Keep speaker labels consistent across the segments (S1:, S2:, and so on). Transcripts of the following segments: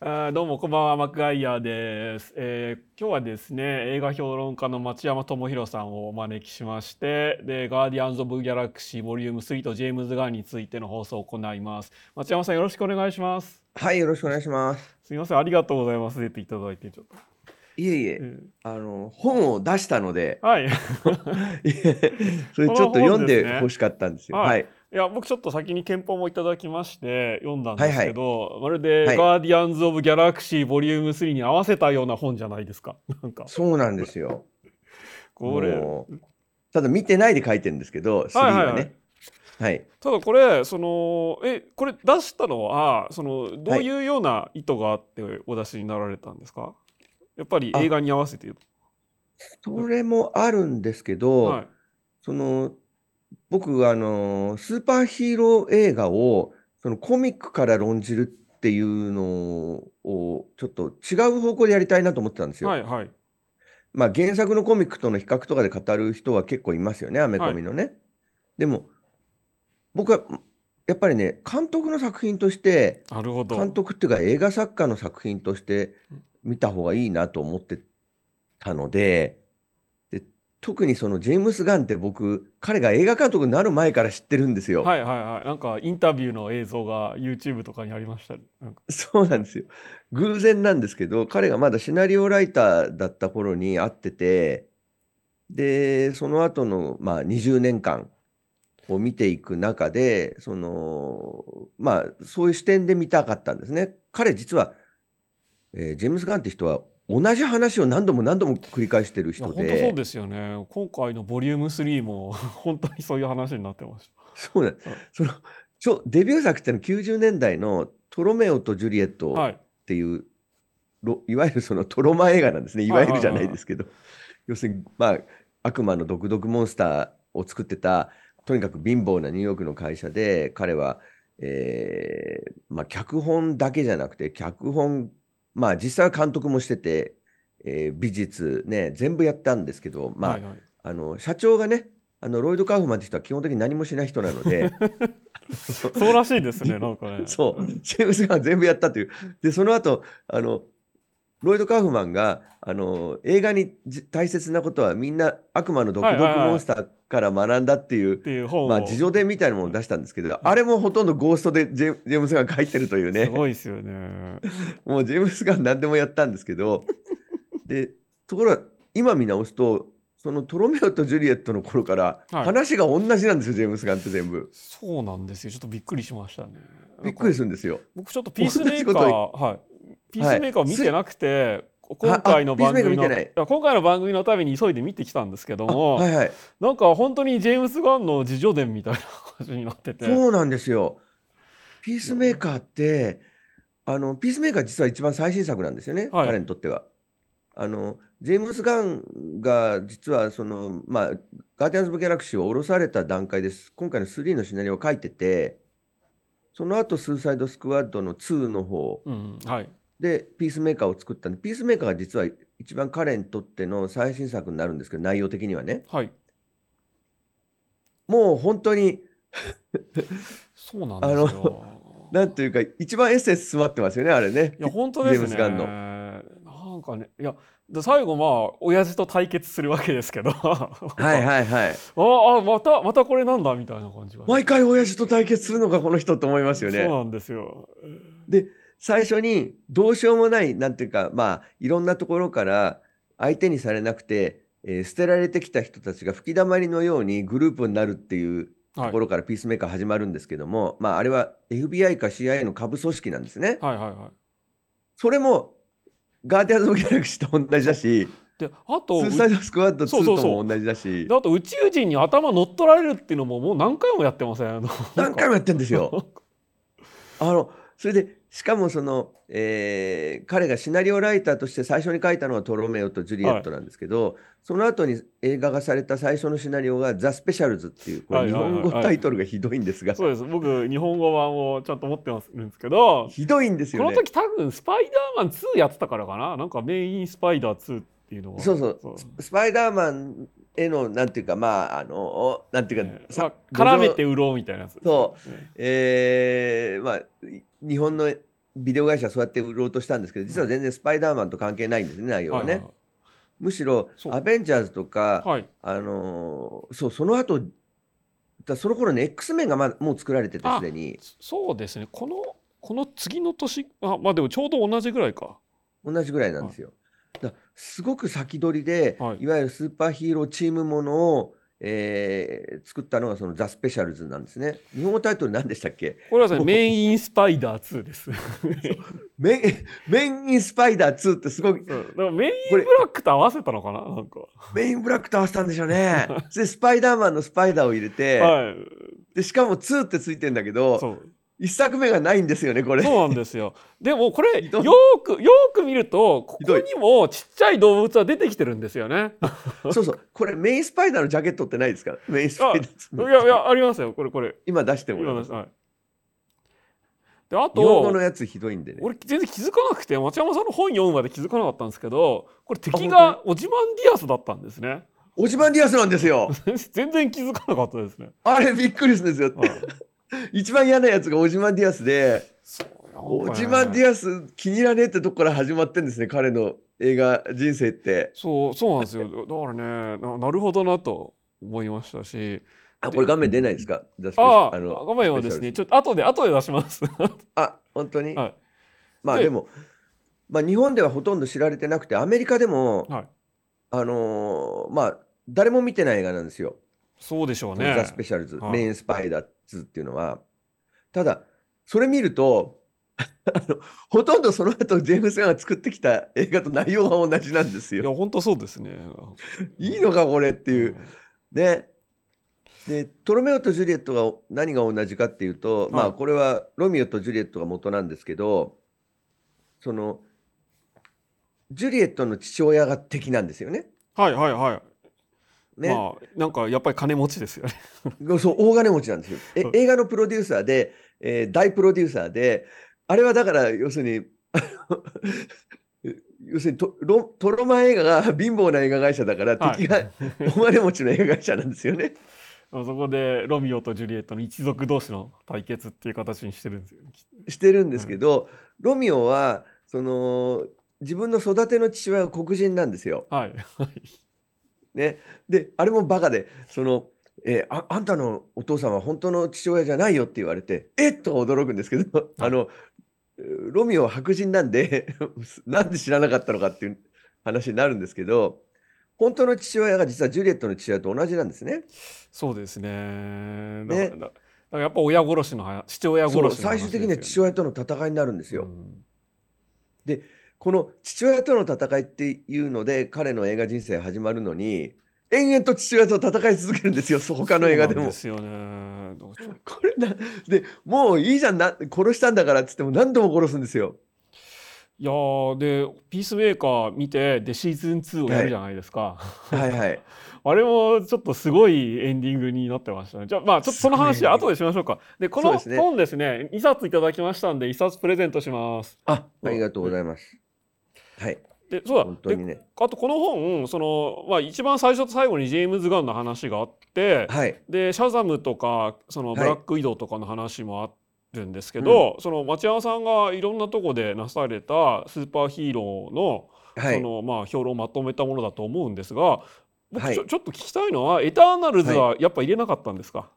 S1: あーどうもこんばんは、マクガイアです。えー今日はですね、映画評論家の町山智博さんをお招きしまして、で、ガーディアンズ・オブ・ギャラクシーボリューム3とジェームズ・ガンについての放送を行います。町山さん、よろしくお願いします。
S2: はい、よろしくお願いします。
S1: すみません、ありがとうございます。出ていただいて、ちょっと。
S2: いえい
S1: え
S2: え、
S1: ー
S2: あの、本を出したので、
S1: はい。
S2: いえ それ
S1: こ
S2: ちょ
S1: の
S2: っと
S1: 本
S2: 読ん
S1: です
S2: で
S1: ね。
S2: 欲しかったんですよ。
S1: は。
S2: はいい。
S1: いや、僕ちょっと先に憲法もいただきまして読んだん
S2: は
S1: で
S2: い
S1: す
S2: は
S1: け
S2: い。
S1: ど、まるで
S2: はい。
S1: ガーディアンズ・オブ・ギャラクシーボリューム3に合わせたような本じゃないですか。なんか、
S2: そうなんですよ。
S1: これ、
S2: もう、ただ見てないで書いてるんですけど、
S1: はいは
S2: 3
S1: い
S2: は
S1: はい。
S2: ね。はい。
S1: ただこれそのえこれ出したのはそのど
S2: は
S1: う
S2: い。
S1: いうような意図があってお出しになられたんですかやっぱり映
S2: あ、
S1: 画に合わせて
S2: それもあるんですけ
S1: は
S2: ど、
S1: い
S2: その、僕、あの、スーパーヒーロー映画を、そのコミックから論じるっていうのを、ちょっと違う方向でやりたいなと思ってたんです
S1: は
S2: よ。
S1: いはい
S2: まあ、原作のコミックとの比較とかで語る人は結構いますよね、アメ
S1: は
S2: コ
S1: い
S2: ミのね。でも僕はんやっぱりね、監督の作品として、
S1: なるほ
S2: 監
S1: ど
S2: 督っていうか映画作家の作品として見た方がいいなと思ってたので、で、特にそのジェームス・ガンって僕、彼が映画監督になる前から知ってるんですよ。
S1: はいはいはいなんかインタビューの映像が YouTube とかにありましたねなんか
S2: そうなんですよ。偶然なんですけど、彼がまだシナリオライターだった頃に会ってて、で、その後の、まあ、20年間を見ていく中で、その、まあ、そういう視点で見たかったんですね。彼実は、えージェームス・ガンって人は同じ話を何度も何度も繰り返して
S1: い
S2: る
S1: や
S2: 人
S1: 本当そう
S2: で、
S1: ですよね今回のボリューム3も 本当にそういう話になってまし
S2: そうなん、
S1: たは
S2: その、ちょ、デビュー作っての90年代のトロメオとジュリエッ
S1: はい
S2: トっていう、ロいわゆるそのトロマ映画なんですね。い
S1: は
S2: わ
S1: い
S2: ゆ
S1: は
S2: る
S1: い
S2: じゃ
S1: はい
S2: ない
S1: は
S2: で
S1: い
S2: すけど。要するに、まあ、悪魔の毒々モンスターを作ってた、とにかく貧乏なニューヨークの会社で、彼は、えーまあ、脚本だけじゃなくて、脚本、まあ、実際は監督もしてて、えー美術ね、全部やったんですけど、
S1: はい
S2: ま
S1: はい
S2: あ、あの、社長がね、あの、ロイド・カウフマンって人は基本的に何もしない人な ので、
S1: そうらしいです ね
S2: じ
S1: なんかね
S2: そうう、
S1: ん
S2: ジェームス・ガン全部やったという。で、その後、あの、ロイド・カーフマンが、あの、映画にじ大切なことはみんな悪魔の
S1: はいは
S2: 毒々
S1: いは
S2: モ
S1: いっ
S2: ンスターから学んだっていう、
S1: ていう
S2: ま
S1: 本
S2: あ、自
S1: を
S2: 叙伝みたいなものを出したんですけど、あれもほとんどゴーストでジェ、ジェームス・ガン書いてるとい
S1: す
S2: うね、
S1: ごいですよね
S2: もうジェームス・ガン何でもやったんですけど、で、ところが、今見直すと、そのトロメオとジュリエットの頃から
S1: はい
S2: 話が同じなんですよ、ジェームス・ガンって全部。
S1: そうなんですよ。ちょっとびっくりしましたね。な
S2: び
S1: ん
S2: っくり
S1: か
S2: するんですよ。
S1: 僕ちょっとピ
S2: 同
S1: ースメ
S2: じ
S1: ー
S2: こ
S1: カ
S2: とを言っ
S1: ー、はい、ピー
S2: は
S1: ス
S2: い。
S1: メーカーを見
S2: す
S1: て
S2: り、
S1: なくて、こ今
S2: は、あ、
S1: 回の
S2: ピース
S1: 番
S2: メーカー
S1: 組
S2: 見て
S1: の、
S2: ないい。
S1: や今回の番組のために急いで見てきたんですけど
S2: あ、
S1: も、
S2: はいはい。
S1: なんか本当にジェームス・ガンの自叙伝みたいな感じになってて、
S2: そうなんですよ。ピー
S1: い
S2: ス
S1: や、
S2: メーカーって、あの、ピースメーカー実は一番最新作なんですよね、
S1: は
S2: 彼
S1: い、
S2: にとっては。あの、ジェームズ・ガンが実はその、まあ、ガーディアンズ・オブ・ギャラクシーを降ろされた段階です。今回の3のシナリオを書いてて、その後、スーサイド・スクワッドの2の方
S1: うん、はい、
S2: で、ピースメーカーを作ったんで、ピースメーカーが実は一番彼にとっての最新作になるんですけど、内容的にはね。
S1: はい、
S2: もう本当に、
S1: そうなん
S2: あ
S1: です
S2: の、
S1: よ。
S2: なんというか、一番エッセンス詰まってますよね、あれね。
S1: いや、本当
S2: ジ
S1: で
S2: ェー
S1: すね。
S2: ムズ・ガンの。
S1: なんかね、いや、で最後まあ親父と対決するわけですけど、なん
S2: はい
S1: か、
S2: はいはい。
S1: ああ、またまたこれなんだみたいな感じがね。
S2: 毎回親父と対決するのか、この人と思いますよ
S1: そう
S2: ね。
S1: なんですよ。
S2: で、最初にどうしようもない、なんていうか、まあ、いろんなところから相手にされなくて、えー捨てられてきた人たちが吹き溜まりのようにグループになるっていうと
S1: はい。
S2: ころからピースメーカー始まるんですけども、まあ、あれは FBI か CIA の下部組織なんですね。
S1: はいはいはい。
S2: それも、ガーディアンズ・オブ・ギャラクシーと同じ
S1: そ
S2: だ
S1: う
S2: し、
S1: であ
S2: ス
S1: と
S2: ー
S1: う
S2: サイド・スクワッド
S1: そうそ
S2: 2
S1: う
S2: とも
S1: そ
S2: 同じだ
S1: う
S2: し、
S1: であと宇宙人に頭乗っ取られるっていうのももう何回もやってませんあのなん
S2: 何回
S1: か
S2: もやってんですよ。あの、それで、しかもその、えー彼がシナリオライターとして最初に書いたのはトロメオとジュリエ
S1: は
S2: ッ
S1: い
S2: トなんですけど、その後に映画がされた最初のシナリオがザ・スペシャルズっていう、こ
S1: は
S2: れ
S1: い
S2: 日
S1: はい
S2: 本
S1: はい
S2: 語
S1: は
S2: タ
S1: い
S2: イトルがひどいんですが、
S1: そうです僕日本語版をちゃんと持ってまするんですけど
S2: ひどいんです
S1: こ
S2: よ
S1: の
S2: ね。
S1: 時多分スパイダーマン2やってたからかななんかメインスパイダー2っていうの
S2: そ
S1: は
S2: うそう、
S1: そう、
S2: ススパイダーマンへの、なんていうか、まあ、あの、なんていうか、
S1: えーま
S2: さ、
S1: あ
S2: 土
S1: 絡め
S2: 壌、
S1: て売ろうみたいなやつですよ
S2: そ
S1: ね
S2: う、えーまあ、い日本のビデオ会社はそうやって売ろうとしたんですけど、実は全然スパイダーマンと関係ないんですね、内容はね。むしろ
S1: そ、う
S2: アベンジャーズと
S1: はいはい
S2: か、
S1: はい。はい。
S2: あのーそう、その後、だその頃ね、X メンがまだもう作られてて、
S1: あ
S2: すでに、
S1: そうですね。このこの次の年、あ、まあでもちょうど同じぐらいか。
S2: 同じぐらいなんですよ。だすごく先取りで、
S1: はい
S2: い、わゆるスーパーヒーローチームものを、えー作ったのがそのザ・スペシャルズなんですね。日本語タイトル何でしたっけ
S1: これはです ね、メインインスパイダー2です。
S2: メンメイン・イン・スパイダー2ってすごい、
S1: そうだからメインブラックと合わせたのかななんか。
S2: メインブラックと合わせたんでしょ うね。で、スパイダーマンのスパイダーを入れて、
S1: はい。
S2: でしかも2ってついてんだけど、
S1: そう。
S2: 一作目がないんですよね、これ。
S1: そうなんですよ。でもこれ
S2: ひ
S1: よ
S2: どい
S1: ーくよーく見るとこ
S2: ひ
S1: こ
S2: どい
S1: にもちっちゃい動物は出てきてるんですよね。
S2: そうそう、これメインスパイダーのジャケットってないですかメインスパイダー
S1: い
S2: の。
S1: やいやありますよこれこれ。
S2: 今出しても
S1: 今
S2: らい
S1: の
S2: ます。
S1: はい。であ
S2: 日本語
S1: と
S2: のやつひどいんでね。
S1: 俺全然気づかなくて町山さんの本読むまで気づかなかったんですけどこれ敵
S2: あ
S1: がオジマンディアスだったんですね。
S2: オジマンディアスなんですよ。
S1: 全然気づかなかったですね。
S2: あれびっくりするんですよ。
S1: はい
S2: 一番嫌なやつがオジマンディアスで、オジマンディアス気に入らねえってとこから始まってんですね、彼の映画人生って。
S1: そうそうなんですよ。だからねななるほどなと思いましたし。
S2: あ、これ画面出ないですかザスペシ
S1: ああ、
S2: あの
S1: 画面はですね、ちょっと後で後で出します。
S2: あ、本当に、
S1: はい
S2: まあ
S1: で
S2: でも、まあ、日本ではほとんど知られてなくて、アメリカでも、
S1: はい
S2: あのーまあ、誰も見てない映画なんですよ。
S1: そうでしょう
S2: その
S1: ね
S2: ザ・。スペシャルズ、
S1: はい
S2: メインスパイダーズっていうのは。ただ、それ見ると、 あのほとんどその後ジェームス・ガンが作ってきた映画と内容が同じなんです
S1: い
S2: よ。
S1: や、本当そうですね。
S2: いいのか、これって
S1: て
S2: いう。。ね。で、トロメオとジュリエットが何が同じかっていうと、ま
S1: は
S2: あ、
S1: い
S2: これはロミオとジュリエットが元なんですけど、その、ジュリエットの父親が敵なんですよね。
S1: はいはいはい。
S2: ね。
S1: まあ、なんかやっぱり金持ちですよね。
S2: そう、大金持ちなんですよ。え
S1: うん
S2: 映画のプロデューサーで、えー大プロデューサーで、あれはだから、要するに、 あの要するにトロ、トロマン映画が貧乏な映画会社だから、
S1: はい
S2: 敵が大金持ちの映画会社なんですよ ね。
S1: そこでロミオとジュリエットの一族同士の対決っていう形にしてるんですよね。きっと
S2: してるんですけど、ロミオは、その、自分の育ての父親が黒人なんですよ。
S1: はい。はい
S2: ね。で、あれもバカで、その、えーああんたのお父さんは本当の父親じゃないよって言われて、えっと驚くんですけど、あの、えーロミオは白人なんで、 なんで知らなかったのかっていう話になるんですけど、本当の父親が実はジュリエットの父親と同じなんですね。
S1: そうですね。だ
S2: ね
S1: からだだからやっぱ親殺しの話、父親殺し
S2: そ
S1: の
S2: う、
S1: 話
S2: 最終的には父
S1: 親
S2: 親との戦いになるんで
S1: です
S2: よ。
S1: うん
S2: この父親との戦いっていうので、彼の映画人生始まるのに、延々と父親と戦い続けるんですよ、他の映画で
S1: そうなん
S2: も
S1: で。すよね。だからちょ
S2: これな、で、もういいじゃんな、殺したんだからっつっても何度も殺すんで すよ。
S1: いやーでピースメーカー見てでシーズン2をやるじゃないですか、
S2: はいはい。
S1: あれもちょっとすごいエンディングになってましたね。じゃあ、まあ、ちょっとその話
S2: すごい
S1: は
S2: エンディング
S1: 後でしましょうか。で、こ
S2: そう
S1: の
S2: ですね
S1: 本ですね、2冊いただきましたんで、1冊プレゼントします。
S2: あ、ありがとうございます。はい、
S1: で、そう
S2: 本当
S1: だ。
S2: に
S1: で、
S2: ね。
S1: あとこの本、その、まあ、一番最初と最後にジェームズ・ガンの話があって、
S2: はい、
S1: で、シャザムとか、その
S2: はい
S1: ブラック・移動とかの話もあるんですけど、その町山さんがいろんなとこでなされたスーパーヒーローの、そ
S2: はい。
S1: のまあ評論をまとめたものだと思うんですが僕ちょ,、
S2: はい
S1: ちょっと聞きたいのはエターナルズはやっぱ入れなかったんですか、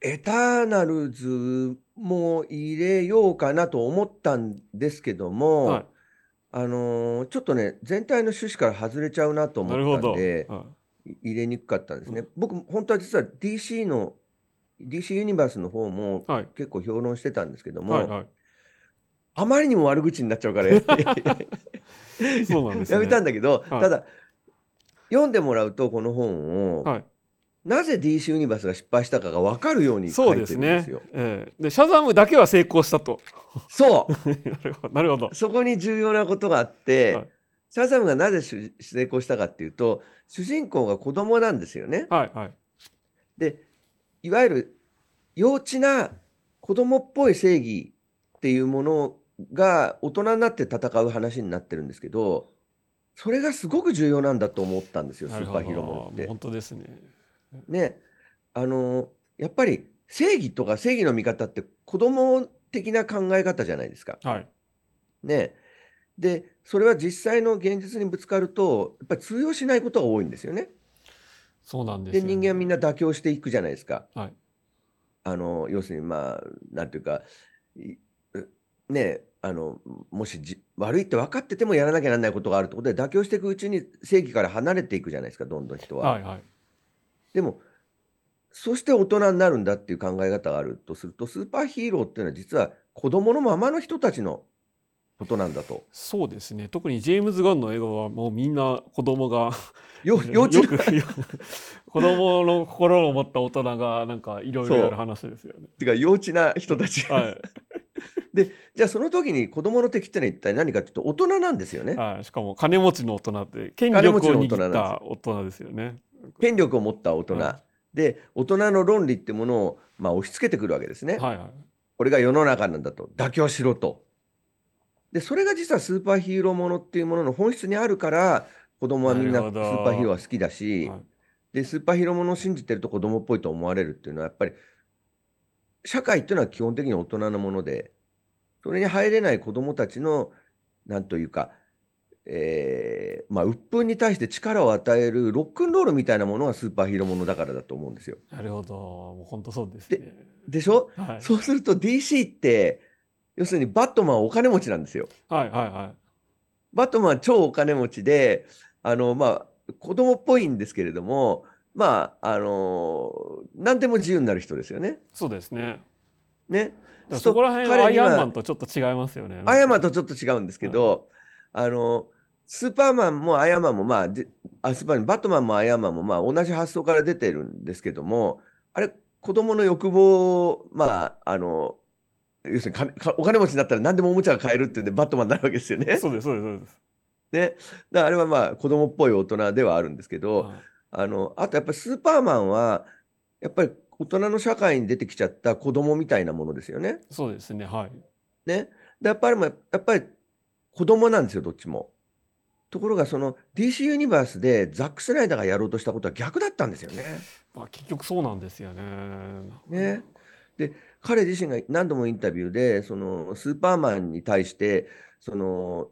S2: エターナルズも入れようかなと思ったんですけども、
S1: はい
S2: あのーちょっとね、全体の趣旨から外れちゃうなと思
S1: なるほ
S2: った
S1: ど、
S2: ん
S1: はい
S2: で、い入れにくかったんですね。僕、本当は実は DC の、DC ユニバースの方も
S1: はい
S2: 結構評論してたんですけども、
S1: はいは
S2: あまりにも悪口になっちゃうから、や
S1: いそうなんです、ね、
S2: めたんだけど、
S1: はい
S2: ただ、読んでもらうと、この本を、
S1: はい
S2: なぜ DC ユニバースが失敗したかが分かるように書
S1: そう
S2: い
S1: です
S2: てるんで
S1: ね
S2: すよ。
S1: ええでシャザムだけは成功したと
S2: そう
S1: なるほどなるほど
S2: そこに重要なことがあって、
S1: はい
S2: シャザムがなぜ主成功したかっていうと主人公が子供なんですよね。
S1: はいはい
S2: でいわゆる幼稚な子供っぽい正義っていうものが大人になって戦う話になってるんですけどそれがすごく重要なんだと思ったんですよス
S1: なる
S2: ー
S1: ほ
S2: パ
S1: ど
S2: ーヒーローものっ
S1: もう
S2: て。
S1: 本当ですね
S2: ねあのやっぱり正義とか正義の味方って子供的な考え方じゃないですか。
S1: はい。
S2: ね。で、それは実際の現実にぶつかると、やっぱり通用しないことが多いんですよね。
S1: そうなんです
S2: で、
S1: よね、
S2: 人間はみんな妥協していくじゃないですか。
S1: はい。
S2: あの、要するに、まあ、なんていうか、いね、あの、もしじ悪いって分かっててもやらなきゃならないことがあるってことで、妥協していくうちに正義から離れていくじゃないですか、どんどん人は。
S1: はいはい。
S2: でも、そして大人になるんだっていう考え方があるとすると、スーパーヒーローっていうのは実は子供のままの人たちのことなんだと。
S1: そうですね。特にジェームズ・ガンの映画はもうみんな子供が
S2: よ 幼稚
S1: よ
S2: 園
S1: く子供の心を持った大人がなんかいろいろやる話ですよ ね。
S2: てか幼稚な人たち、
S1: はい
S2: じゃあその時に子供の敵ってのは一体何かっていうと大人なんですよね、
S1: はい。しかも金持ちの大人って権
S2: 金
S1: 力を
S2: 持ちの大
S1: 握
S2: 人
S1: っ
S2: な
S1: た大人ですよね。
S2: 権力を持った大人、
S1: は
S2: で大人の論理ってものを、まあ、押し付けてくるわけですね、
S1: はいはい。
S2: これが世の中なんだと妥協しろとでそれが実はスーパーヒーローものっていうものの本質にあるから子供はみんな
S1: なるほ
S2: ス
S1: ど
S2: ーパーヒーローは好きだし、
S1: はい
S2: でスーパーヒーローものを信じてると子供っぽいと思われるっていうのはやっぱり社会っていうのは基本的に大人のものでそれに入れない子供たちのなんというか、えーまあ鬱憤に対して力を与えるロックンロールみたいなものがスーパーヒーローものだからだと思うんですよ。
S1: なるほど。もう本当そうですね。
S2: でしょ
S1: はい。
S2: そうすると DC って要するにバットマンはお金持ちなんですよ。
S1: はいはいは
S2: バットマンは超お金持ちで、あの、まあ、子供っぽいんですけれども、まあ、あの何でも自由になる人ですよね。
S1: い。そうですね。
S2: ね。
S1: だから
S2: そう
S1: そこら辺はア
S2: 彼に
S1: イ
S2: は
S1: アンマンとちょっと違いますよね。
S2: アヤマンとちょっと違うんですけど、あの、スーパーマンもアヤマンも、まあ、じあスーパーマンバットマンもアヤマンも、まあ、同じ発想から出てるんですけども、あれ、子供の欲望を、まあ、あの、要するに金かお金持ちになったら何でもおもちゃが買えるってんでバットマンになるわけですよね。
S1: そうですそうですそうです。
S2: ね。だからあれはまあ子供っぽい大人ではあるんですけど、
S1: はい
S2: あの、あとやっぱりスーパーマンは、やっぱり大人の社会に出てきちゃった子供みたいなものですよね。
S1: そうですねはい。
S2: ね。で、やっぱりもう、やっぱり子供なんですよ、どっちも。ところがその DC ユニバースでザック・スナイダーがやろうとしたことは逆だったんですよね。
S1: まあ結局そうなんですよね。
S2: ね。で、彼自身が何度もインタビューで、そのスーパーマンに対して、その、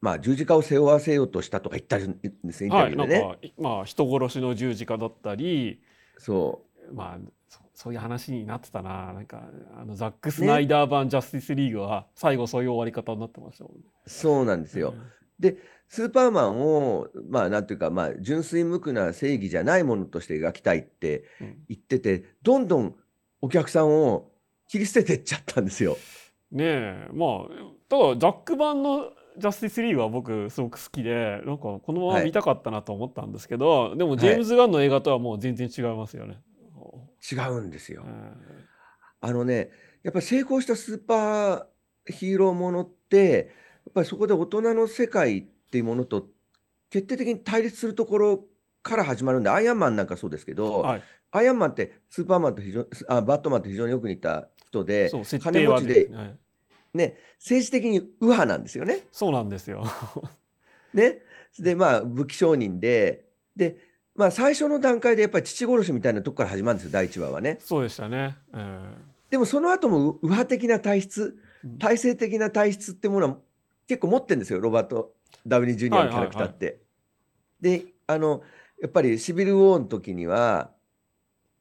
S2: まあ十字架を背負わせようとしたとか言ったりするんですよ、インタ
S1: は
S2: ビ
S1: い
S2: ュ
S1: な
S2: ー
S1: ん
S2: でね。
S1: かいまあ人殺しの十字架だったり
S2: そう。
S1: まあそそういう話になってたななんかあのザック・スナイダー版ジャスティスリーグは最後そういう終わり方になってましたもんね。
S2: そうなんですよ。スーパーマンを、まあ、なんていうか、まあ、純粋無垢な正義じゃないものとして描きたいって
S1: うんうん
S2: 言ってて、どんどんお客さんを切り捨ててっちゃったんですよ。
S1: ねえまあただザック版のジャスティスリーグは僕すごく好きでなんかこのまま見たかったなと思ったんですけど、でもジェームズ・ガンの映画とはもう全然違いますよね。
S2: 違うんですよ
S1: う。ん
S2: あのね、やっぱり成功したスーパーヒーローものって、やっぱりそこで大人の世界っていうものと決定的に対立するところから始まるんで、アイアンマンなんかそうですけど、
S1: はい
S2: アイアンマンってスーパーマンと非常に、あ、バットマンと非常によく似た人で、
S1: そう設
S2: 金
S1: 定は
S2: 持ちで
S1: ね、はい
S2: ね、政治的に右派なんですよね。
S1: そうなんですよ。
S2: ね。で、まあ、武器商人で、で、まあ、最初の段階でやっぱり父殺しみたいなとこから始まるんですよ、第1話はね。
S1: そうでしたね。うん
S2: でも、その後も右派的な体質
S1: うん、
S2: 体制的な体質ってものは結構持ってるんですよ、ロバート・ダウニー・ジュニアのキャラクターって。で、あの、やっぱりシビル・ウォーの時には、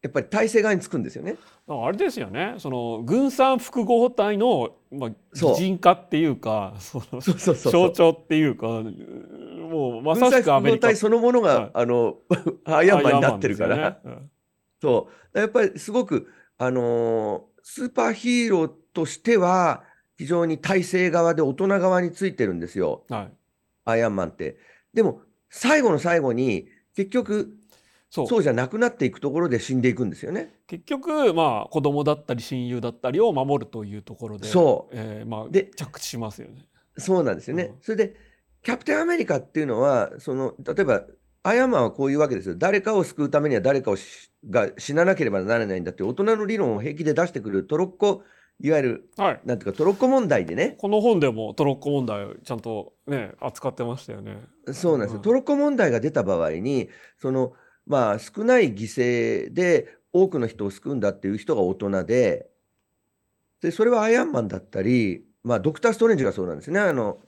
S2: やっぱり体制側につくんですよね。
S1: だからあれですよね。その軍産複合体のまあ
S2: そう
S1: 擬人化っていうか、その
S2: そうそうそうそう
S1: 象。徴っていうか、もうま
S2: 軍
S1: さ
S2: 隊
S1: しくアメリカ
S2: 体そのものが、
S1: はい
S2: あの、 アイアンマンになってるから。
S1: アイアンマンですよね
S2: そう。やっぱりすごく、あのースーパーヒーローとしては、非常に体制側で大人側についてるんですよ、
S1: うんはい。
S2: アイアンマンって。でも、最後の最後に、結局、
S1: そう
S2: そうじゃなくなっていくところで死んでいくんですよね。
S1: 結局まあ子供だったり親友だったりを守るというところで、
S2: そう
S1: えーまあ
S2: で
S1: 着地しますよね。
S2: そうなんです
S1: う
S2: よ
S1: ん
S2: ね。それで、キャプテンアメリカっていうのは、その、例えば、アイアンマンはこういうわけですよ。誰かを救うためには誰かをしが死ななければならないんだって、大人の理論を平気で出してくるトロッコ、いわゆる、
S1: はい。
S2: なんていうか、トロッコ問題でね、
S1: この本でもトロッコ問題ちゃんとね扱ってましたよね。
S2: そうなんです
S1: うん
S2: よ。トロッコ問題が出た場合に、その、まあ、少ない犠牲で多くの人を救うんだっていう人が大人で、で、それはアイアンマンだったり、まあ、ドクター・ストレンジがそうなんですね。あの、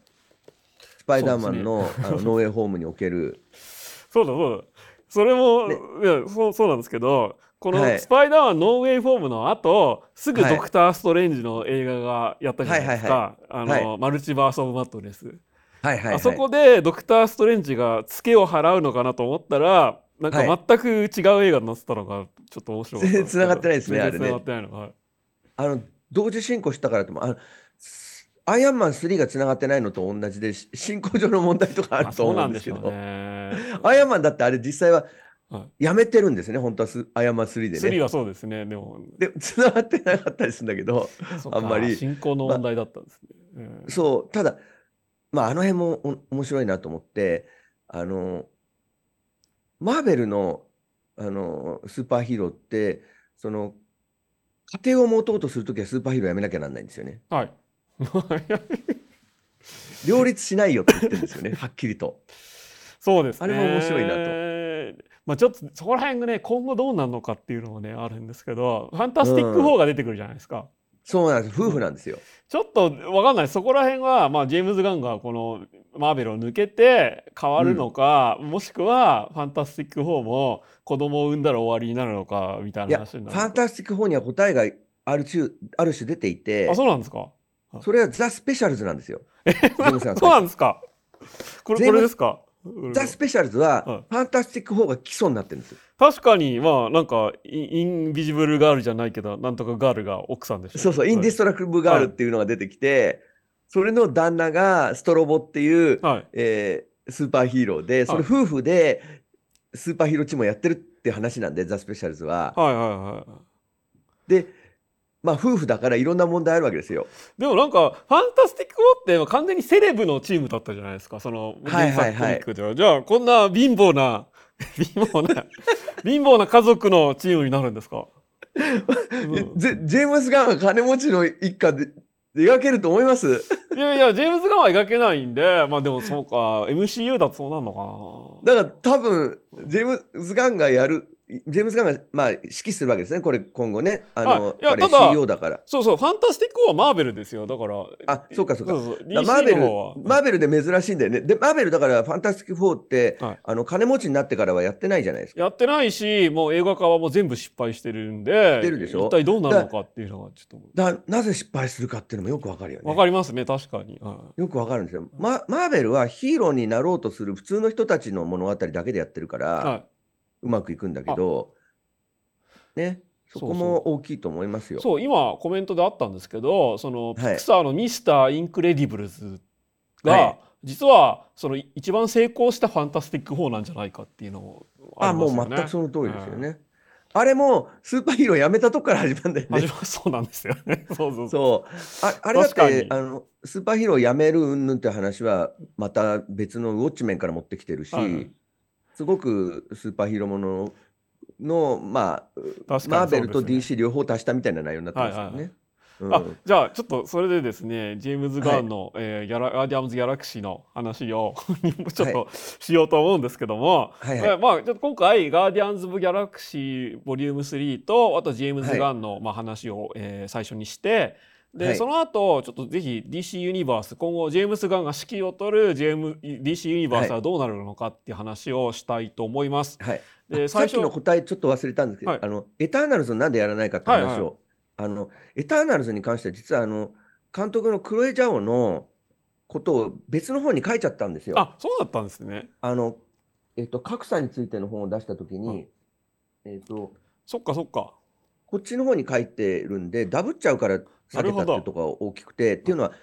S2: スパイダーマンの,、あのノーウェイホームにお ける。
S1: そうだそうだ。それも、
S2: ね
S1: いやそうそうなんですけどこの
S2: は
S1: 「
S2: い
S1: スパイダーマンノーウェイフォーム」の後すぐ「
S2: はい
S1: ドクター・ストレンジ」の映画がやったじゃないですかあ
S2: はい
S1: のマルチバース・オブ・マットレス。
S2: はいはい、はい。
S1: あそこで「ドクター・ストレンジ」がツケを払うのかなと思ったらなんか
S2: は
S1: 全く違う映画になってたのがちょっと面白かったんですけど。
S2: 全然繋がってないですね
S1: 全
S2: あれ
S1: 然
S2: ね
S1: 繋がってないのはい
S2: あの、同時進行したからとも、あの、スアイアンマン3がつながってないのと同じで、し 進行上の問題とか
S1: あ
S2: あると
S1: そう
S2: 思
S1: な
S2: うん
S1: ん
S2: で
S1: ですし
S2: け
S1: ょう
S2: ど、
S1: ね。
S2: アイアンマンだってあれ実際は
S1: はい
S2: やめてるんですね、本当はスアイアンマン3で
S1: スリ
S2: ね。
S1: ーはそうですねでも
S2: で、 つながってなかったりするんだけど、
S1: そっか
S2: あんまり
S1: 進行の問題だったんですね。うん
S2: そう、ただ、まあ、あの辺もお面白いなと思って、あの、マーベルの、あの、スーパーヒーローって、その、家庭を持とうとするときはスーパーヒーローやめなきゃなんないんですよね。
S1: はい。
S2: 両立しないよって言ってるんですよ ね、はっきりと。
S1: そうですね。
S2: あれも面白いな
S1: と。まあちょっとそこら辺がね今後どうなるのかっていうのもねあるんですけど、ファンタスティック4が出てくるじゃないですか。
S2: そうなんです、夫婦なんですよ。
S1: ちょっとわかんないそこら辺はまあジェームズ・ガンがこのマーベルを抜けて変わるのか、もしくはファンタスティック4も子供を産んだら終わりになるのかみたい
S2: い
S1: な
S2: や、
S1: 話
S2: フ
S1: になる。
S2: ァンタスティック4には答えがある種、ある種出ていて
S1: あ、そうなんですか。
S2: それはザ・スペシャルズなんですよ。
S1: そ
S2: ームズガン
S1: うなんですか。これ
S2: ジェ
S1: これ
S2: ームズ
S1: ですか。
S2: ザ・スペシャルズ
S1: はい
S2: は、ファンタスティック4が基礎になってるんですよ。
S1: 確かにまあなんかイインビジブルガールじゃないけどなんとかガールが奥さんでしょ
S2: そうそう、インディストラクティブガールっていうのが出てきて、それの旦那がストロボっていう、
S1: はい
S2: えースーパーヒーローで、そ
S1: は
S2: れ
S1: い
S2: 夫婦でスーパーヒーローチームをやってるって話なんで、ザ・スペシャルズは。
S1: はいはいはい
S2: で、まあ夫婦だからいろんな問題あるわけですよ。
S1: でもなんか「ファンタスティック・フォー」って完全にセレブのチームだったじゃないですかその
S2: はい
S1: 原
S2: はいはい
S1: 作コミックでは、じゃあこんな貧乏な 貧乏な 貧乏な家族のチームになるんですか、うん
S2: ジェジェームス・ガンは金持ちの一家で描けると思います
S1: いやいやジェームズ・ガンは描けないんでまあでもそうか MCU だとそうなるのかな
S2: だから多分、ジェームズ・ガンがやる、ジェームズ・ガンが、まあ、指揮するわけですね、これ今後ね。あ
S1: はい
S2: の、
S1: いや
S2: 彼
S1: ただ
S2: CEO だから。
S1: そうそう「ファンタスティック・フォー」はマーベルですよだから
S2: あ、そうかそうか
S1: そ。うそう
S2: だからマーベ
S1: DC の方は
S2: ル、マーベルで珍しいんだよね。で、マーベルだから、ファンタスティック4って、
S1: はい
S2: あの、金持ちになってからはやってないじゃないですか。
S1: やってないしもう映画化はもう全部失敗してるんで
S2: てるでしょ
S1: 一体どうなるのかっていうのがちょっ
S2: だなぜ失敗するかっていうのもよくわかるよ
S1: とわ
S2: ね。
S1: かりますね確かに、うん
S2: よくわかるんですよ、ま。マーベルはヒーローになろうとする普通の人たちの物語だけでやってるから、
S1: は
S2: うまくいくんだけど、ね、そこ
S1: そう
S2: も大きいと思います
S1: い、
S2: よ。
S1: そう今コメントであったんですけどそのピ
S2: はい
S1: クサーの「ミスター・インクレディブルズが」
S2: はい
S1: 実はその一番成功した「ファンタスティック4」なんじゃないかっていうのも
S2: あ、
S1: り
S2: も
S1: ま
S2: う
S1: すよね
S2: 全くその通りですよね。あれも、スーパーヒーローやめたとこから始まるんだよね
S1: 始。まそうなんですよね そうそうそう
S2: そうああれだっ
S1: 確かに
S2: てあのスーパーヒーローやめるうんぬんって話はまた別のウォッチメンから持ってきてるし、
S1: はいはい
S2: すごくスーパーヒーローものの、まあ、
S1: 確か
S2: マ
S1: にそうですね
S2: ーベルと DC 両方足したみたいな内容になってますよね。
S1: あ
S2: うん
S1: じゃあちょっとそれでですねジェームズ・ガンの、えーギャラガーディアムズ・ギャラクシーの話を ちょっとしようと思うんですけども、
S2: はい
S1: え
S2: は
S1: ー
S2: い、
S1: まあ、ちょっと今回「ガーディアンズ・オブ・ギャラクシー」ボリューム3とあとジェームズ・ガンの、まあ、話を、えー最初にしてで、
S2: はい
S1: その後ちょっとぜひ DC ユニバース今後ジェームズ・ガンが指揮を執るジェーム DC ユニバースはどうなるのかっていう話をしたいと思います。
S2: はい、
S1: で最
S2: あさっ
S1: 初
S2: きの答えちょっと忘れたんですけど、
S1: はい
S2: あのエターナルズなんでやらないかって話を、
S1: はいは
S2: あのエターナルズに関しては実はあの監督のクロエ・ジャオのことを別の本に書いちゃったんですよ。
S1: あそうだったんですね。
S2: あの、えっと、格差についての本を出したときに、えっと、
S1: そっかそっか。
S2: こっちの方に書いてるんで、ダブっちゃうから
S1: な
S2: 避
S1: る
S2: け
S1: ほ
S2: た
S1: ど
S2: っていうところが大きくて、っていうのは、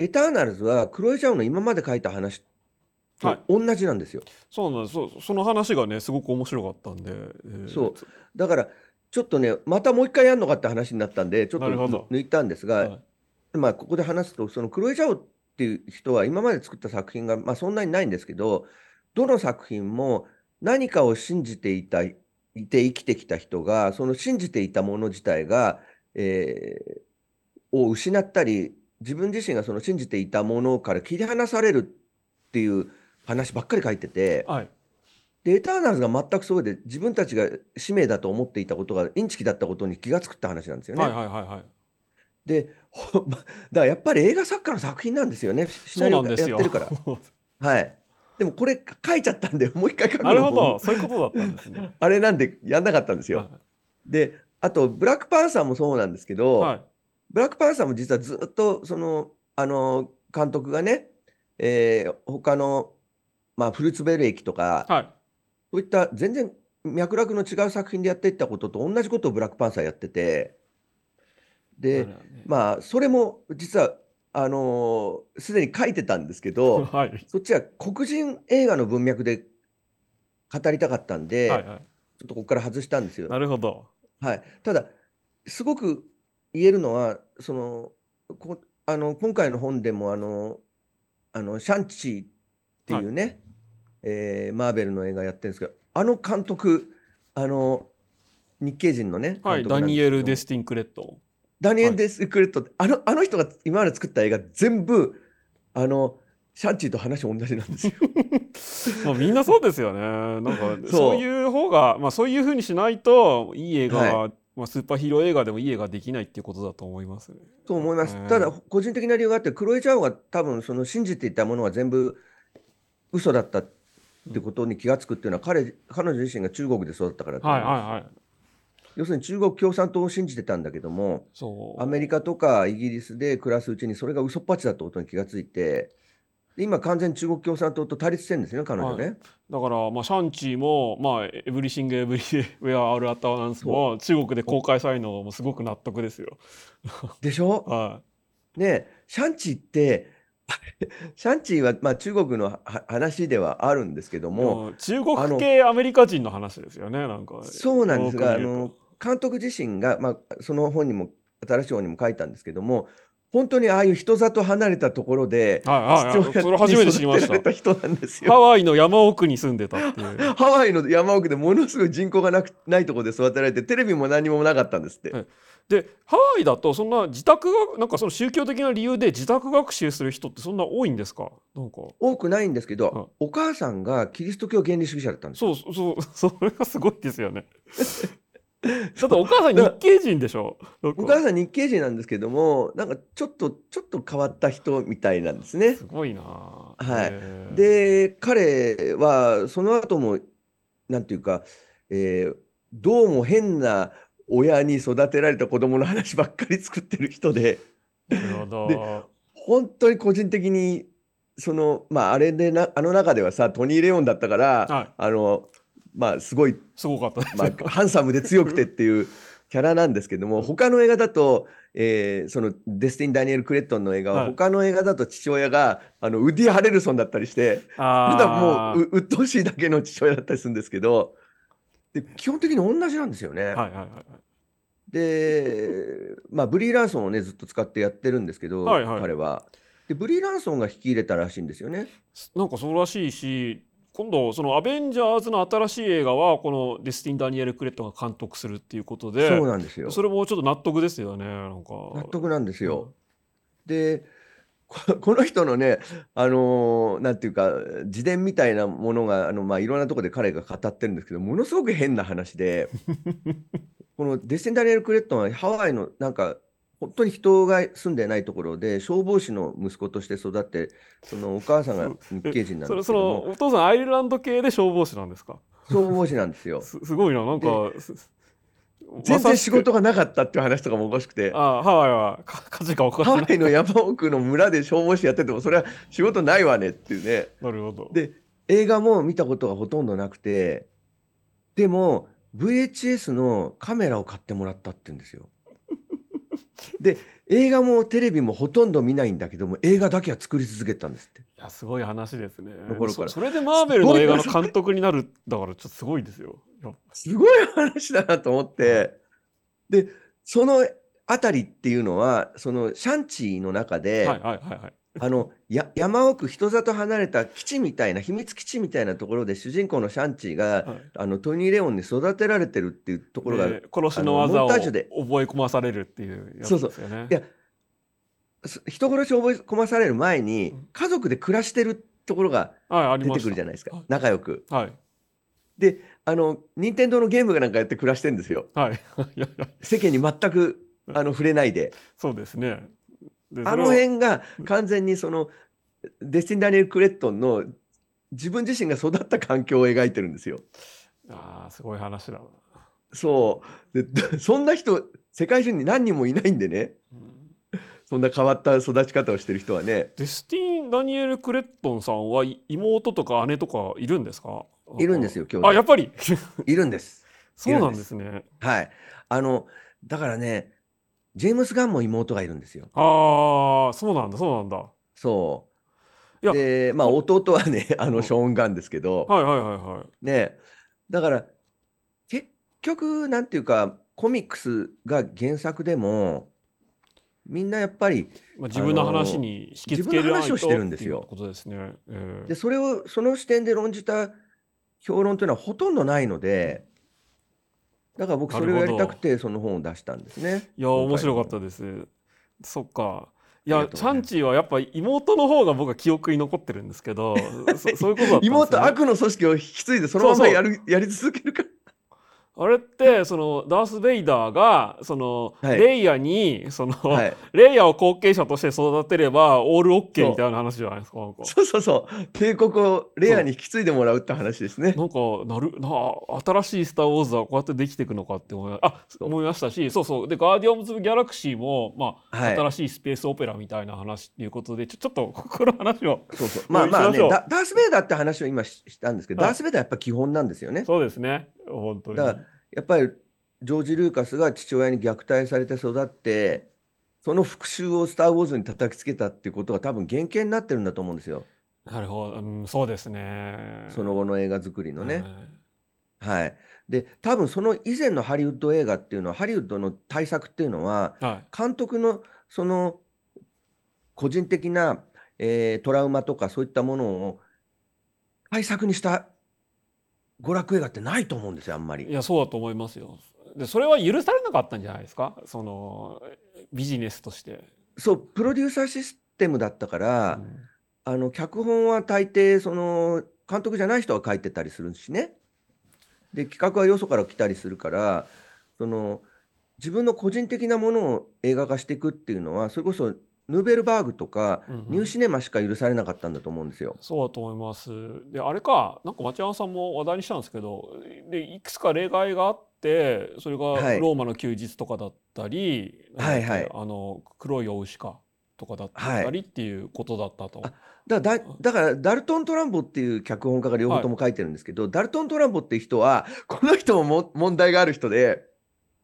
S2: エターナルズはクロエ・ジャオの今まで書いた話
S1: は
S2: と
S1: い
S2: 同じなんですよ。
S1: そうなんですそうその話がねすごく面白かったんで、えー
S2: そうだから、ちょっとね、またもう一回やるのかって話になったんで、ちょっと
S1: なるほど
S2: 抜いたんですが、
S1: はい
S2: まあ、ここで話すと、そのクロエ・ジャオっていう人は、今まで作った作品が、まあ、そんなにないんですけど、どの作品も何かを信じていた、いて生きてきた人が、その信じていたもの自体が、えーを失ったり、自分自身がその信じていたものから切り離されるっていう話ばっかり書いてて、
S1: はい
S2: で、エターナルズが全くそうで、自分たちが使命だと思っていたことがインチキだったことに気がつくって話なんですよね。
S1: はいはいはいはい
S2: で、ほ んまだからやっぱり映画作家の作品なんですよね。
S1: そ
S2: シナ
S1: う
S2: リ
S1: な
S2: オ
S1: ん
S2: が
S1: で
S2: や
S1: す
S2: っ
S1: よ
S2: てるから。はい。でもこれ書いちゃったんで、 もう一回書く
S1: なる
S2: の
S1: ほど
S2: も
S1: そういうことだったんですね
S2: あれなん でやんなかったんですよ。
S1: は
S2: で、あと、ブラックパンサーもそうなんですけ
S1: い
S2: ど、
S1: はい
S2: ブラックパンサーも実はずっとそのあの監督がね、えー他の、まあ、フルーツベル駅とか、
S1: はい
S2: そういった全然脈絡の違う作品でやっていったことと同じことをブラックパンサーやっててで、
S1: ま
S2: まあそれも実はあのーすでに書いてたんですけ
S1: あ
S2: ど
S1: はい
S2: そっちは黒人映画の文脈で語りたかったんで、
S1: はいはい
S2: ちょっとここから外したんですよ。
S1: なるほど
S2: はい、ただすごく言えるのはそのこあの今回の本でもあのあのシャンチーっていうね、えーマーベルの映画やってるんですけどあの監督あの日系人のね
S1: はい
S2: 監督な
S1: ダ
S2: ん
S1: ニ
S2: ですけ
S1: エ
S2: ど
S1: ル・デスティン・クレッ ト
S2: ダニエ
S1: は
S2: ル・
S1: い
S2: デスクレットってあのあの人が今まで作った映画全部あのシャンチーと話同じなんです よ。
S1: まあみんなそうですよね。なん か
S2: う
S1: そういう方が、まあそういうふうにしないといい映画が、まあスーパーヒーロー映画でもいい映画できないっていうことだと思いますね。
S2: と思います
S1: うん。
S2: ただ、個人的な理由があって、クロエちゃんは多分その信じていたものは全部嘘だったってことに気が付くっていうのは、彼彼女自身が中国で育ったからだと思
S1: は
S2: う
S1: いはいはい。
S2: 要するに中国共産党を信じてたんだけども、
S1: そう。
S2: アメリカとかイギリスで暮らすうちにそれが嘘っぱちだってことに気がついて、で今完全に中国共産党と対立してるんですよね、彼女ね。
S1: だからまあシャンチーもまあエブリシングエブリウェアアルアタワンスも中国で公開されるのもすごく納得ですよ。
S2: でしょ
S1: は
S2: ねえシャンチーって、 シャンチーはまあ中国のは話ではあるんですけど
S1: い。
S2: も、
S1: う中国系アメリカ人の話ですよね。なんか。
S2: そうなんですが、あ
S1: よく見る
S2: の監督自身が、まあ、その本にも新しい本にも書いたんですけども、本当にああいう人里離れたところで
S1: と、はいはいはい。それ初めて知りまし
S2: 育てられ
S1: た。
S2: た 人なんです
S1: ハ
S2: よ。
S1: ワイの山奥に住んでたっていう。
S2: ハワイの山奥でものすごい人口がなくないところで育てられて、テレビも何もなかったんですって。
S1: はいでハワイだとそんな自宅がなんかその宗教的な理由で自宅学習する人ってそんな多いんですかなんか
S2: 多くないんですけど、お母さんがキリスト教原理主義者だったんですよ。
S1: そうそうそうそれがすごいですよ ねだってお母さん日系人でしょなんか
S2: お母さん日系人なんですけども、なんかちょっと、ちょっと変わった人みたいなんですね。
S1: すごいなはい
S2: で彼はその後もなんていうか、えーどうも変な親に育てられた子供の話ばっかり作ってる人で
S1: なるほど
S2: で本当に個人的にそのまああれでなあの中ではさトニー・レオンだったから、
S1: はい
S2: あのまあすごい、
S1: すごかったです、
S2: まあ、ハンサムで強くてっていうキャラなんですけども他の映画だと、えーそのデスティン・ダニエル・クレットンの映画は、
S1: はい
S2: 他の映画だと父親があのウディ・ハレルソンだったりして。
S1: あ
S2: ただも
S1: ー
S2: うう鬱陶しいだけの父親だったりするんですけどで基本的に同じなんですよね。
S1: はいはいはい
S2: で、まあ、ブリー・ランソンをねずっと使ってやってるんですけど、
S1: はいはい
S2: 彼は。でブリー・ランソンが引き入れたらしいんですよね。
S1: なんかそうらしいし今度その「アベンジャーズ」の新しい映画はこのデスティン・ダニエル・クレットが監督するっていうことで
S2: そうなんですよ。
S1: それもちょっと納得ですよねなんか
S2: 納得なんです
S1: うん
S2: よ。でこ この人のね、あのーなんていうか自伝みたいなものがあの、まあ、いろんなところで彼が語ってるんですけどものすごく変な話 でこのデスティン・ダニエル・クレットンはハワイのなんか本当に人が住んでないところで消防士の息子として育ってそのお母さんが日系人なん
S1: そ
S2: で
S1: れ
S2: す
S1: そ
S2: けど
S1: の
S2: も
S1: お父さんアイルランド系で消防士なんですか
S2: 消防士なんですよ。
S1: すすごいななんかす
S2: 全
S1: まさ
S2: 然
S1: し
S2: 仕
S1: く
S2: 事がなかったっていう話とかもおかしくて。
S1: ああハワイはか火事が起こ
S2: ハ
S1: ら
S2: ワ
S1: ない
S2: イの山奥の村で消防士やっててもそれは仕事ないわねっていうね。
S1: なるほど
S2: で映画も見たことがほとんどなくてでも VHS のカメラを買ってもらったって言うんですよ。で映画もテレビもほとんど見ないんだけども映画だけは作り続けたんですって。
S1: いやすごい話ですね
S2: 残るか
S1: そ
S2: ら
S1: それでマーベルの映画の監督になるだからちょっとすごいですよいや
S2: すごい話だなと思ってでそのあたりっていうのはそのシャンチーの中で、
S1: はいはいはいはい
S2: あのや山奥人里離れた基地みたいな秘密基地みたいなところで主人公のシャンチーが
S1: はい
S2: あのトニー・レオンに育てられてるっていうところが
S1: で殺しの技
S2: あの
S1: を
S2: モンタ
S1: 覚
S2: ージュで
S1: え込まされるっていうやつですよね
S2: いやす人殺しを覚え込まされる前に
S1: うん
S2: 家族で暮らしてるところが
S1: はいあり
S2: 出
S1: ま
S2: て
S1: し
S2: くるじ
S1: た
S2: ゃないですか
S1: はい
S2: 仲良く
S1: はい
S2: であの任天堂のゲームがなんかやって暮らしてるんですよ
S1: はいいやいや
S2: 世間に全くあの触れないで。
S1: そうですね。で
S2: あの
S1: それを
S2: 辺が完全にそのデスティン・ダニエル・クレットンの自分自身が育った環境を描いてるんですよ。
S1: ああすごい話だな。
S2: そうでそんな人世界中に何人もいないんでね
S1: うん
S2: そんな変わった育ち方をしてる人はね
S1: デスティン・ダニエル・クレットンさんはい妹とか姉とかいるんですか
S2: いるんです
S1: よ。
S2: よ今
S1: あや
S2: 日
S1: っぱり
S2: いるんです。
S1: そうなんですね。
S2: はいあのだからねジェームス・ガンも妹がいるんですよ。
S1: ああそうなんだそうなんだ。は
S2: そう
S1: いや
S2: でまあ弟はねあ
S1: う
S2: の
S1: ん
S2: ショーン・ガンですけど、
S1: いはいはいはい。
S2: ねだから結局なんていうかコミックスが原作でもみんなやっぱり
S1: まあ、自分の話に引き付け
S2: 自分
S1: る
S2: の話をしてるんですよ
S1: ことですね。え
S2: でそれをその視点で論じた評論というのはほとんどないのでだから僕
S1: な
S2: そ
S1: る
S2: れ
S1: ほ
S2: を
S1: ど
S2: やりたくてその本を出したんですね。
S1: いや
S2: 今回
S1: 面白かったです。そっか。い
S2: あ
S1: や
S2: りがとうご
S1: チャンチ
S2: ざいます
S1: ーはやっぱ妹の方が僕は記憶に残ってるんですけ どそそういうことだったんですよね
S2: 妹悪の組織を引き継いでそのま
S1: そう
S2: ま
S1: そう
S2: やるやり続けるから
S1: あれってそのダース・ベイダーがその、
S2: はい
S1: レイヤにその、
S2: はい、
S1: レイヤを後継者として育てればオールオッケーみたいな話じゃないですかなんか。
S2: そうそうそう帝国をレアに引き継いでもらうって話ですね。
S1: なんかなるなあ新しい「スター・ウォーズ」はこうやってできていくのかって思いあ
S2: う
S1: 思いましたしそうそうで「ガーディアンズ・ギャラクシーも」まあ
S2: はい、
S1: 新しいスペースオペラみたいな話っていうことでちょちょっと ここの話を
S2: そうそう
S1: も
S2: ま
S1: う
S2: あまあね
S1: 行きましょう
S2: ダダース・ベイダーって話を今ししたんですけど、
S1: はい
S2: ダース・ベイダーはやっぱ基本なんですよね。
S1: そうですね本当に
S2: だからやっぱりジョージ・ルーカスが父親に虐待されて育ってその復讐を「スター・ウォーズ」に叩きつけたっていうことが多分原型になってるんだと思うんですよ
S1: なるほど、うん、そうですね
S2: その後の映画作りの
S1: はい
S2: ね。はい、で多分その以前のハリウッド映画っていうのはハリウッドの対策っていうのは
S1: はい
S2: 監督のその個人的な、えートラウマとかそういったものを対策にした娯楽映画ってないと思うんですよあんまり
S1: い。やそうだと思いますよでそれは許されなかったんじゃないですかそのビジネスとして、
S2: そうプロデューサーシステムだったか
S1: う
S2: ら、
S1: ん
S2: あの脚本は大抵その監督じゃない人が書いてたりするしねで企画はよそから来たりするからその自分の個人的なものを映画化していくっていうのはそれこそヌーベルバーグとか
S1: うんうん
S2: ニューシネマしか許されなかったんだと思うんですよ。
S1: そうだと思いますであれかなんか町山さんも話題にしたんですけどでいくつか例外があってそれが
S2: はい
S1: ローマの休日とかだったり、
S2: はい
S1: なんだっけ
S2: はい
S1: あの黒いお牛かとかだったりっていうことだったと、
S2: あだだだからダルトン・トランボっていう脚本家が両方とも書いてるんですけど、ダルトン・トランボっていう人はこの人もも問題がある人で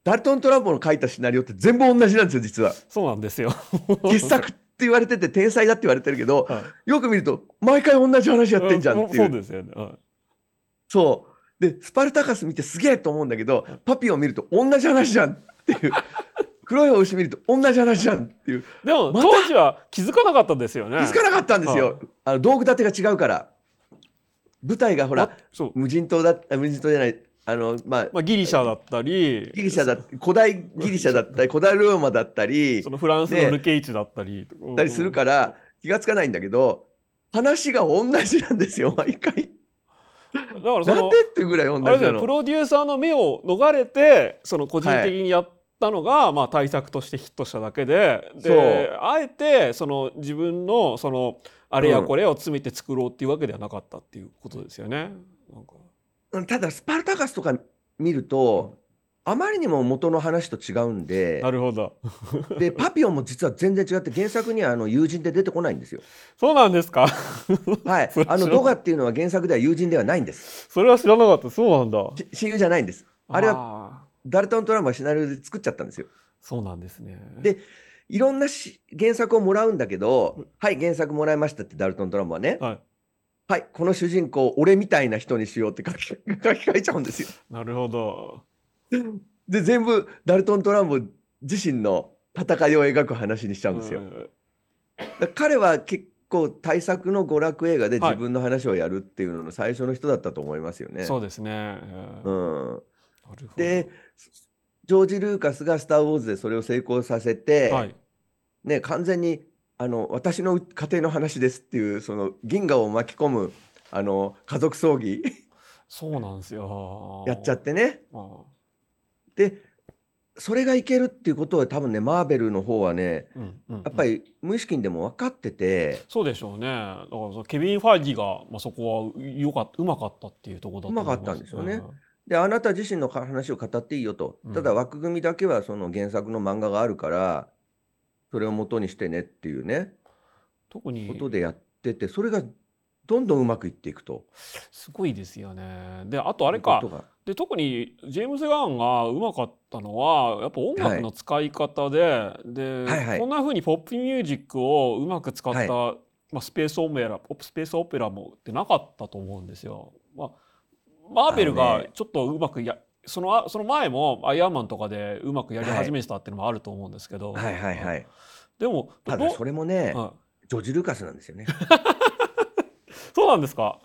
S2: ダルトン・トランボの書いたシナリオって全部同じなんですよ実は。
S1: そうなんですよ
S2: 傑作って言われてて天才だって言われてるけど
S1: はい
S2: よく見ると毎回同じ話やってんじゃんっていう
S1: そ
S2: うん
S1: うですよね、はい
S2: そうでスパルタカス見てすげえと思うんだけどパピオン見ると同じ話じゃんっ ていう黒いお牛見ると同じ話じゃんっていう
S1: でも、
S2: また
S1: 当時は気づかなかったんですよね
S2: 気づかなかったんです
S1: はい
S2: よ、あの道具立てが違うから舞台がほら
S1: まそう、
S2: 無人島だあ無人島じゃないあのまあ
S1: まあ、ギリシャだったり
S2: ギリシャだ古代ギリシャだったり古代ローマだったり
S1: そのフランスの
S2: ね
S1: ルケイチだったりと
S2: ったりするから気がつかないんだけど話が同じなんです よ毎回。
S1: だからそ
S2: なん
S1: の
S2: でっていうぐらい同じ
S1: あれだ
S2: な
S1: よねプ
S2: の。
S1: ロデューサーの目を逃れてその個人的にやったのが、まあ、対策としてヒットしただけでであえてその自分のそのあれやこれを詰めて作ろうっていうわけではなかったっていうことですよね。なんか
S2: うんただスパルタカスとか見るとあまりにも元の話と違うんで
S1: なるほど
S2: でパピオンも実は全然違って原作にはあの友人って出てこないんです よ。
S1: そうなんですか
S2: はい
S1: そう、
S2: あの
S1: 知らな
S2: ドガっていうのは原作では友人ではないんです。
S1: それは知らなかったそうなんだ。
S2: し親友じゃないんです。あれは
S1: は
S2: ダルトン・トランプがシナリオで作っちゃったんですよ。
S1: そうなんですね。
S2: でいろんなし原作をもらうんだけど、はい、原作もらいましたってダルトン・トランプはね、
S1: はい、
S2: はい、この主人公、俺みたいな人にしようって書き書き換えちゃうんですよ。
S1: なるほど。
S2: で、全部、ダルトン・トランボ自身の戦いを描く話にしちゃうんですよ。
S1: うん
S2: だから彼は結構、大作の娯楽映画で
S1: はい
S2: 自分の話をやるっていうのの最初の人だったと思いますよね。
S1: そうですね。うん
S2: うん、
S1: なるほど
S2: で、ジョージ・ルーカスが「スター・ウォーズ」でそれを成功させて、
S1: はい、
S2: ね、完全にあの私の家庭の話ですっていうその銀河を巻き込むあの家族葬儀
S1: そうなんですよ。
S2: やっちゃってね。
S1: あー
S2: でそれがいけるっていうことは多分ね、マーベルの方はね、
S1: うんうんうん
S2: やっぱり無意識にでも分かってて、
S1: そうでしょうね。だからそのケビン・ファイギーが、まあ、そこはよかった、うまかったっていうところだと思います、
S2: うまかったんですよねで、あなた自身のか話を語っていいよと
S1: うん。
S2: ただ枠組みだけはその原作の漫画があるから、それを元にしてねっていうね、
S1: 特に
S2: ことでやってて、それがどんどんうまくいっていくと。
S1: すごいですよね。で、あとあれか
S2: い、うことが
S1: で特にジェームズ・ガンがうまかったのはやっぱ音楽の使い方で、で、
S2: はいはい
S1: こんな風にポップミュージックをうまく使った、まあ、スペースオペラポップスペースオペラもってなかったと思うんですよ。まあ、マーベル
S2: あの
S1: が
S2: ね
S1: ちょっとうまくやそのあその前もアイアンマンとかでうまくやり始めてたっていうのもあると思うんですけど、
S2: はいはいはい。
S1: でも
S2: た
S1: ど
S2: だそれもね、
S1: はい
S2: ジョージ・ルーカスなんですよね。
S1: そうなんですか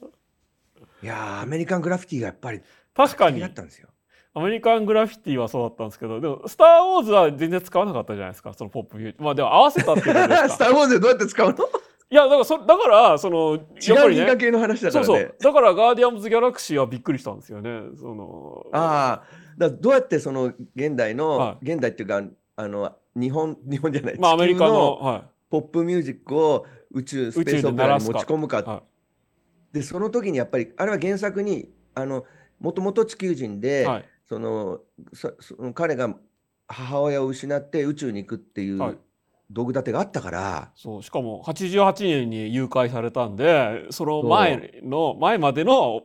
S2: いやー、アメリカングラフィティがやっぱり
S1: 確かに
S2: だったんですよ。
S1: アメリカングラフィティはそうだったんですけど、でも、スター・ウォーズは全然使わなかったじゃないですか、そのポップビュー。まあ、でも合わせたっていうことです
S2: スタ
S1: か。
S2: ー・ウォーズでどうやって使うの
S1: い や、だから、そだからその、やっぱ
S2: 違う
S1: り
S2: 人間
S1: ね、
S2: 系の話だか
S1: そ
S2: ら
S1: う
S2: ね。
S1: そう。だから、ガーディアンズ・ギャラクシーはびっくりしたんですよね。その、
S2: ああ、だからどうやってその現代の、
S1: は
S2: 現代っていうか、あの、日本、日本じゃない、
S1: まあ、ア
S2: 地球
S1: メリカの、はい。
S2: ポップミュージックを宇宙、スペースオペラに持ち込むか。
S1: は
S2: で、その時にやっぱり、あれは原作に、あの、もともと地球人で、
S1: はい。
S2: そのそその彼が母親を失って宇宙に行くってい
S1: はいう
S2: 道具立てがあったから、
S1: そう、しかも、88年に誘拐されたんで、その前の、前までの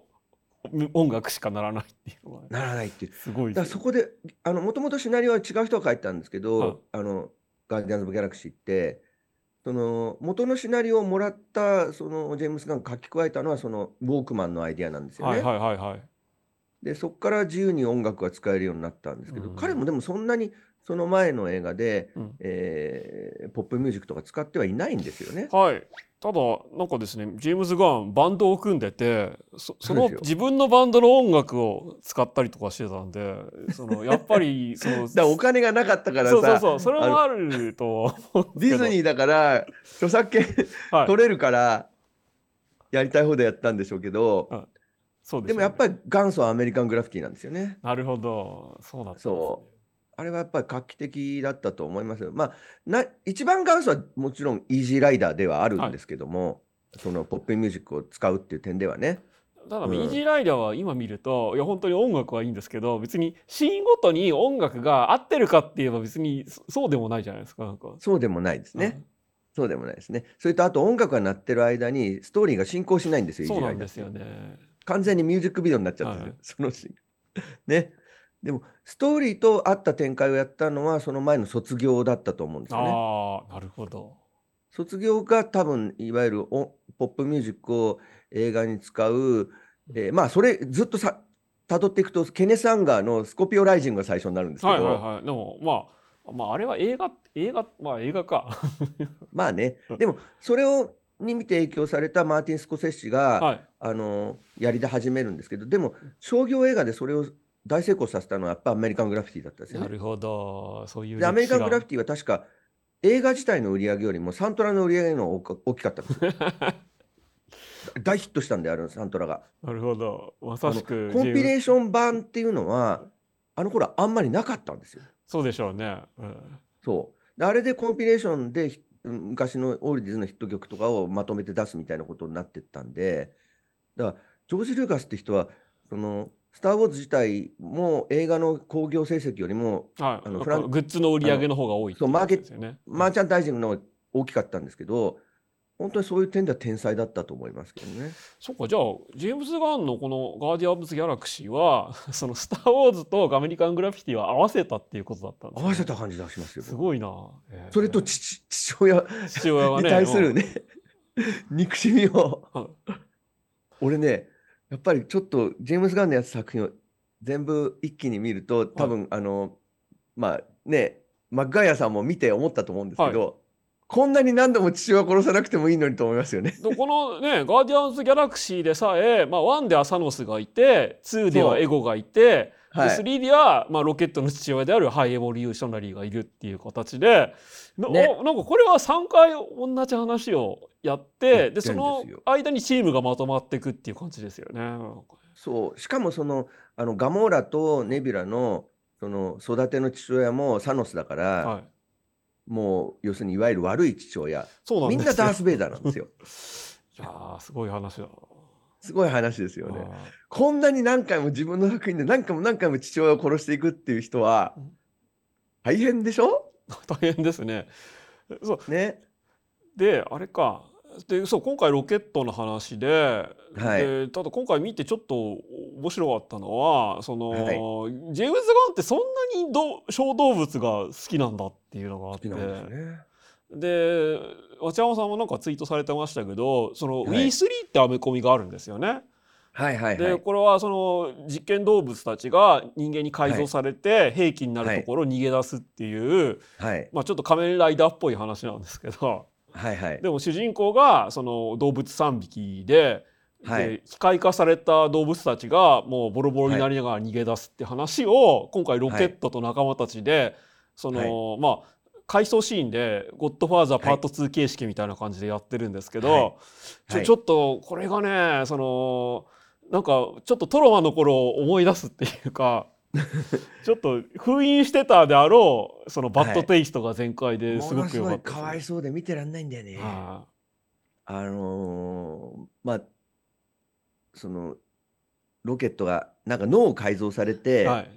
S1: 音楽しかならないっていうのがね、
S2: ならないっていう。
S1: すごい
S2: だから
S1: です
S2: そ
S1: よ。
S2: こであのもともとシナリオは違う人が書いてたんですけど、
S1: はい
S2: あのガーディアンズ・オブ・ギャラクシーってその元のシナリオをもらったそのジェームス・ガンが書き加えたのはそのウォークマンのアイディアなんですよね。
S1: はいはいはいはい。
S2: でそこから自由に音楽が使えるようになったんですけど、
S1: うん
S2: 彼もでもそんなにその前の映画で、
S1: うん
S2: えーポップミュージックとか使ってはいないんですよね。
S1: はい。ただなんかですね、ジェームズ・ガンバンドを組んでて、 そそ
S2: そ
S1: の
S2: うですよ
S1: 自分のバンドの音楽を使ったりとかしてたん で、そのやっぱりその
S2: だからお金がなかったから
S1: そうそう
S2: さ
S1: そう、それもあるとは思うんで
S2: デ
S1: すけど
S2: ィズニーだから著作権
S1: はい、
S2: 取れるからやりたいほどやったんでしょうけど。
S1: そうです
S2: で
S1: よ
S2: も
S1: ね
S2: やっぱり元祖はアメリカングラフィティなんですよね。
S1: なるほど、そうだったんですね
S2: そあれはやっぱり画期的だったと思いますよ。まあ、な一番元祖はもちろんイージーライダーではあるんですけども、そのポップミュージックを使うっていう点ではね。
S1: ただ、
S2: うん
S1: イージーライダーは今見ると、いや、本当に音楽はいいんですけど、別にシーンごとに音楽が合ってるかって言えば別にそそうでもないじゃないですか、なんか。
S2: そうでもないですね。
S1: うん
S2: そうでもないですね。それとあと音楽が鳴ってる間にストーリーが進行しないんですよ、イー
S1: そ
S2: ジ
S1: う
S2: ー
S1: な
S2: ライ
S1: ん
S2: ダ
S1: で
S2: ーっ
S1: す
S2: て
S1: よね。
S2: 完全にミュージックビデオになっちゃってる、
S1: はい
S2: そのシーン。ね。でもストーリーと合った展開をやったのはその前の卒業だったと思うんですよね。
S1: ああ、なるほど。
S2: 卒業が多分いわゆるおポップミュージックを映画に使う、えーまあそれずっとさ辿っていくとケネス・アンガーの「スコピオ・ライジング」が最初になるんですけど、
S1: はいはいはい。でもまあまああれは映画映画まあ映画か。
S2: まあね
S1: うん
S2: でもそれをに見て影響されたマーティン・スコセッシが、
S1: はい。
S2: あのやりで始めるんですけどでも商業映画でそれを大成功させたのはやっぱアメリカン・グラフィティだったんです よ
S1: な
S2: ね。
S1: るほど。そういう歴史
S2: で
S1: が。
S2: アメリカン・グラフィティは確か映画自体の売り上げよりもサントラの売り上げの方が大きかったんで すよ大ヒットしたんであのサントラが。
S1: なるほど。まさしく
S2: コンピレ
S1: ー
S2: ーション版っていうのはあの頃あんまりなかったんですよ。
S1: そうでしょうね。うん
S2: そうであれでコンピレーションでひうん昔のオールディーズのヒット曲とかをまとめて出すみたいなことになってったんでだからジョージ・ルーカスって人はその「スター・ウォーズ」自体も映画の興行成績よりも
S1: はい。
S2: あ
S1: あ
S2: の
S1: の
S2: フラン
S1: グッズの売り上げの方が多いってい
S2: そうマーケ
S1: ことですよね。
S2: マーチャンダイジングの方が大きかったんですけど本当にそういう点では天才だったと思いますけどね。
S1: そっかじゃあジェームズ・ガンのこの「ガーディアンズ・ギャラクシーは」 その「スター・ウォーズ」と「アメリカン・グラフィティ」は合わせたっていうことだったんですね、
S2: 合わせた感じがしますよ。
S1: すごいな、えー
S2: それと父父親
S1: 父親が
S2: に
S1: ね
S2: 対するね憎しみを
S1: うん
S2: 俺ねやっぱりちょっとジェームス・ガンのやつ作品を全部一気に見ると多分、あのまあねマッガイアさんも見て思ったと思うんですけど、こんなに何度も父親殺さなくてもいいのにと思いますよね。
S1: でこのね「ガーディアンズ・ギャラクシー」でさえ、まあ、1でアサノスがいて2ではエゴがいて、
S2: は
S1: で
S2: い、
S1: 3では、まあ、ロケットの父親であるハイエボリューショナリーがいるっていう形で、な
S2: ね
S1: おなんかこれは3回同じ話をやって
S2: やってるん
S1: で
S2: です
S1: そ
S2: よ
S1: の間にチームがまとまっていくっていう感じですよね。なんか
S2: そうしかもそのあのガモーラとネビュラのその育ての父親もサノスだから、
S1: はい、
S2: もう要するにいわゆる悪い父親
S1: そうなん
S2: み
S1: です
S2: ん
S1: よ
S2: なダース・ベイダーなんですよ
S1: いやーすごい話だ。
S2: すごい話ですよね
S1: あ
S2: こんなに何回も自分の作品で何回も何回も父親を殺していくっていう人は
S1: うん
S2: 大変でしょ
S1: ー 大変ですね。そう
S2: ね
S1: であれかでそう今回ロケットの話で,、
S2: はい
S1: でただ今回見てちょっと面白かったのはその、
S2: は
S1: ジ
S2: い
S1: ェームズ・ガンってそんなにど小動物が好きなんだっていうのがあっ
S2: 好
S1: て
S2: きなんですね
S1: で町山さんもなんかツイートされてましたけどその、
S2: はい
S1: WE3 ってアメコミがあるんですよね。
S2: はいはいは
S1: で
S2: い
S1: これはその実験動物たちが人間に改造されて兵器になるところを逃げ出すっていう、
S2: はい
S1: まあ、ちょっと仮面ライダーっぽい話なんですけど
S2: はいはい
S1: でも主人公がその動物3匹で,、
S2: はい
S1: で機械化された動物たちがもうボロボロになりながら逃げ出すって話を今回ロケットと仲間たちで、その、まあ回想シーンで「ゴッドファーザーパート2」形式みたいな感じでやってるんですけど、
S2: はい
S1: ちょ
S2: はい
S1: ちょっとこれがねそのなんかちょっとトロマの頃を思い出すっていう かちょっと封印してたであろうそのバッドテイストが全開で
S2: も
S1: すご
S2: の
S1: く
S2: す
S1: 良
S2: ご
S1: かっ
S2: い
S1: たです
S2: かわいそうで見てらんないんだよね
S1: は
S2: あのーまあそのロケットがなんか脳を改造され
S1: い
S2: て
S1: はい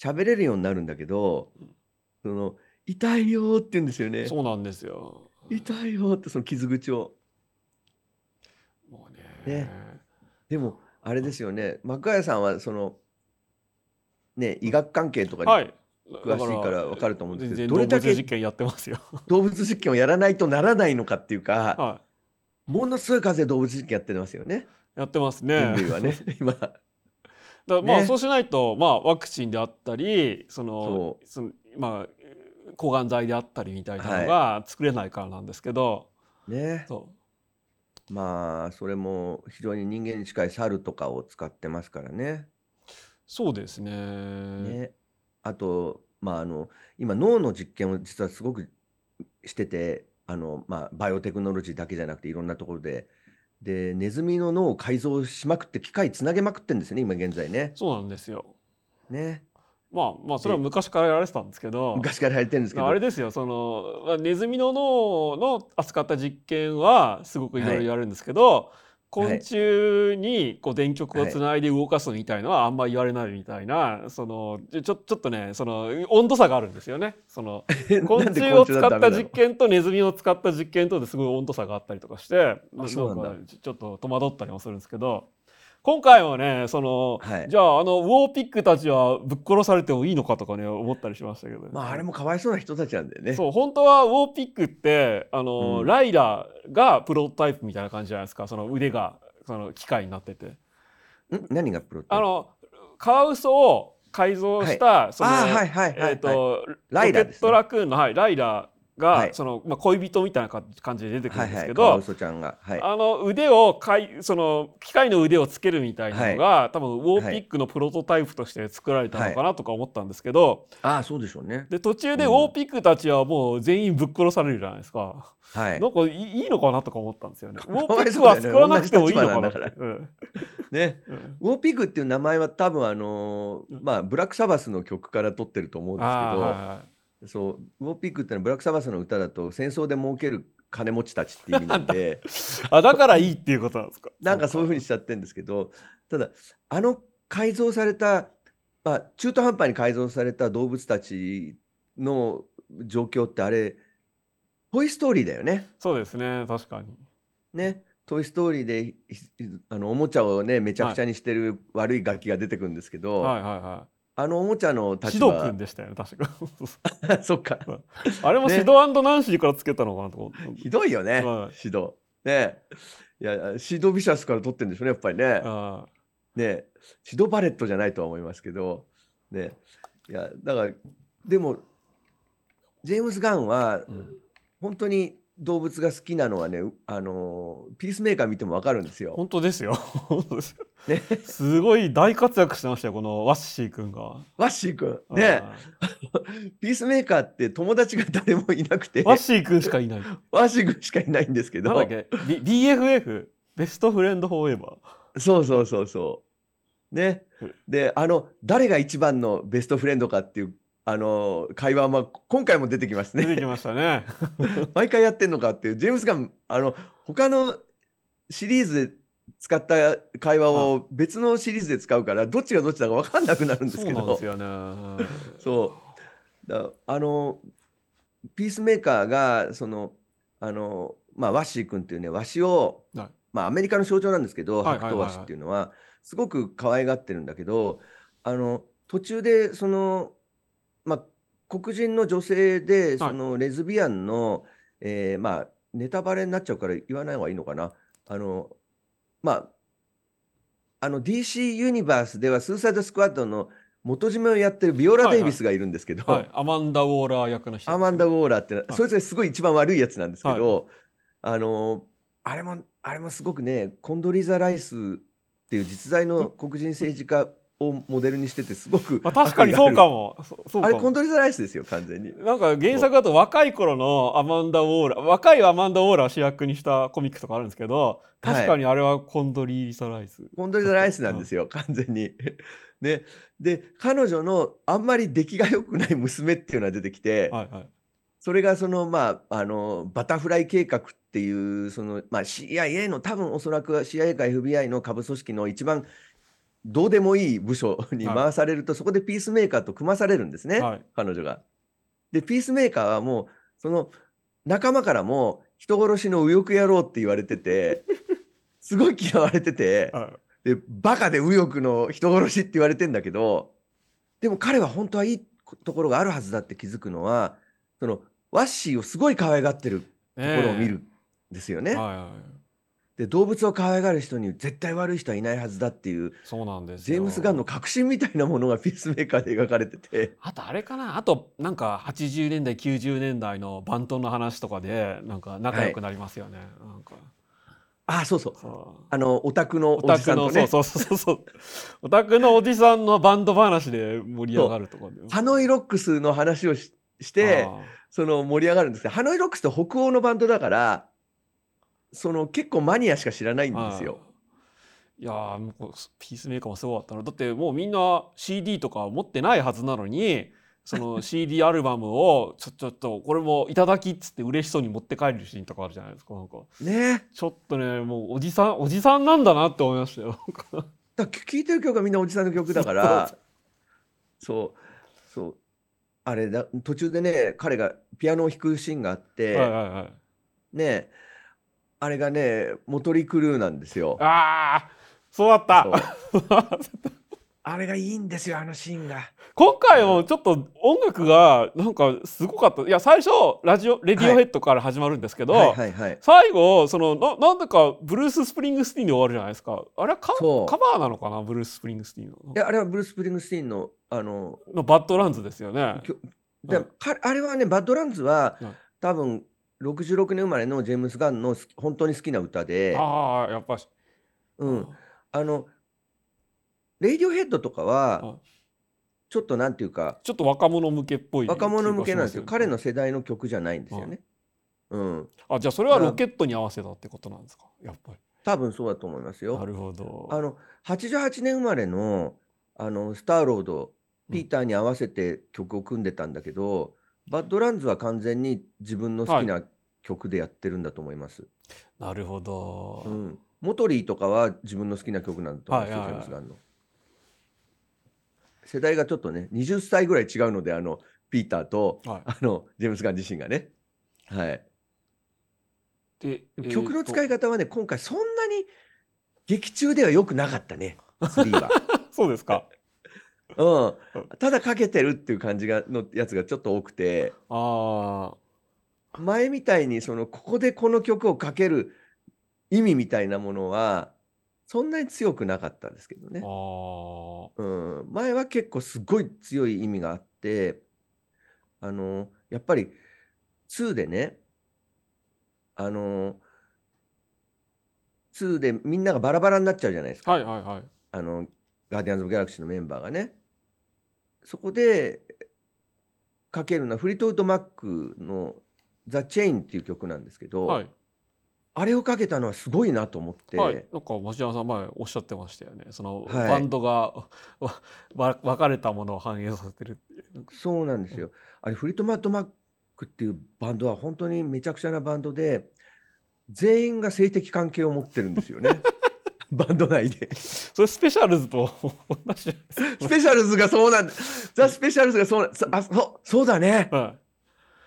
S2: 喋れるようになるんだけど、その痛いよーって言うんですよね。
S1: そうなんですよ。
S2: 痛いよーってその傷口を。
S1: もうね
S2: ねでもあれですよね。マクガイアさんはそのね医学関係とか
S1: は
S2: に
S1: い。
S2: 詳しいからわかると思うんですけど
S1: どれだ
S2: どれだけ
S1: 実験やってますよ。
S2: 動物実験をやらないとならないのかっていうか、
S1: は
S2: ものすごい数で動物実験やってますよね。
S1: い。やってます
S2: 人
S1: ね。
S2: 類 はね今。
S1: だからまあ
S2: ね
S1: そうしないとまあワクチンであったりそのそのまあ抗がん剤であったりみたいなのが作れないからなんですけど、
S2: ね。
S1: そう
S2: まあそれも非常に人間に近い猿とかを使ってますからね。
S1: そうですね。
S2: ね、あと、まあ、あの今脳の実験を実はすごくしててあの、まあ、バイオテクノロジーだけじゃなくていろんなところででネズミの脳を改造しまくって機械つなげまくってんですよね今現在ね。
S1: そうなんですよ。
S2: ね
S1: まあまあそれは昔からやられてたんですけ ど。
S2: 昔からやれてるんですけど
S1: あれですよそのまあネズミの脳の扱った実験はすごくいろいろやるんですけど、昆虫にこう電極をつないで動かすみたいのはあんまり言われないみたいな、そのちょちょっとねその温度差があるんですよねそ の昆
S2: なんで
S1: 虫を
S2: 昆
S1: 使
S2: 虫はダ
S1: っ
S2: メ
S1: た
S2: なの
S1: 実験とネズミを使った実験とですごい温度差があったりとかしてな
S2: そうなんだ
S1: かちょちょっと戸惑ったりもするんですけど今回はねその、
S2: はい
S1: じゃああのウォーピックたちはぶっ殺されてもいいのかとかね思ったりしましたけど、ね。
S2: まあ、あれもかわいそうな人たちなんだよね。
S1: そう本当はウォーピックってあの、
S2: うん
S1: ライダーがプロトタイプみたいな感じじゃないですかその腕がその機械になってて
S2: ん何がプロ
S1: あ
S2: あ
S1: のカワウソを改造した、その
S2: あーはいはいはい、
S1: えっ、と、
S2: ライダー
S1: ロケ
S2: で
S1: ッ
S2: すね
S1: トラクーンの、はい、ライダーが、
S2: はい
S1: そのまあ、恋人みたいなか感じで出てく
S2: は
S1: るん
S2: い
S1: で
S2: は
S1: す
S2: い
S1: けど、
S2: カワウソちゃんがはい
S1: あの腕をかいその機械の腕をつけるみたいなのが、多分ウォーピックのプロトタイプとして作られたのかなとか思ったんですけど、
S2: ああそうでしょうね
S1: で途中でウ
S2: うん
S1: ォーピックたちはもう全員ぶっ殺されるじゃないですか。
S2: はい
S1: なんかいいいのかなとか思ったんですよ ね。ウォー
S2: かわ
S1: ピッ
S2: いそ
S1: ク
S2: う
S1: は
S2: だよね
S1: 作らなくてもいいのかな
S2: 同じ立場なんだか
S1: うん
S2: ね
S1: うん
S2: ウォーピグっていう名前は多分あのーまあブラックサバスの曲から取ってると思うんですけど、
S1: あーはいはい
S2: そうウォーピグってのはブラックサバスの歌だと戦争で儲ける金持ちたちっていう意味なんで
S1: あだからいいっていうことなんですか。
S2: なんかそういうふう
S1: に。
S2: にしちゃってるんですけどただあの改造された、まあ、中途半端に改造された動物たちの状況ってあれトイ・ストーリーだよね。
S1: そうですね確かに。
S2: ねトイ・ストーリーでひあのおもちゃをねめちゃくちゃにしてる悪い楽器が出てくるんですけど、
S1: はいはいは
S2: あのおもちゃの
S1: い。シ
S2: 立
S1: ド
S2: 場
S1: 君でしたよね 確か。
S2: そっか。
S1: あれも
S2: ね
S1: シドナンシーからつけたのかなと思って。
S2: ひどいよね、
S1: はい
S2: シド。ねいや、シドビシャスから取ってんでしょうね、やっぱりね。
S1: あ
S2: ねシドバレットじゃないとは思いますけど。ねいや、だから、でも、ジェームズ・ガンは
S1: ー、うん
S2: 本当に動物が好きなのはね、うあのーピースメーカー見てもわかるんですよ。
S1: 本当ですよ。本当ですよ
S2: ね、
S1: すごい大活躍してましたよこのワッシー君が。
S2: ワッシー君。
S1: あー
S2: ねピースメーカーって友達が誰もいなくて、
S1: ワ
S2: ワ
S1: ッシー君しか いない。
S2: ッシー君しかいないんですけ
S1: なんだ
S2: ど
S1: っ、け、B、BFF ベストフレンドフォーエバー
S2: そうそうそうそね
S1: うん。
S2: で、あの、誰が一番のベストフレンドかっていう、あの、会話も今回も出てきます
S1: 出て
S2: ね。
S1: きましたね。
S2: 毎回やってんのかっていう、ジェームスガン、あの、他のシリーズで使った会話を別のシリーズで使うから、どっちがどっちだか分かんなくなるんで
S1: そ
S2: す
S1: う
S2: け
S1: なんで
S2: ど
S1: す。よ ね。はい
S2: そう。だあの、ピースメーカーが、その、あの、まあ、ワッシー君っていうね、ワシを、
S1: はい
S2: まあ、アメリカの象徴なんですけど、
S1: はいはい
S2: 白
S1: はいはい
S2: 頭ワシっていうのは、すごく可愛がってるんだけど、あの、途中で、その、まあ、黒人の女性で、その、レズビアンの、えーまあ、ネタバレになっちゃうから言わない方がいいのかな。あの、まあ、あの DC ユニバースではスーサイドスクワッドの元締めをやってるビオラ・
S1: はいはい
S2: デイビスがいるんですけど、
S1: はい、アマンダ・ウォーラー役の人。
S2: アマンダ・ウォーラーってな、
S1: い
S2: そいつがすごい一番悪いやつなんですけど、あのあれもあれもすごくねコンドリーザ・ライスっていう実在の黒人政治家をモデルにしててすごく、
S1: まあ、確かにそうかも。そそう
S2: あ
S1: か
S2: れコン
S1: も
S2: ドリーザ・ライスですよ完全に
S1: なんか原作だと若い頃のアマンダ・ウォーラー若いアマンダ・ウォーラーを主役にしたコミックとかあるんですけど
S2: はい
S1: 確かにあれはコンドリー・サライス、
S2: コンドリーザ・ライスなんですよ、完全に。 ね、で彼女のあんまり出来が良くない娘っていうのが出てきて、
S1: はいはい
S2: それがそのまああのバタフライ計画っていうそのまあ CIA の多分おそらくは CIA か FBI の下部組織の一番どうでもいい部署に
S1: はい
S2: 回されると、そこでピースメーカーと組まされるんですね、
S1: はい
S2: 彼女が。でピースメーカーはもうその仲間からも人殺しの右翼野郎って言われ ててすごい嫌われてて。
S1: はい
S2: でバカで右翼の人殺しって言われてんだけどでも彼は本当はいいところがあるはずだって気づくのはそのワッシーをすごい可愛がってるところを見るんですよね。
S1: ええはいはい
S2: で動物を可愛がる人に絶対悪い人はいないはずだっていう
S1: そうなんです
S2: ジ
S1: よ
S2: ェームス・ガンの確信みたいなものがピースメーカーで描かれてて
S1: あとあれかなあとなんか80年代90年代のバントの話とかでなんか仲良くなりますよね、なんか
S2: ああそうそう
S1: そう
S2: あのオタクの
S1: オ
S2: お
S1: タ
S2: じさ
S1: ク
S2: ん
S1: の、
S2: とね
S1: そうそうそうそうオタクのおじさんのバンド話で盛り上がるとかね
S2: ハノイ・ロックスの話をしして
S1: ああ
S2: その盛り上がるんですけどハノイ・ロックスって北欧のバンドだからその結構マニアしか知らないんですよ。
S1: はい。いやーもうピースメーカーもすごかったなだってもうみんな CD とか持ってないはずなのにそ の CD アルバムをちょちょっとこれもいただきっつって嬉しそうに持って帰るシーンとかあるじゃないですかなんか
S2: ね
S1: ちょっとねもうおじさんおじさんなんだなって思いましたよ。
S2: だから聴いてる曲がみんなおじさんの曲だからそうそうあれだ途中でね彼がピアノを弾くシーンがあって、
S1: はいはいはい、
S2: ねあれがねモトリクルーなんですよ
S1: あーそうだった
S2: そうあれがいいんですよあのシーンが
S1: 今回もちょっと音楽がなんかすごかったいや最初ラジオレディオヘッドから始まるんですけど、
S2: はいはいはい
S1: 最後そのななんだかブルース・スプリングスティーンで終わるじゃないですかあれはカ
S2: そう
S1: カバーなのかなブルース・スプリングスティーンの
S2: いやあれはブルース・スプリングスティーンのあの
S1: のバッドランズですよね
S2: きょで、
S1: うん
S2: かあれはねバッドランズは、
S1: うん
S2: 多分66年生まれのジェームス・ガンの好き本当に好きな歌で、
S1: ああやっぱし、
S2: うん、あの、レイディオヘッドとか
S1: はい
S2: は、ちょっとなんていうか、
S1: ちょっと若者向けっぽい
S2: 若者向けなんですよ。
S1: 気がします
S2: 彼の世代の曲じゃないんですよね。うん。
S1: あじゃあそれはロケットに合わせたってことなんですかやっぱり
S2: 多分そうだと思います
S1: な
S2: よ。
S1: るほど
S2: あの、88年生まれの、あの、スターロード、ピーターに合わせて曲を組んでたんだけど、バッドランズは完全に自分の好きな曲でやってるんだと思います。
S1: なるほど、
S2: うん。モトリーとかは自分の好きな曲なんだと思いますよ、
S1: はい
S2: ジ
S1: はいはい
S2: ェームス・ガンの。世代がちょっとね、20歳ぐらい違うので、あの、ピーターと、
S1: は
S2: あの、ジェームス・ガン自身がね。はい。
S1: い、で
S2: でも曲の使い
S1: 方
S2: 方はね、今回そんなに劇中では良くなかったね、3は。
S1: そうですか
S2: うん。ただかけてるっていう感じが、のやつがちょっと多くて、
S1: ああ
S2: 前みたいに、その、ここでこの曲をかける意味みたいなものは、そんなに強くなかったんですけどね
S1: あ。ー
S2: うん、前は結構すごい強い意味があって、あの、やっぱり2でね、あの、2でみんながバラバラになっちゃうじゃないですか。
S1: はいはいはい
S2: あの、ガーディアンズ・オブ・ギャラクシーのメンバーがね。そこでかけるのはフリートウッド・マックのザ・チェインっていう曲なんですけど、
S1: はい
S2: あれをかけたのはすごいなと思って、
S1: はい、なんか町山さん前おっしゃってましたよね。その
S2: はい
S1: バンドがわわ分かれたものを反映させてるっていう。
S2: そうなんですよ。あれ、フリートマットマックっていうバンドは本当にめちゃくちゃなバンドで、全員が性的関係を持ってるんですよね。 バンド内 で。
S1: それスペシャルズと同じじゃないです
S2: スペシャルズがそうなんだ。ザ・スペシャルズがそうなんそあそうそうだね。
S1: か。はい。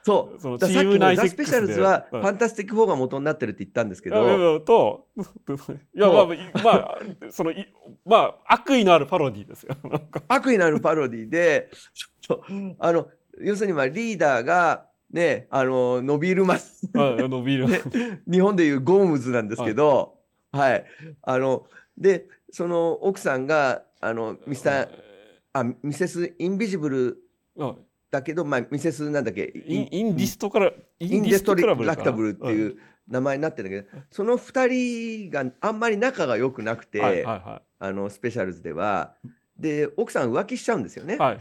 S2: そう。
S1: その
S2: だからさっ
S1: チーム
S2: きも
S1: 内
S2: ザ・
S1: セッ
S2: ス
S1: ク
S2: ペ
S1: ス
S2: シ
S1: で
S2: ャルズはフ
S1: はい
S2: ァンタスティック4が元になってるって言ったんですけ
S1: いやい
S2: ど、
S1: やいやと、いやまあ、いまあ、そのい、まあ、悪意のあるパロディーですよ。 なんか
S2: 悪意のあるパロディで、 ちょっとあの要するにまあリーダーが、ね、あの伸びるます
S1: はいあのビール。
S2: 日本でいうゴームズなんですけど、はい、あのでその奥さんがあのミスターあミセスインビジブル
S1: はい
S2: だけどまあミセスなんだっけ
S1: インインディストからイ
S2: インディストリ
S1: クラブルか
S2: ラクタブルっていう名前になってるんだけど、その2人があんまり仲が良くなくて、
S1: はいはいは
S2: あのスペシャルズではで奥さん浮気しちゃうんですよね
S1: い。はい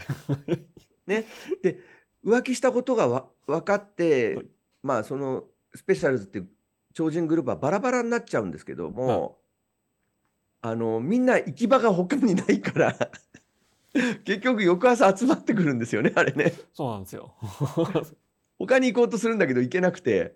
S2: 浮気したことがわ分かって、
S1: はい
S2: まあそのスペシャルズっていう超人グループはバラバラになっちゃうんですけども、あのみんな行き場が他にないから 結局翌朝集まってくるんですよねあれね
S1: そうなんですよ。
S2: 他に行こうとするんだけど行けなくて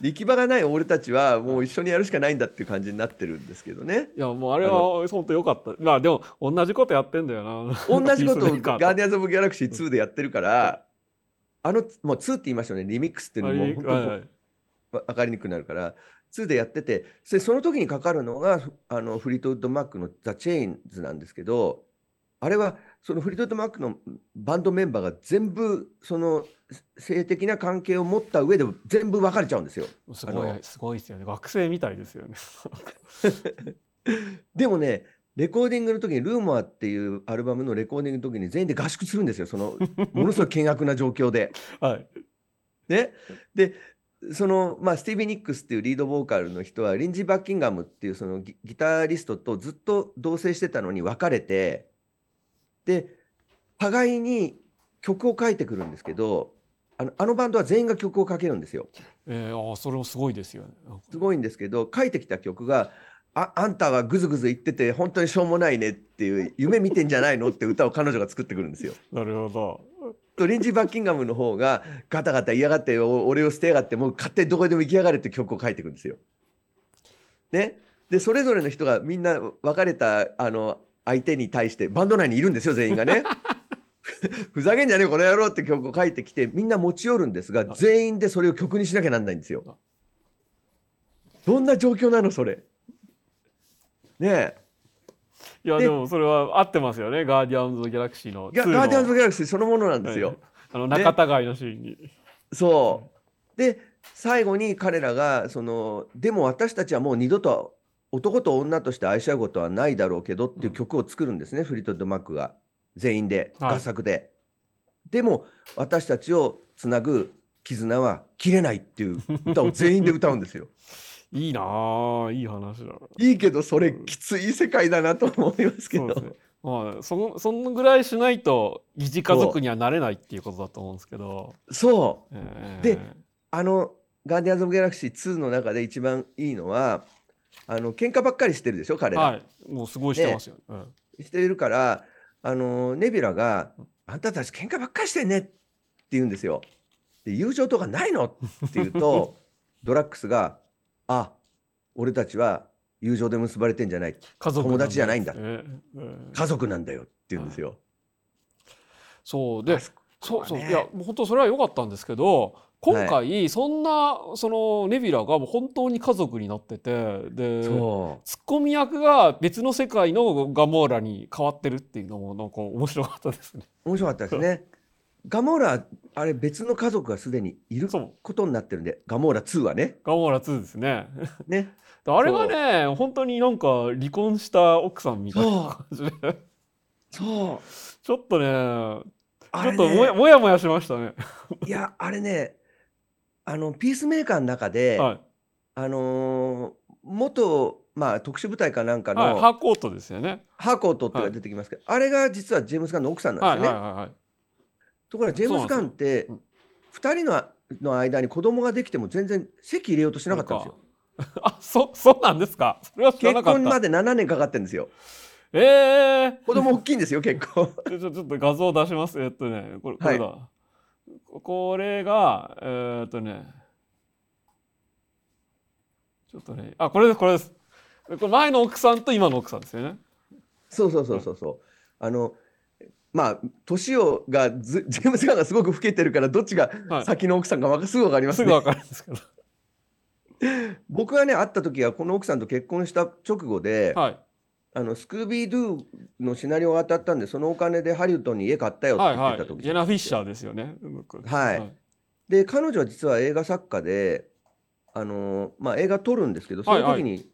S2: で行き場がない俺たちはもう一緒にやるしかないんだっていう感じになってるんですけどね
S1: いやもうあれは本当良かった。まあでも同じことやってんだよな。
S2: 同じこ
S1: ピ
S2: とを
S1: ースメーカー
S2: ガーディアンズ・オブ・ギャラクシー2でやってるからあのもう2って言いましたよねリミックスっ ていうのも
S1: は
S2: う
S1: い
S2: 本当
S1: はいはい
S2: わ分かりにくくなるから2でやっててそれその時にかかるのがふあのフリートウッドマックの「ザ・チェインズ」なんですけどあれはそのフリートウッドマックのバンドメンバーが全部その性的な関係を持った上で全部別れちゃうんですよ。
S1: すご
S2: あ
S1: い
S2: の
S1: すごいですよね。学生みたいですよね。
S2: でもねレコーディングの時に「ルーモア」っていうアルバムのレコーディングの時に全員で合宿するんですよそのものすごい険悪な状況で。
S1: はい
S2: ね、でその、まあ、スティービー・ニックスっていうリードボーカルの人はリンジー・バッキンガムっていうそのギギタリストとずっと同棲してたのに別れてで互いに曲を書いてくるんですけどあのあのバンドは全員が曲を書けるんですよ。
S1: えー、ああそれもすごいですよね。なんか
S2: すごいんですけど書いてきた曲があ「あんたはグズグズ言ってて本当にしょうもないね」っていう「夢見てんじゃないの?」って歌を彼女が作ってくるんですよ。
S1: なるほど。
S2: とリンジー・バッキンガムの方がガタガタ嫌がってお俺を捨てやがってもう勝手にどこでも行きやがれって曲を書いていくんですよ。ね、でそれぞれの人がみんな別れたあの相手に対してバンド内にいるんですよ全員がね。 ふざけんじゃねえこの野郎って曲を書いてきてみんな持ち寄るんですが全員でそれを曲にしなきゃなんないんですよ。どんな状況なのそれ。ねえ。
S1: いや
S2: で
S1: でもそれは合ってますよね。ガーディアンズ・オブギャラクシーの
S2: ガ
S1: 2の
S2: ガーディアンズ・ギャラクシーそのものなんですよ。
S1: はいあの仲違いのシーンに。
S2: そう。で、最後に彼らが、その、でも私たちはもう二度と男と女として愛し合うことはないだろうけどっていう曲を作るんですね、フリートウッド・マックが。全員で、
S1: はい
S2: 合作で。でも、私たちをつなぐ絆は切れないっていう歌を全員で歌うんです よ。
S1: いいなあいい話だ。
S2: いいけど、それきつい世界だなと思いますけ
S1: そう
S2: ど。
S1: ですね。まあそのそのぐらいしないと疑似家族にはなれないっていうことだと思うんですけど。
S2: そう。
S1: えー
S2: であの「ガーディアンズ・オブ・ギャラクシー2」の中で一番いいのはあの喧嘩ばっかりしてるでしょ彼ら、
S1: はい、もうすごいしてますよ、ねうん
S2: してるからあのネビュラが「あんたたち喧嘩ばっかりしてんね」って言うんですよ。で友情とかないのって言う とドラッグスが「あ俺たちは友情で結ばれてんじゃない
S1: 家族
S2: 友達じゃないんだ
S1: えーえー
S2: 家族なんだよ」って言うんですよ。
S1: そうで
S2: あそ
S1: そうそうい
S2: ね
S1: やもう本当それは良かったんですけど今回そんな、そのネビラがもう本当に家族になっててで
S2: そ
S1: ツッコミ役が別の世界のガモーラに変わってるっていうのもなんか面白かったですね。
S2: う面白かったですね。ガモーラあれ別の家族がすでにいる
S1: そう
S2: ことになってるんでガモーラ2はね。
S1: ガモーラ2です ね。
S2: ね
S1: であれがね本当になんか離婚した奥さんみたいな感じで
S2: そう
S1: ちょっとね
S2: あ
S1: ちょ
S2: れ
S1: っ
S2: ね
S1: ともやもやもやしましたね。
S2: いや、あれね、あの、ピースメーカーの中で、
S1: はい
S2: あのー元、まあ、特殊部隊かなんか
S1: はい、
S2: の、
S1: ハーコートですよね。
S2: ハーコートっていうのが出てきますけど、あれが実はジェームス・ガンの奥さんなん
S1: は
S2: で
S1: い
S2: す
S1: は
S2: よ
S1: い
S2: ね。
S1: はいはい。
S2: ところが、ジェームス・ガンって
S1: そうなん、
S2: 2人のの間に子供ができても全然籍入れようとしなかったんですよ。
S1: あ、そ、 そうなんですか。それは知ら
S2: 結
S1: なかっ
S2: 婚
S1: た。
S2: まで7年かかってるんですよ。
S1: ええ
S2: 子供大きいんですよ、結構。
S1: ちょちょちょっと画像出します。えっとね、これ、これだ。これが、えーっとね、ちょっとね、あ、これです、これです。これ前の奥さんと今の奥さんですよね。
S2: そうそうそうそうそう。あの、まあ、年をがず、ジェームズ・ガンがすごく老けてるから、どっちが
S1: はい
S2: 先の奥さんかわかすぐわかります
S1: す
S2: ね
S1: ぐ。わかるんですけ ど。
S2: 僕がね、会った時は、この奥さんと結婚した直後で、
S1: はい。
S2: あの、スクービー・ドゥのシナリオが当たったんで、そのお金でハリウッドに家買ったよって
S1: は
S2: 言
S1: い
S2: っ
S1: は
S2: てた
S1: い。
S2: 時
S1: ジェナ・フィッシャーですよね。
S2: はいで、彼女は実は映画作家で、あのーまあ、映画撮るんですけど、そ
S1: はい
S2: の
S1: はい
S2: 時に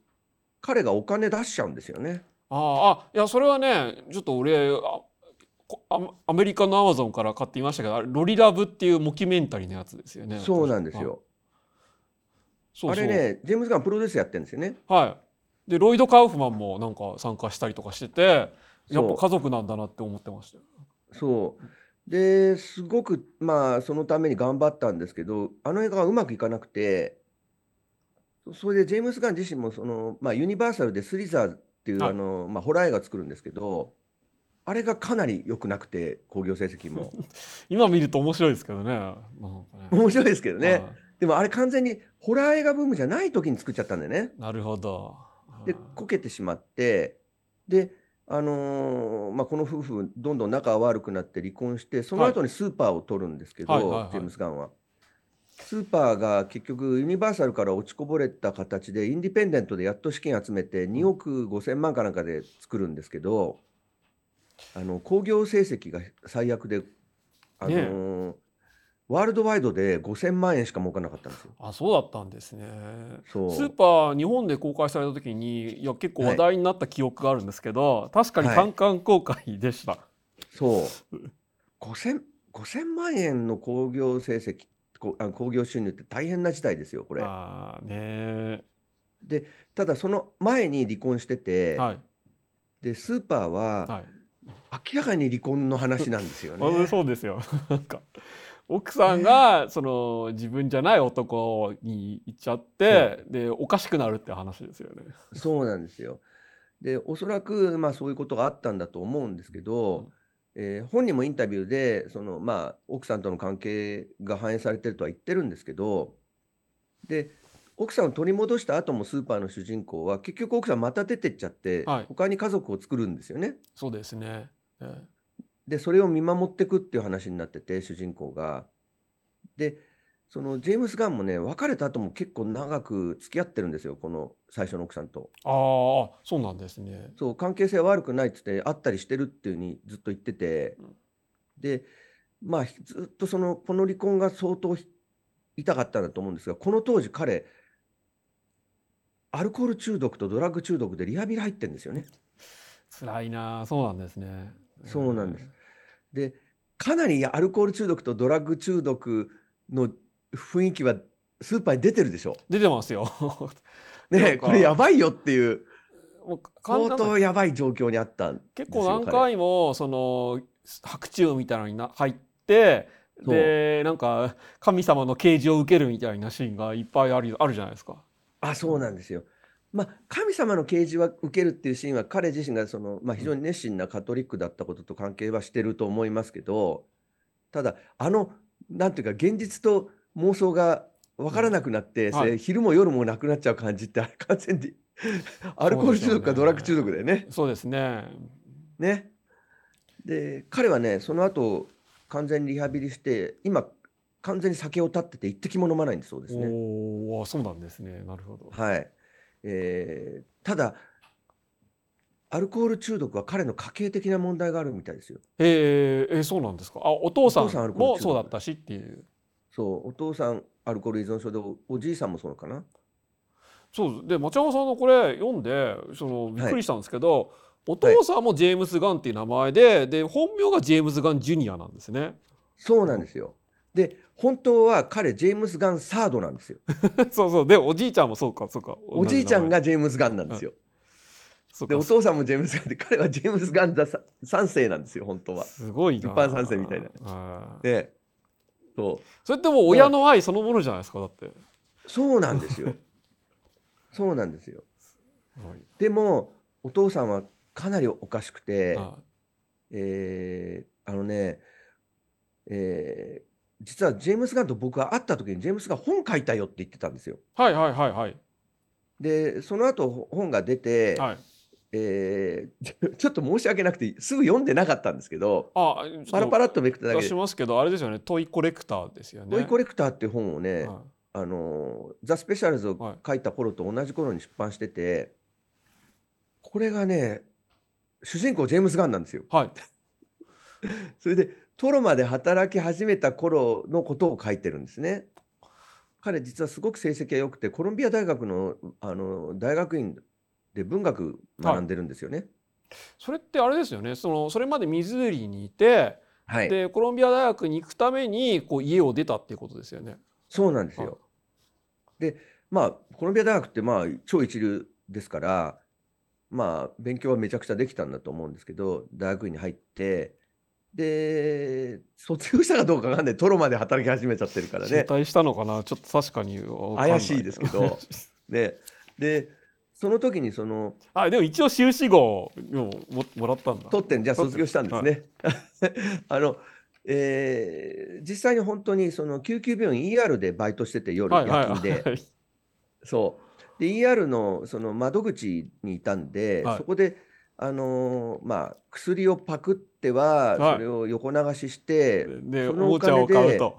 S2: 彼がお金出しちゃうんですよね。
S1: あああいやそれはねちょっと俺あこアメアメリカのアマゾンから買っていましたけどあれロリラブっていうモキュメンタリーのやつですよね
S2: そうなんですよ。
S1: そう
S2: あ
S1: そう
S2: れね、ジェームズ・ガンプロデュースやってるんですよね。
S1: はいでロイド・カウフマンもなんか参加したりとかしててやっ
S2: そ
S1: ぱ
S2: う
S1: 家族なんだなって思ってましたよ
S2: そう。で、すごく、まあ、そのために頑張ったんですけど、あの映画がうまくいかなくて、そそれでジェームス・ガン自身も、その、まあ、ユニバーサルでスリザーっていう、
S1: はい
S2: あの、まあ、ホラー映画作るんですけど、あれがかなり良くなくて、興行成績も。
S1: 今見ると面白いですけどねなんかね
S2: 面白いですけどね。
S1: は
S2: でもあれ完全にホラー映画ブームじゃない時に作っちゃったんだよね。
S1: いなるほど
S2: で、こけてしまって、で、あのーまあ、この夫婦、どんどん仲悪くなって離婚して、その
S1: はい
S2: 後にスーパーを取るんですけど、
S1: はいはいはい
S2: ジェームス・ガンは。スーパーが結局、ユニバーサルから落ちこぼれた形で、インディペンデントでやっと資金集めて、2億5千万かなんかで作るんですけど、あの興行成績が最悪で、あのーワールドワイドで5千万円しか儲かなかったんですよ。
S1: あそうだったんですね
S2: そう
S1: スーパー日本で公開された時にいや結構話題になった記憶があるんですけど、確かに単館公開でした、
S2: そう。5000、5000万円の興行成績、こあ興行収入って大変な事態ですよ、これ。
S1: ああね
S2: ただ、その前に離婚して
S1: え
S2: て、
S1: はい
S2: で、スーパーは
S1: はい、
S2: 明らかに離婚の話なんですよ
S1: まあ
S2: ね。
S1: そうですよ なんか奥さんがその自分じゃない男に行っちゃって、でおかしくなるって話ですよね。
S2: そうなんですよ。で、おそらく、まあ、そういうことがあったんだと思うんですけ
S1: う
S2: ど
S1: ん、
S2: えー本人もインタビューで、その、まあ、奥さんとの関係が反映されてるとは言ってるんですけど、で、奥さんを取り戻した後もスーパーの主人公は、結局奥さんまた出てっちゃって
S1: はい、
S2: 他に家族を作るんですよね。
S1: そうですね。ええ
S2: で、それを見守ってくっていう話になってて、主人公が。で、そのジェームス・ガンもね、別れた後も結構長く付き合ってるんですよ、この最初の奥さんと。
S1: ああそうなんですね。
S2: そう、関係性悪くないっつって、会ったりしてるっていうふうにずっと言ってて
S1: うん、
S2: で、まあ、ひずっとその、この離婚が相当ひ痛かったんだと思うんですが、この当時彼、アルコール中毒とドラッグ中毒でリハビリ入ってんですよね。
S1: 辛いなあそうなんですね。
S2: そうなんです
S1: え
S2: で、かなりアルコール中毒とドラッグ中毒の雰囲気はスーパーに出てるでしょ。
S1: え。出てますよ。 な
S2: ね
S1: ん
S2: え、
S1: か
S2: これやばいよっていう、
S1: もうか
S2: 相
S1: なん
S2: 当
S1: か
S2: やばい状況にあったんですよ、
S1: 結構何
S2: 彼
S1: 回もその白昼みたいなのにな入って
S2: そう
S1: でなんか神様の啓示を受けるみたいなシーンがいっぱいあるあるじゃないですか。
S2: あ、そうなんですよ。まあ、神様の啓示は受けるっていうシーンは彼自身がその、まあ、非常に熱心なカトリックだったことと関係はしてると思いますけどただあのなんていうか現実と妄想が分からなくなって、
S1: うんはい
S2: それ昼も夜もなくなっちゃう感じってあ れ完全にアルコール中毒かドラッグ中毒だよね。
S1: そうですね。
S2: ね。で彼はねその後完全にリハビリして今完全に酒を断ってて一滴も飲まないんだそうですね。
S1: おおー、そうなんですね。なるほど。
S2: はい。えーただ、アルコール中毒は彼の家系的な問題があるみたいですよ。
S1: えー、えー、そうなんですか。あ、お父さん
S2: お父さんある頃
S1: もそうだったしっていう。
S2: そう、お父さんアルコール依存症でお、おじいさんもそうかな。
S1: そうで、町山さんのこれ読んで、そのびっくりしたんですけど。お父さんもジェームス・ガンっていう名前で、で本名がジェームズ・ガン・ジュニアなんですね。
S2: そうなんですよ。で、本当は彼、ジェームス・ガンサードなんですよ。
S1: そうそう。でおじいちゃんもそうかそうか。
S2: おじいちゃんがジェームス・ガンなんですよ。
S1: そう
S2: で、
S1: か
S2: お父さんもジェームス・ガンで、彼はジェームス・ガンださ三世なんですよ、本当は。
S1: すごいな。
S2: 一般参戦みたいな
S1: な。
S2: で、そう。
S1: それってもう親の愛そのものじゃないですかだって。
S2: そうなんですよ。そうなんですよ。
S1: はい
S2: でも、お父さんはかなりおかしくて、
S1: あ
S2: えーあのね、えー実はジェームス・ガンと僕が会った時にジェームスが本書いたよって言ってたんですよ。
S1: はいはいはいはい
S2: で、その後本が出て、
S1: はい
S2: えー ちょっと申し訳なくてすぐ読んでなかったんですけど、
S1: あちょっと
S2: パラパラっとめくっただ
S1: 出
S2: け
S1: し
S2: で、
S1: ますけどあれですよねトイコレクターですよね
S2: トイコレクターっていう本をね、
S1: はい
S2: あのザ・スペシャルズ
S1: はい
S2: を書いた頃と同じ頃に出版してて、これがね、主人公ジェームス・ガンなんですよ。
S1: はい
S2: それでトロまで働き始めた頃のことを書いてるんですね。彼実はすごく成績が良くてコロンビア大学のあの大学院で文学学んでるんですよね。
S1: それってあれですよねそのそれまでミズーリにいて、
S2: はい、
S1: でコロンビア大学に行くためにこう家を出たっていうことですよね。
S2: そうなんです
S1: はい
S2: よ。でまあコロンビア大学ってまあ超一流ですからまあ勉強はめちゃくちゃできたんだと思うんですけど大学院に入ってで卒業したかどうかわかんないトロまで働き始めちゃってるから
S1: 中
S2: ね。
S1: 退したのかなちょっと確かにわかんな
S2: 怪しいですけどねでその時にその
S1: あでも一応修士号をももらったんだ。
S2: 取ってんじゃあ
S1: 取っ
S2: 卒
S1: てる
S2: 業したんですね。 あのえー実際に本当にその救急病院 ER でバイトしてて夜
S1: はい
S2: 夜
S1: はい
S2: 勤で、
S1: はい
S2: そうで ER のその窓口にいたんで、
S1: はい
S2: そこで、あのーまあ、薬をパクっては
S1: はい
S2: それを横流しして、
S1: でお
S2: その
S1: も
S2: お
S1: ちゃ
S2: 金
S1: を
S2: で
S1: 買うと。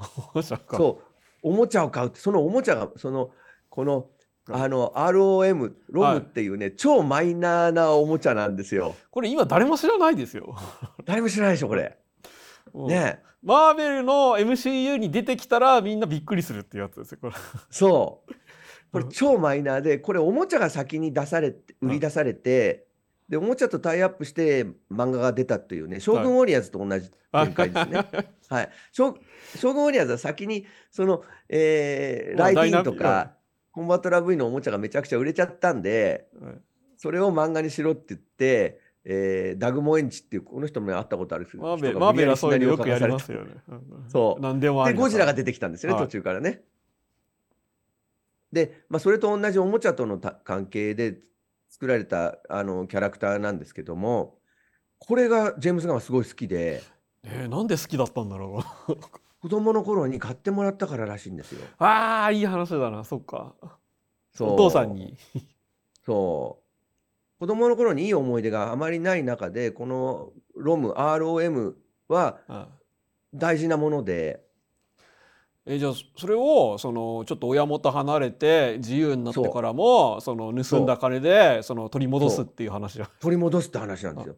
S1: おもちゃを買う
S2: そうおもちゃを買うってそのおもちゃがそのこの
S1: はい
S2: あの ROM ロ
S1: はい
S2: ムっていうね、超マイナーなおもちゃなんで すよ。
S1: これ今誰も知らないですよ。
S2: だいぶ知らないでしょこれ。
S1: もう
S2: ね
S1: マーベルの MCU に出てきたらみんなびっくりするっていうやつですよこれ。
S2: そう。 これ
S1: うん
S2: 超マイナーで、これおもちゃが先に出されて、
S1: うん
S2: 売り出されて、で、おもちゃとタイアップして漫画が出たというね、将軍ウォリアーズと同じ展 開ですね。はい。将将軍ウォリアーズは先に、その、えー
S1: まあ
S2: ライディ
S1: ダ
S2: ーン
S1: イナミ
S2: とか、コンバトラ V のおもちゃがめちゃくちゃ売れちゃったんで、それを漫画にしろって言って、えーダグ・モエンチっていう、この人もね会ったことあるんです
S1: マーベルマーベルはそういうのよくやりますよね。
S2: そう
S1: 何でもあ
S2: で
S1: りだ
S2: ゴジラが出
S1: て
S2: てきたんですよね、
S1: はい
S2: 途中からね。で、まあ、それと同じおもちゃとのた関係で作られたあのキャラクターなんですけどもこれがジェームズ・ガンはすごい好きで
S1: えーなんで好きだったんだろう。
S2: 子供の頃に買ってもらったかららしいんですよ。
S1: ああいい話だなそっか
S2: そう
S1: お父さんに
S2: そう子供の頃にいい思い出があまりない中でこのロム ROM は
S1: あ
S2: 大事なもので
S1: えじゃあそれをそのちょっと親元離れて自由になってからもその盗んだ金でその取り戻すっていう話は
S2: 取り戻すって話なんですよ。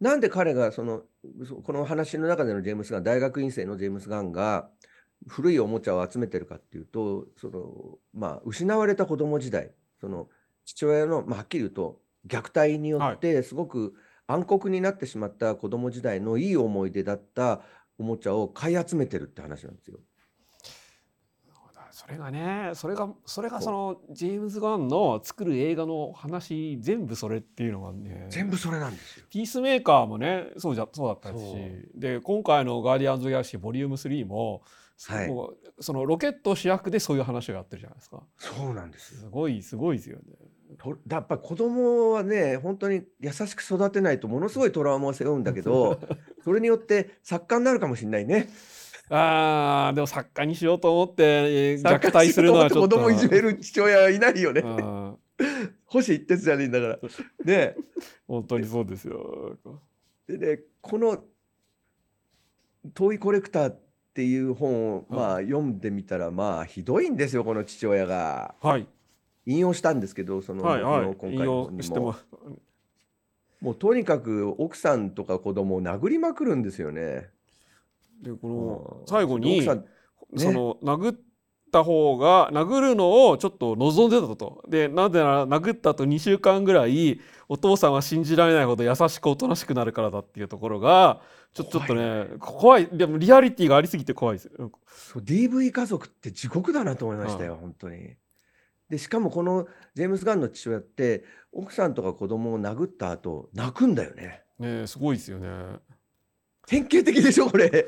S2: なんで彼がそのそこの話の中でのジェームス・ガン大学院生のジェームス・ガンが古いおもちゃを集めてるかっていうとその、まあ、失われた子供時代その父親の、まあ、はっきり言うと虐待によってすごく暗黒になってしまった子供時代のいい思い出だったおもちゃを買い集めてるって話なんですよ。
S1: それがねそれがそれがそのジェームズ・ガンの作る映画の話全部それっていうのがね
S2: 全部それなんですよ。
S1: ピースメーカーもねそうじゃそうだったし
S2: そう
S1: で今回の「ガーディアンズ・ギャラクシー」ボリューム3も、
S2: はい
S1: もうそのロケット主役でそういう話をやってるじゃないですか
S2: そうなんですよ
S1: すごいすごいですよね。
S2: とやっぱ子供はね本当に優しく育てないとものすごいトラウマを背負うんだ けどそれによって作家になるかもしれないね
S1: あーでも作家にしようと思ってえー
S2: 作
S1: 虐
S2: 家に
S1: 待
S2: し
S1: す
S2: よう
S1: るのは
S2: と思って
S1: ちょ
S2: 子
S1: っと
S2: 供いじめる父親はいないよね
S1: うん
S2: 星一徹じゃねえん だからね
S1: 本当にそうですよ
S2: でねこの「遠いコレクター」っていう本をまあ読んでみたらまあひどいんですよこの父親が
S1: はい
S2: 引用したんですけどその
S1: はいは
S2: 僕の
S1: い
S2: 今
S1: 引
S2: 回の
S1: 用
S2: 本に
S1: して
S2: も
S1: ます
S2: もうとにかく奥さんとか子供を殴りまくるんですよね。
S1: でこ
S2: う
S1: の
S2: ん
S1: 最後
S2: 奥
S1: に
S2: さ
S1: そ
S2: んね
S1: の殴った方が殴るのをちょっと望んでたとでなぜなら殴った後2週間ぐらいお父さんは信じられないほど優しくおとなしくなるからだっていうところがちょちょっとね怖いでもリアリティがありすぎて怖いですうん
S2: そう DV 家族って地獄だなと思いましたよ、本当に。でしかもこのジェームス・ガンの父親って奥さんとか子供を殴った後泣くんだよね。
S1: ねすごいですよね。
S2: 典型的でしょこれ。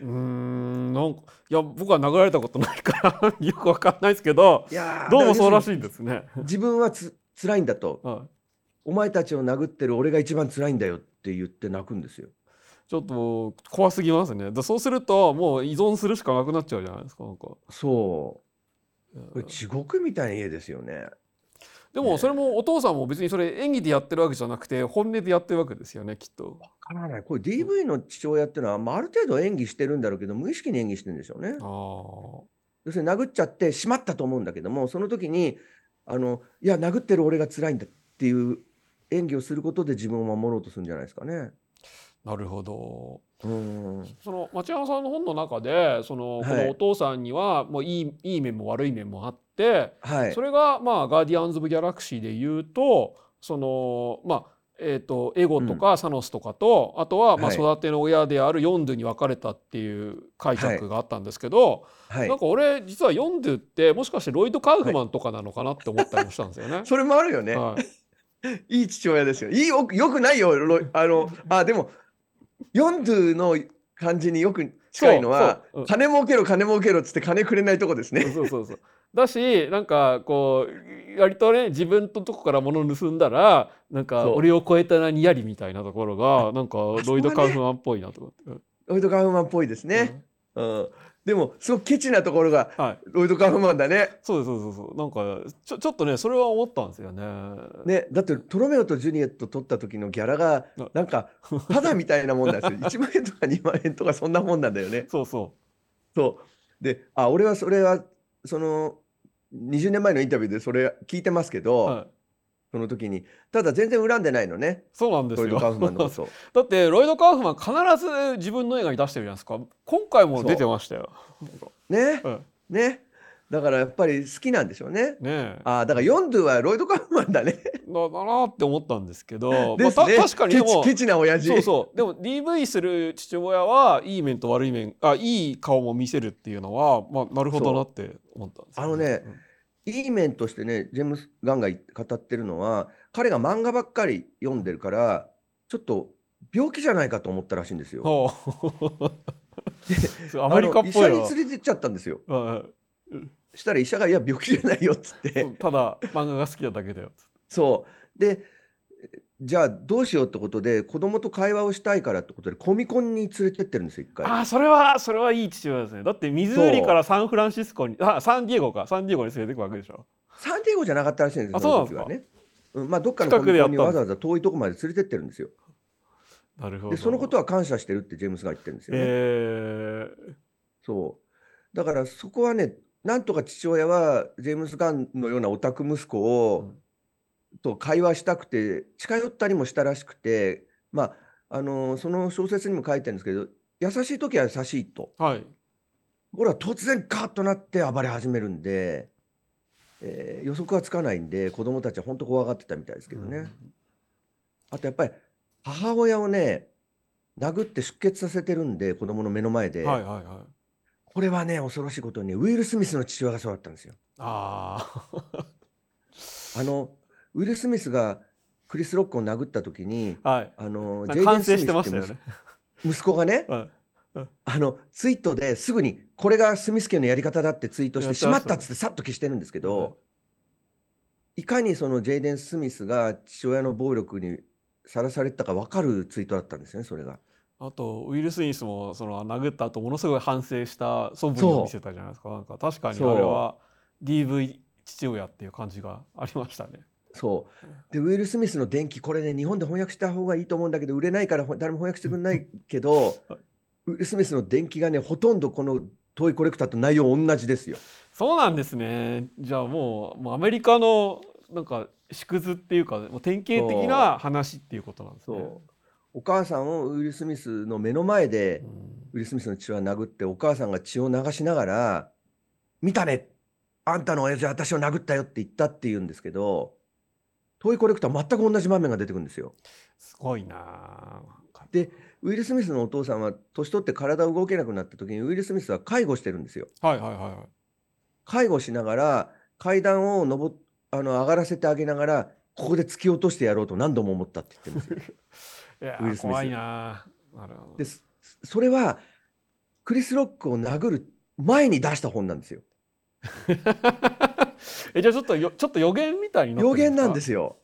S1: うーんなんかいや僕は殴られたことないから よくわかんないですけど
S2: いやー
S1: どうもそうらし
S2: だから要する
S1: いんですね。
S2: に自分はつ辛いんだと
S1: は
S2: お前たちを殴ってる俺が一番辛いんだよって言って泣くんですよ。
S1: い、ちょっともう怖すぎますね。だそうするともう依存するしかなくなっちゃうじゃないですかなんか。
S2: そううこれ
S1: ん
S2: 地獄みたいな家ですよね。
S1: で
S2: ね
S1: も
S2: え
S1: それもお父さんも別にそれ演技でやってるわけじゃなくて本音でやってるわけですよねきっと。
S2: わからない。これ DV の父親ってのは、まあ、ある程度演技してるんだろうけど無意識に演技してるんでしょうね
S1: あ。ー
S2: 要するに殴っちゃってしまったと思うんだけどもその時にあのいや殴ってる俺が辛いんだっていう演技をすることで自分を守ろうとするんじゃないですかね。
S1: なるほど。
S2: うん
S1: その町山さんの本の中でその、
S2: はい
S1: このお父さんにはもういいいい面も悪い面もあって、
S2: はい
S1: それがまあガーディアンズ・オブ・ギャラクシーで言うとそのまあえー、とエゴとかサノスとかと、あとはまあ
S2: はい
S1: 育ての親であるヨンドゥに分かれたっていう解釈があったんですけど、
S2: はい
S1: なんか俺実はヨンドゥってもしかしてロイド・カウフマンとかなのかなって思ったりもしたんですよ ね。
S2: それもあるよね。
S1: はい
S2: いい父親ですよ。いいよよくないよ。ロイあのあでもヨンドゥの感じによく近いのは
S1: そうそううん
S2: 金儲けろ金儲けろっつって金くれないとこですね。
S1: そうそうそうだしなんかこう割とね自分のとこから物を盗んだらなんか
S2: そう
S1: 俺を超えたなにやりみたいなところがなんか
S2: そこ
S1: ロ
S2: は
S1: イ
S2: ね
S1: ド・カウフマンっぽいなと思ってうん。
S2: ロイド・カウフマンっぽいですね。うん、でもすごくケチなところが
S1: うん。はい。
S2: ロイド・カウフマンだね。
S1: そうですそうですそうですなんかちょちょっとねそれは思ったんですよね。
S2: ね、だってトロメオとジュニエット撮った時のギャラが
S1: な
S2: なんかただみたいなもんな んですよ1万円とか2万円とかそんなもんなんだよね。
S1: そうそ
S2: そうであ俺はそれはその20年前のインタビューでそれ聞いてますけ
S1: う。
S2: ど、
S1: はい。
S2: その時にただ全然恨んでないのね
S1: そうなんです
S2: トイド・カウフマン
S1: よ。
S2: のこ と
S1: だってロイド・カウフマン必ず自分の映画に出してるじゃないですか。今回も出てましたよ。
S2: ね
S1: うん
S2: ねだからやっぱり好きなんでしょうね
S1: ねえ。
S2: あだからヨンドゥはロイド・カウフマンだね
S1: だだなって思ったんですけど、
S2: ですね、
S1: まあ、た確かにでも
S2: ケチケチな親父
S1: そうそうでも DV する父親はいい面と悪い面あいい顔も見せるっていうのは、まあ、なるほどなって思ったんですよ
S2: あのねいい面としてねジェームス・ガンが言語ってるのは彼が漫画ばっかり読んでるからちょっと病気じゃないかと思ったらしいんです
S1: う
S2: よ
S1: ん。ほ うそうアメリカっぽ
S2: あ
S1: い
S2: の医者に連れてっちゃったんですよ。
S1: なうん
S2: したら医者が「いや病気じゃないよ」っつっ
S1: う
S2: て
S1: んただ漫画が好きなだけ だよ
S2: そうでじゃあどうしようってことで子供と会話をしたいからってことでコミコンに連れてってるんですよ一回。
S1: あそれはそれはいい父親ですねだってミズーリからサンフランシスコにあサンディエゴかサンディエゴに連れてくわけでしょ
S2: サンディエゴじゃなかったらしいんですよ
S1: あ
S2: その時
S1: そうな
S2: は
S1: んで
S2: ね。うんまあ、どっかの
S1: 近
S2: コ
S1: くで
S2: ミ
S1: やっ
S2: コ
S1: たんだ
S2: ンにわざわざ遠いとこまで連れてってるんですよ。
S1: なるほど
S2: でそのことは感謝してるってジェームスが言ってるんですよね。
S1: え
S2: そう。だからそこはね、なんとか父親はジェームス・ガンのようなオタク息子を、
S1: うん
S2: と会話したくて近寄ったりもしたらしくて、まああのその小説にも書いてるんですけど優しい時は優しいと
S1: ーはい
S2: これは突然カーッとなって暴れ始めるんで、えー予測はつかないんで子供たちは本当怖がってたみたいですけどね、あとやっぱり母親をね殴って出血させてるんで子供の目の前
S1: う
S2: で、
S1: んはいはいはい
S2: これはね、恐ろしいことにね、ウィル・スミスの父親がそうだったんですよ。
S1: あ
S2: あの、ウィル・スミスがクリス・ロックを殴った時に、
S1: あはい
S2: あの、
S1: なんか完成してましたよ
S2: ジェイ
S1: ね、
S2: デン息子がね、
S1: うん
S2: あの、ツイートですぐに、これがスミス家のやり方だってツイートし
S1: や
S2: て、
S1: って
S2: し
S1: ま
S2: ま
S1: し
S2: っ
S1: ね
S2: たたっつってさっと消してるんですけど、いかにそのジェイデン・スミスが父親の暴力にさらされてたか分かるツイートだったんですよね、それが。
S1: あとウィル・スミスもその殴った後ものすごい反省した素振り
S2: そう
S1: を見せたじゃないですかなんか確かにあ
S2: そう
S1: れは DV 父親っていう感じがありましたね。
S2: そう。で、ウィル・スミスの伝記、これね、日本で翻訳した方がいいと思うんだけど、売れないからほ誰も翻訳してくれないけど、ウィル・スミスの伝記がね、ほとんどこのトイコレクターと内容同じですよ。
S1: そうなんですねじゃあもうもうアメリカのなんか縮図っていうかもう典型的な話っていうことなんですね。
S2: そう。お母さんをウィル・スミスの目の前で、
S1: うん
S2: ウィル・スミスの血を殴って、お母さんが血を流しながら、見たねあんたの親父は私を殴ったよって言ったって言うんですけど、トイコレクター全く同じ場面が出てくるんですよ。
S1: すごいなあなんか
S2: でウィル・スミスのお父さんは年取って体を動けなくなった時にウィル・スミスは介護してるんですよ。
S1: はいはいはいはい。
S2: 介護しながら階段を上っあの上がらせてあげながらここで突き落としてやろうと何度も思ったって言 ってますよ。
S1: いや
S2: ウィルスミス
S1: 怖いなあなるほど
S2: でそそれはクリス・ロックを殴る前に出した本なんですよ。
S1: えじゃあちょっとよちょっと予言みたいになって
S2: 予
S1: る
S2: 言なんですすよ。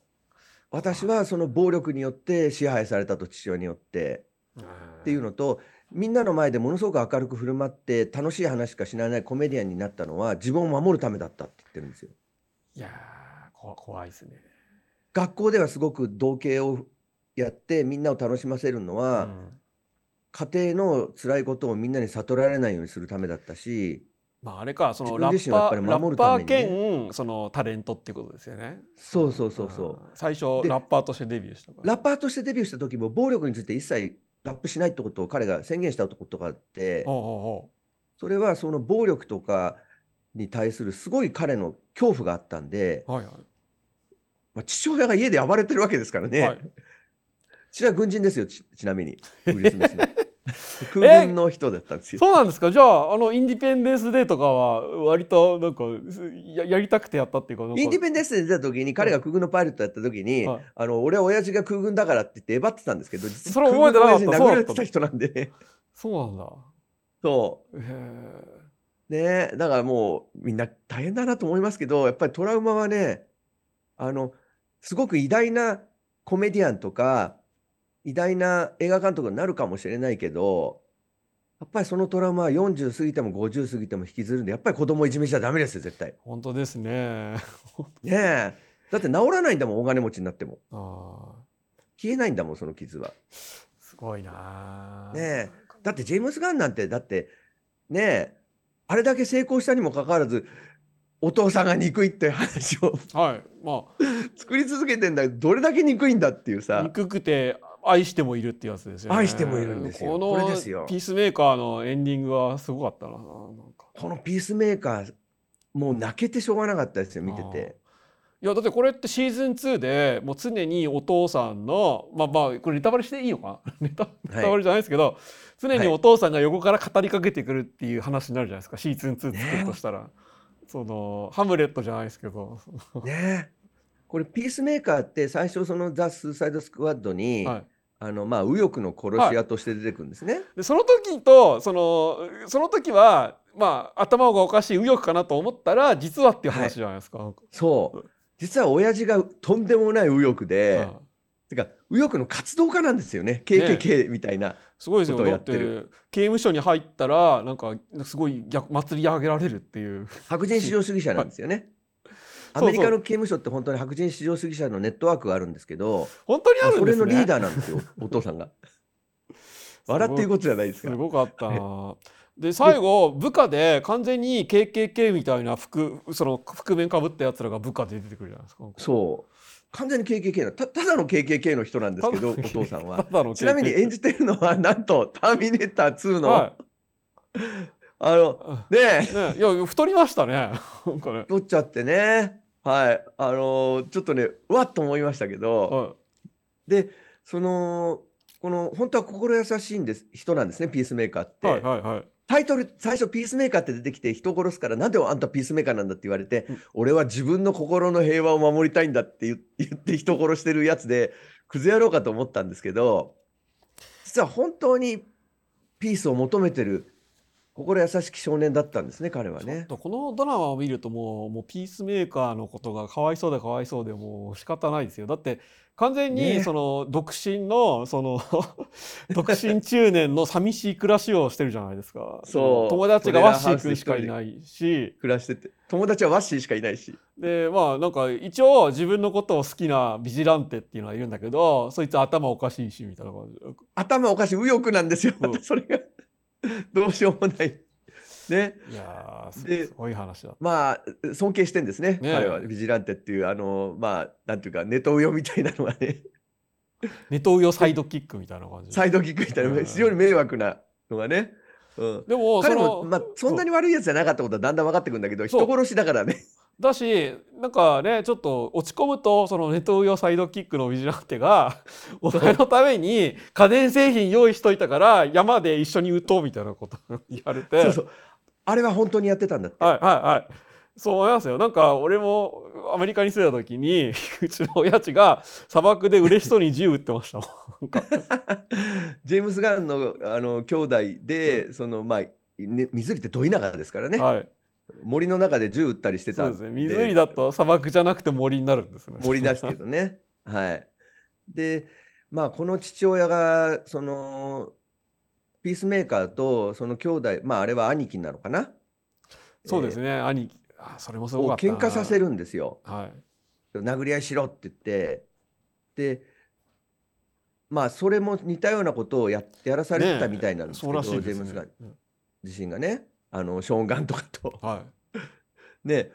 S2: 私はその暴力によって支配されたと父親によって
S1: か
S2: っていうのとみんなの前でものすごく明るく振る舞って楽しい話しかしないコメディアンになったのは自分を守るためだったって言ってるんですよ。
S1: いやーこ怖いですね。
S2: 学校ではすごく同型をやってみんなを楽しませるの
S1: う
S2: は、
S1: ん
S2: 家庭の辛いことをみんなに悟られないようにするためだったし
S1: まああれかそのラッ
S2: 自分自身をや
S1: パ
S2: っぱ
S1: ー、
S2: り
S1: ラ
S2: 守
S1: ッ
S2: る
S1: パ
S2: ため
S1: ー
S2: にね
S1: 兼そのタレントってことですよね。
S2: そうそうそうそう。
S1: ん。最初
S2: で
S1: ラッパーとしてデビューしたから。
S2: ラッパーとしてデビューした時も暴力について一切ラップしないってことを彼が宣言したことがあって
S1: おうお
S2: それはその暴力とかに対するすごい彼の恐怖があったんで
S1: う、おうはいは
S2: まあ、父親が家で暴れてるわけですから
S1: い。
S2: ね、
S1: はい、
S2: 父親軍人ですよちちなみにウィル・スミス の空軍の人だったんですよ。
S1: そうなんですか。じゃああのインディペンデンスデーとかは割となんかすややりたくてやったっていうかなんか
S2: インディペンデンスで出た時に彼が空軍のパイロットやった時に、
S1: はい
S2: あの俺は親父が空軍だからって言ってえばってたんですけど実
S1: それ覚えてなかった
S2: 空軍の親父に殴られてた人なんで
S1: そう
S2: そ
S1: なんだ。へえ。
S2: うねだからもうみんな大変だなと思いますけどやっぱりトラウマはねあのすごく偉大なコメディアンとか偉大な映画監督になるかもしれないけどやっぱりそのトラウマは40過ぎても50過ぎても引きずるんでやっぱり子供いじめちゃダメですよ絶対。
S1: 本当ですね。
S2: ねえだって治らないんだもん大金持ちになっても
S1: ああ
S2: 消えないんだもんその傷は。
S1: すごいなあ。
S2: ねだってジェームズ・ガンなんてだってねえあれだけ成功したにもかかわらずお父さんが憎いって話を
S1: はい。ま
S2: 作り続けてんだけどどれだけ憎いんだっていう
S1: あ
S2: さ
S1: 憎くて愛してもいるってやつですよね。
S2: 愛してもいるんですよ
S1: この
S2: これですよ
S1: ピースメーカーのエンディングはすごかったな。なんか
S2: このピースメーカーもう泣けてしょうがなかったですよ見てて。
S1: いやだってこれってシーズン2でもう常にお父さんのまあまあこれネタバレしていいのかな ネタネタバレじゃないですけど、常にお父さんが横から語りかけてくるっていう話になるじゃないですかシーズン2作るとしたら、そのハムレットじゃないですけど、
S2: ねえこれピースメーカーって最初そのザ・スーサイド・スクワッドに、
S1: はい、
S2: あのまあ右翼の殺し屋として出てくるんですね。
S1: でその時とそのその時はまあ頭がおかしい右翼かなと思ったら実はっていう話じゃないですか。なんか
S2: そう実は親父がとんでもない右翼で、
S1: はい
S2: てか右翼の活動家なんですよね
S1: え
S2: KKK みたいな。
S1: すごいですよ
S2: ことを
S1: だ
S2: や
S1: っ
S2: っててる
S1: 刑務所に入ったらなんかすごい逆祭り上げられるっていう
S2: 白人至上主義者なんですよね。
S1: は
S2: ア
S1: い
S2: メリカの刑務所って本当に白人至上主義者のネットワークがあるんですけど、
S1: 本当にあ
S2: あ
S1: るん
S2: そ
S1: で
S2: れ
S1: すね。
S2: のリーダーなんですよ、お父さんが。笑っていうことじゃないです
S1: す
S2: か。
S1: ごかったな。で最後部下で完全に KKK みたいな服その覆面かぶったやつらが部下で出てくるじゃないですか。
S2: そう。完全に KKK のた、ただの KKK の人なんですけど、お
S1: ただの
S2: 父さん
S1: た
S2: は。
S1: だの KKK
S2: ちなみに演じてるのは、なんと、ターミネーター2の、
S1: は
S2: あの、
S1: い
S2: ねえ、
S1: ね、いや太りましたね。 なんかね。
S2: 撮っちゃってね。はい。あのちょっとね、うわっと思いましたけど、
S1: は
S2: でそのこの本当は心優しいんです人なんですねピースメーカーっ
S1: い
S2: て、
S1: はいはいはい。
S2: タイトル最初「ピースメーカー」って出てきて人殺すからなんであんたピースメーカーなんだって言われて、
S1: うん
S2: 俺は自分の心の平和を守りたいんだって言言って人殺してるやつでクズ野郎かと思ったんですけど実は本当にピースを求めてる心優しき少年だったんですね彼は
S1: ちょっ
S2: ね。
S1: とこのドラマを見るともうもうピースメーカーのことがかわいそうでかわいそうでもう仕方ないですよだって完全に
S2: ね
S1: その独身のその 独身中年の寂しい暮らしをしてるじゃないですか
S2: そう
S1: 友達が
S2: トレー
S1: ワ
S2: ラ
S1: ッ
S2: ー
S1: シ
S2: ハ
S1: ー
S2: ウス
S1: 君
S2: で一
S1: し
S2: 人で
S1: かいないし
S2: 暮らしてて友達はワッシーしかいないし
S1: でまあなんか一応自分のことを好きなビジランテっていうのはいるんだけどそいつ頭おかしいしみたいな感じ
S2: 頭おかしい右翼なんですよ、
S1: うん
S2: また それがどうしようもない。ね、
S1: いやーす
S2: です
S1: ごい話だっ
S2: まあ尊敬してんですね
S1: ねえ
S2: 彼はビジランテっていうあのまあなんていうかネトウヨみたいなのがね
S1: たネトウヨサイドキックみたいな感じ
S2: サイドキックみたいな
S1: うん
S2: 非常に迷惑なのがね、うん、
S1: でも
S2: 彼
S1: そ
S2: も
S1: の
S2: まあそんなに悪いやつじゃなかったことはだんだん分かってくるんだけど
S1: そう
S2: 人殺しだからね
S1: だしなんかねちょっと落ち込むとそのネトウヨサイドキックのビジランテがお前のために家電製品用意しといたから山で一緒に打とうみたいなこと 言われて
S2: そうそうあれは本当にやってたんだって、
S1: はいはいはいそう思いますよなんか俺もアメリカに住んだ時にうちの親父が砂漠で嬉しそうに銃撃ってましたもんなんか
S2: ジェームス・ガンのあの兄弟で、そのまあね、水売りってど田舎ですからね、
S1: はい。
S2: 森の中で銃撃ったりして
S1: そ
S2: た
S1: うんですね。湖だと砂漠じゃなくて森になるんですね。
S2: 森ですけど ね。はい。で、まあ、この父親が、その、ピースメーカーと、その兄弟、まあ、あれは兄貴なのかな
S1: そうです
S2: ね。
S1: ね。兄貴あ、それもす
S2: えー
S1: ご
S2: を
S1: かったな。
S2: 喧嘩させるんですよ。
S1: はい。
S2: 殴り合いしろって言って。で、まあ、それも似たようなことをややらされてたみたいなんですけ
S1: そう
S2: ど、
S1: らしい
S2: ジェ
S1: で
S2: ー
S1: す
S2: ムズ・ガ
S1: ね
S2: ン。自身がね、あの、ショーン・ガンとかと。
S1: は
S2: ね。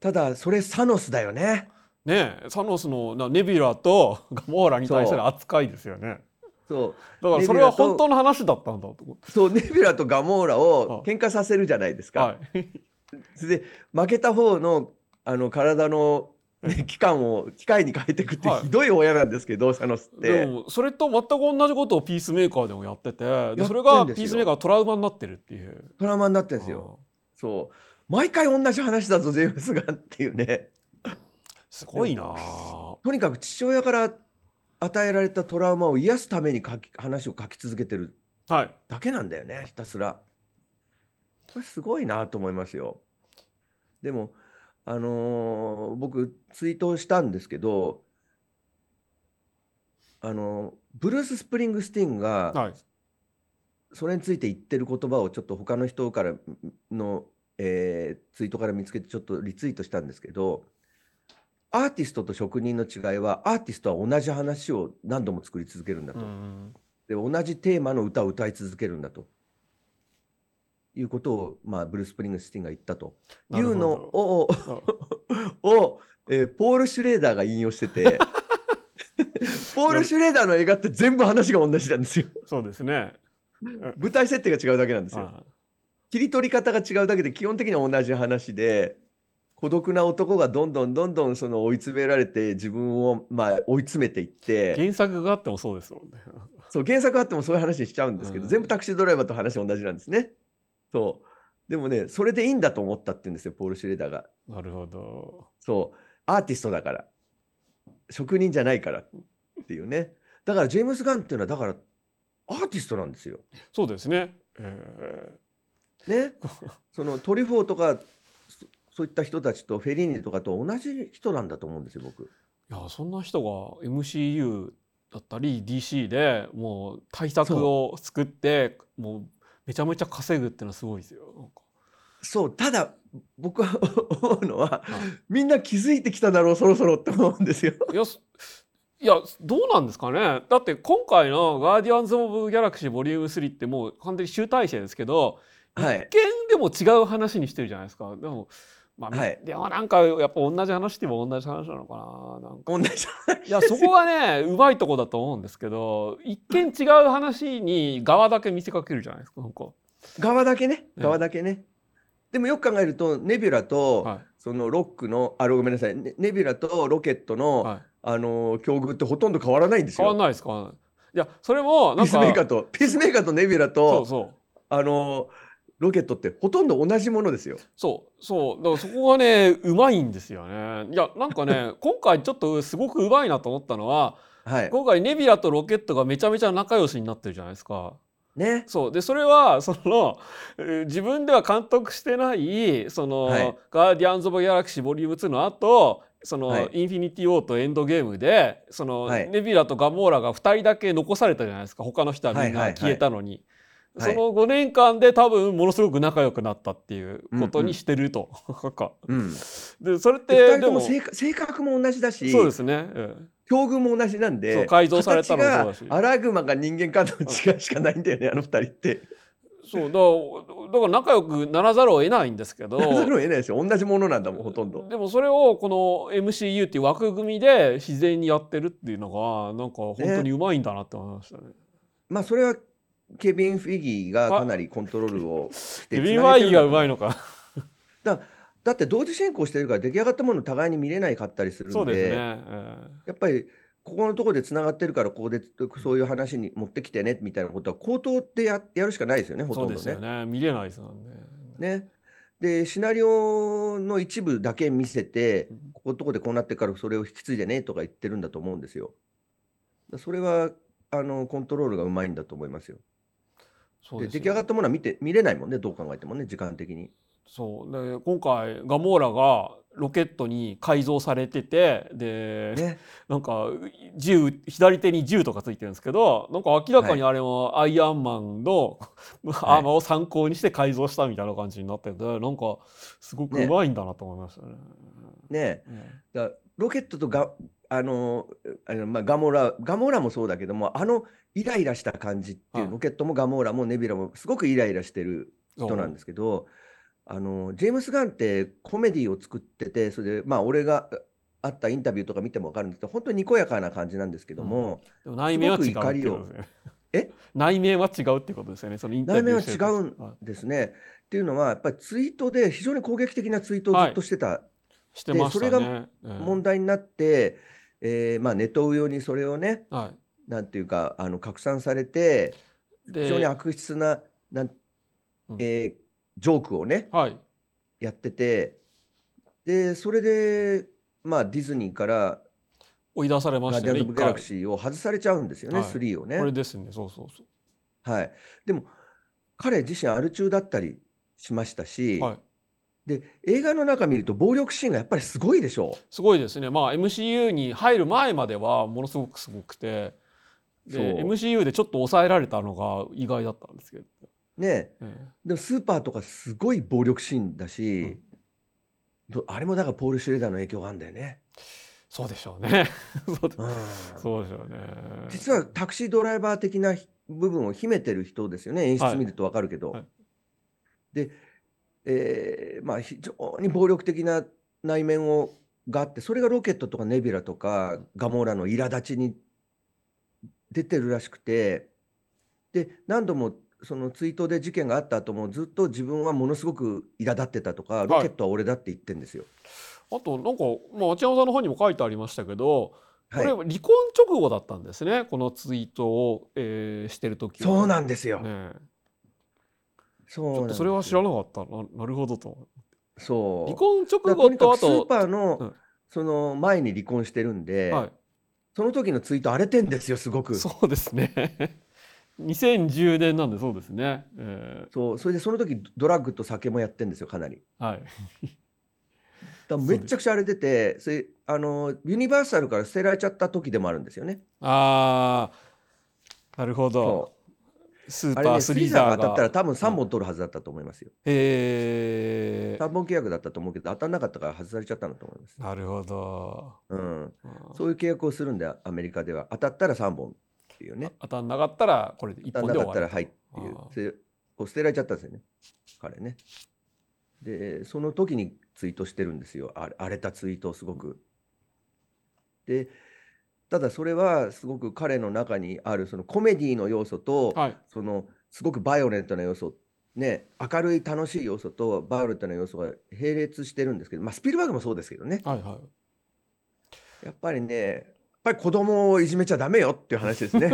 S2: ただ、それサノスだよね。
S1: い。ねえ、サノスのなネビュラと ガモーラに対する扱いですよね。
S2: そう。
S1: だからそれは本当の話だったんだと思っ
S2: そう、ネビュラとガモーラ
S1: は
S2: を
S1: い
S2: 喧嘩させるじゃないです
S1: て。
S2: か。
S1: はい。
S2: そ れで、負けた方の、あの、体の、ね、器官を機械に変えていくって
S1: はい
S2: ひどい親なんですけど、サノスっ
S1: で
S2: て。
S1: もそれと全く同じことをピースメーカーでもやってて
S2: てん
S1: でそれが
S2: です
S1: ピ
S2: よ
S1: ースメーカーのトラウマになってるっていう。
S2: トラウマになってるんですよ。そう。毎回同じ話だぞ、ジェームスがっていう ね。
S1: あーすごいなあ
S2: とにかく父親から与えられたトラウマを癒すために書き話を書き続けてる
S1: はい。
S2: だけなんだよね、ひたすら。これすごいなと思いますよ。でも、あのー僕、ツイートをしたんですけど、あのーブルース・スプリングスティンが、
S1: はい。
S2: それについて言ってる言葉をちょっと他の人からの、えーツイートから見つけてちょっとリツイートしたんですけど、アーティストと職人の違いは、アーティストは同じ話を何度も作り続けるんだ
S1: う
S2: と。
S1: ん。
S2: で同じテーマの歌を歌い続けるんだということを、まあ、ブルース・スプリングスティンが言ったとい
S1: なるほ
S2: う
S1: ど
S2: のを
S1: なる
S2: をを、えーポール・シュレーダーが引用し ててポール・シュレーダーの映画って全部話が同じなんですよ
S1: そうですね。
S2: 舞台設定が違うだけなんですよ
S1: はい
S2: 切り取り方が違うだけで基本的には同じ話で孤独な男がどんどんどんどんその追い詰められて自分をまあ追い詰めていって
S1: 原作があってもそうですもんね。
S2: そう原作あってもそういう話にしちゃうんですけど、
S1: うん
S2: 全部タクシードライバーと話同じなんですね。そうでもねそれでいいんだと思ったって言うんですよポール・シュレーダーが。
S1: なるほど。
S2: そうアーティストだから職人じゃないからっていうねだからジェームス・ガンっていうのはだからアーティストなんですよ。
S1: そうですね。え
S2: ねそのトリフォーとかそそういった人たちとフェリーニとかと同じ人なんだと思うんですよ僕。
S1: ーいやそんな人が MCU だったり DC でもう対策を作ってもうめちゃめちゃ稼ぐってのはすごいですよ。なんか
S2: そうただ僕は思うのは
S1: は
S2: みんな気づいてきただろうそろそろって思うんですよ。
S1: いや、すいやどうなんですかね。だって今回の「ガーディアンズ・オブ・ギャラクシー」ボリューム3ってもう完全に集大成ですけど、
S2: はい
S1: 一見でも違う話にしてるじゃないですか。でも、まあ、
S2: はい
S1: でもなんかやっぱ同じ話って言えば同じ話なのかな。なんか
S2: 同じ
S1: いやそこがね うまいとこだと思うんですけど、一見違う話に側だけ見せかけるじゃないですか。なんか
S2: 側だけね
S1: うん
S2: 側だけね、でもよく考えるとネビュラと、
S1: は
S2: そのロックのあごめんなさいネネビュラとロケットの、
S1: い、はい、
S2: あのー境遇ってほとんど変わらないんです
S1: 変わん
S2: よ
S1: ないです変わんない。いやそれも
S2: ピ
S1: な
S2: ー
S1: ん
S2: スメーカ
S1: か
S2: ーとピースメーカーとネビュラ
S1: そ
S2: と
S1: うそう。
S2: あのーロケットってほとんど同じものですよ
S1: そうそうだからそこがねうまいんですよねいやなんかね今回ちょっとすごくうまいなと思ったのは
S2: はい
S1: 今回ネビラとロケットがめちゃめちゃ仲良しになってるじゃないですか。
S2: ね
S1: そうでそれはそのえー自分では監督してないその、
S2: はい
S1: ガーディアンズ・オブ・ギャラクシーボリューム2の後その、
S2: はい
S1: インフィニティ・ウォーとエンドゲームでその、
S2: はい
S1: ネビラとガモーラが2人だけ残されたじゃないですか他の人はみん
S2: はいはいは
S1: ない消えたのに、
S2: はい
S1: その5年間で多分ものすごく仲良くなったっていうことにしてると、なんか
S2: うん
S1: でそれっ
S2: 2
S1: て
S2: 人
S1: で
S2: と
S1: も
S2: も性格性格も同じだし
S1: そうですね、うん
S2: 境遇も同じなんで
S1: そう改造されたのもそうだし
S2: 形がアラグマか人間かの違いしかないんだよねあの2人って
S1: そうだからだから仲良くならざるを得ないんです けど
S2: なざるを得ないですよ同じものなんだもんほとんど
S1: でもそれをこの MCU っていう枠組みで自然にやってるっていうのがなんか本当にうまいんだなって思いましたね。
S2: まあそれはケビン・フィギーがかなりコントロールをして
S1: デビン・ファイギーがうま
S2: い
S1: いのか。
S2: だって同時進行してるから出来上がったもの互いに見れないかったりするんで
S1: そうですね。え
S2: やっぱりここのところでつながってるからここでそういう話に持ってきてねみたいなことは口頭でややるしかないですよね
S1: え
S2: ほ
S1: そう
S2: と
S1: んで
S2: ど
S1: すよ
S2: ね。
S1: ね。見れないですもんね。
S2: ねでシナリオの一部だけ見せて
S1: うん
S2: ここのところでこうなってからそれを引き継いでねとか言ってるんだと思うんですよ。だそれはあのコントロールがうまいんだと思いますよ。
S1: そう
S2: で
S1: です
S2: 出来上が
S1: よ
S2: ったものは見て見れないもんね、どう考えてもね、時間的に。
S1: そうで今回ガモーラがロケットに改造されててで、
S2: ね、
S1: なんか銃左手に銃とかついてるんですけどなんか明らかにあれはアイアンマン のアーマーを参考にして改造したみたいな感じになっててなんかすごく
S2: ね
S1: うまいんだなと思いましたね。
S2: ね
S1: うん
S2: だからロケットとガあのあの、まあ、ガモラ、ガモラもそうだけども、あのイライラした感じってい
S1: は
S2: う、
S1: い
S2: ロケットもガモラもネビュラもすごくイライラしてる
S1: そう
S2: 人なんですけど、あのジェームス・ガンってコメディを作ってて、それで、まあ、俺があったインタビューとか見ても分かるんですけど、本当ににこやかな感じなんですけども、
S1: でも内面は違うって
S2: すごく怒りを
S1: ことですね。
S2: え
S1: 内面は違うってことですよね。そのインタビューしてる時
S2: 内面は違うん
S1: はい
S2: ですね。っていうのは、やっぱりツイートで、非常に攻撃的なツイートをずっとしてた
S1: してましたね。
S2: それ
S1: ええ
S2: 問題になって、えーまあ、ネトウヨにそれをね、
S1: は
S2: なんていうか、あの拡散されて、
S1: い、
S2: 非
S1: で
S2: 常に悪質ななん
S1: うん、
S2: えージョークをね、
S1: はい、
S2: やってて、で、それで、まあ、ディズニーから、
S1: 追い出されま
S2: ガ
S1: し
S2: ーディ
S1: たね。
S2: アンズ・オブ・
S1: 一
S2: ギャ
S1: 回
S2: ラクシーを外されちゃうんですよね、
S1: はい
S2: 3をね
S1: こ。れですね。そうそうそ
S2: はい、でも、彼自身、アル中だったりしましたし、
S1: う。はい。
S2: で映画の中見ると、暴力シーンがやっぱりすごいでしょ
S1: すごいですね。まあ MCU に入る前まではものすごくすごくて、で
S2: そう
S1: MCU でちょっと抑えられたのが意外だったんですけど。
S2: ねえ
S1: え
S2: でもスーパーとかすごい暴力シーンだし、
S1: うん
S2: どあれもだからポール・シュレーダーの影響があるんだよね。
S1: えそうでしょうね。 そうで
S2: うん
S1: そうでしょうね。
S2: 実はタクシードライバー的なひ部分を秘めてる人ですよね演
S1: はい
S2: 出見るとわかるけど。
S1: はい
S2: で、えーまあ、非常に暴力的な内面をがあってそれがロケットとかネビュラとかガモーラの苛立ちに出てるらしくてで何度もその追悼で事件があった後もずっと自分はものすごく苛立ってたとかロケットは俺だって言ってるんですよ。
S1: あとなんかまあ町山さんの方にも書いてありましたけど、
S2: はい、
S1: これ離婚直後だったんですね。このツイートを、えーしてる時は
S2: そうなんですよ。
S1: ねえ。
S2: そ
S1: ち
S2: うなん
S1: ょっ
S2: で
S1: と
S2: す
S1: それは知ら
S2: よ
S1: なかったな。なるほどと。
S2: そう
S1: 離婚直
S2: だからと
S1: 後
S2: にか
S1: と
S2: く
S1: あ
S2: スー
S1: と、
S2: パーの、
S1: うん
S2: その前に離婚してるんで、
S1: はい。
S2: その時のツイート荒れてんですよすごく。
S1: そうですね。2010年なんでそうですね。え
S2: そうそれでその時ドラッグと酒もやってんですよかなり。
S1: ーはい。
S2: だから
S1: そうで
S2: め
S1: す
S2: ちゃくちゃ荒れててそれあのユニバーサルから捨てられちゃった時でもあるんですよね。
S1: ああ、なるほど
S2: そ。
S1: スー
S2: あれ
S1: パー
S2: ね
S1: ス
S2: ス
S1: リ
S2: リ
S1: ー
S2: ー
S1: ザ
S2: ザ
S1: ー
S2: ー
S1: が
S2: が当たったら多分
S1: う
S2: 3
S1: ん
S2: 本取るはずだったと思いますよ。
S1: えー
S2: 3本契約だったと思うけど当たんなかったから外されちゃったんだと思います。
S1: なるほど。
S2: うん、
S1: うん
S2: そういう契約をするんでアメリカでは当たったら3本っていうね。
S1: 当たんなかったらこれで一
S2: 当た
S1: 本
S2: んな
S1: で終
S2: かっ
S1: わ
S2: たら
S1: る。
S2: はいっていう
S1: ああ
S2: それこう捨てられちゃったんですよね彼ねでその時にツイートしてるんですよあれ荒れたツイートをすごくでただそれはすごく彼の中にあるそのコメディの要素と
S1: はい。
S2: そのすごくバイオレントな要素ね明るい楽しい要素とバイオレントな要素が並列してるんですけどまあスピルバーグもそうですけどね
S1: はいはい。
S2: やっぱりねやっぱり子供をいじめちゃダメよっていう話ですね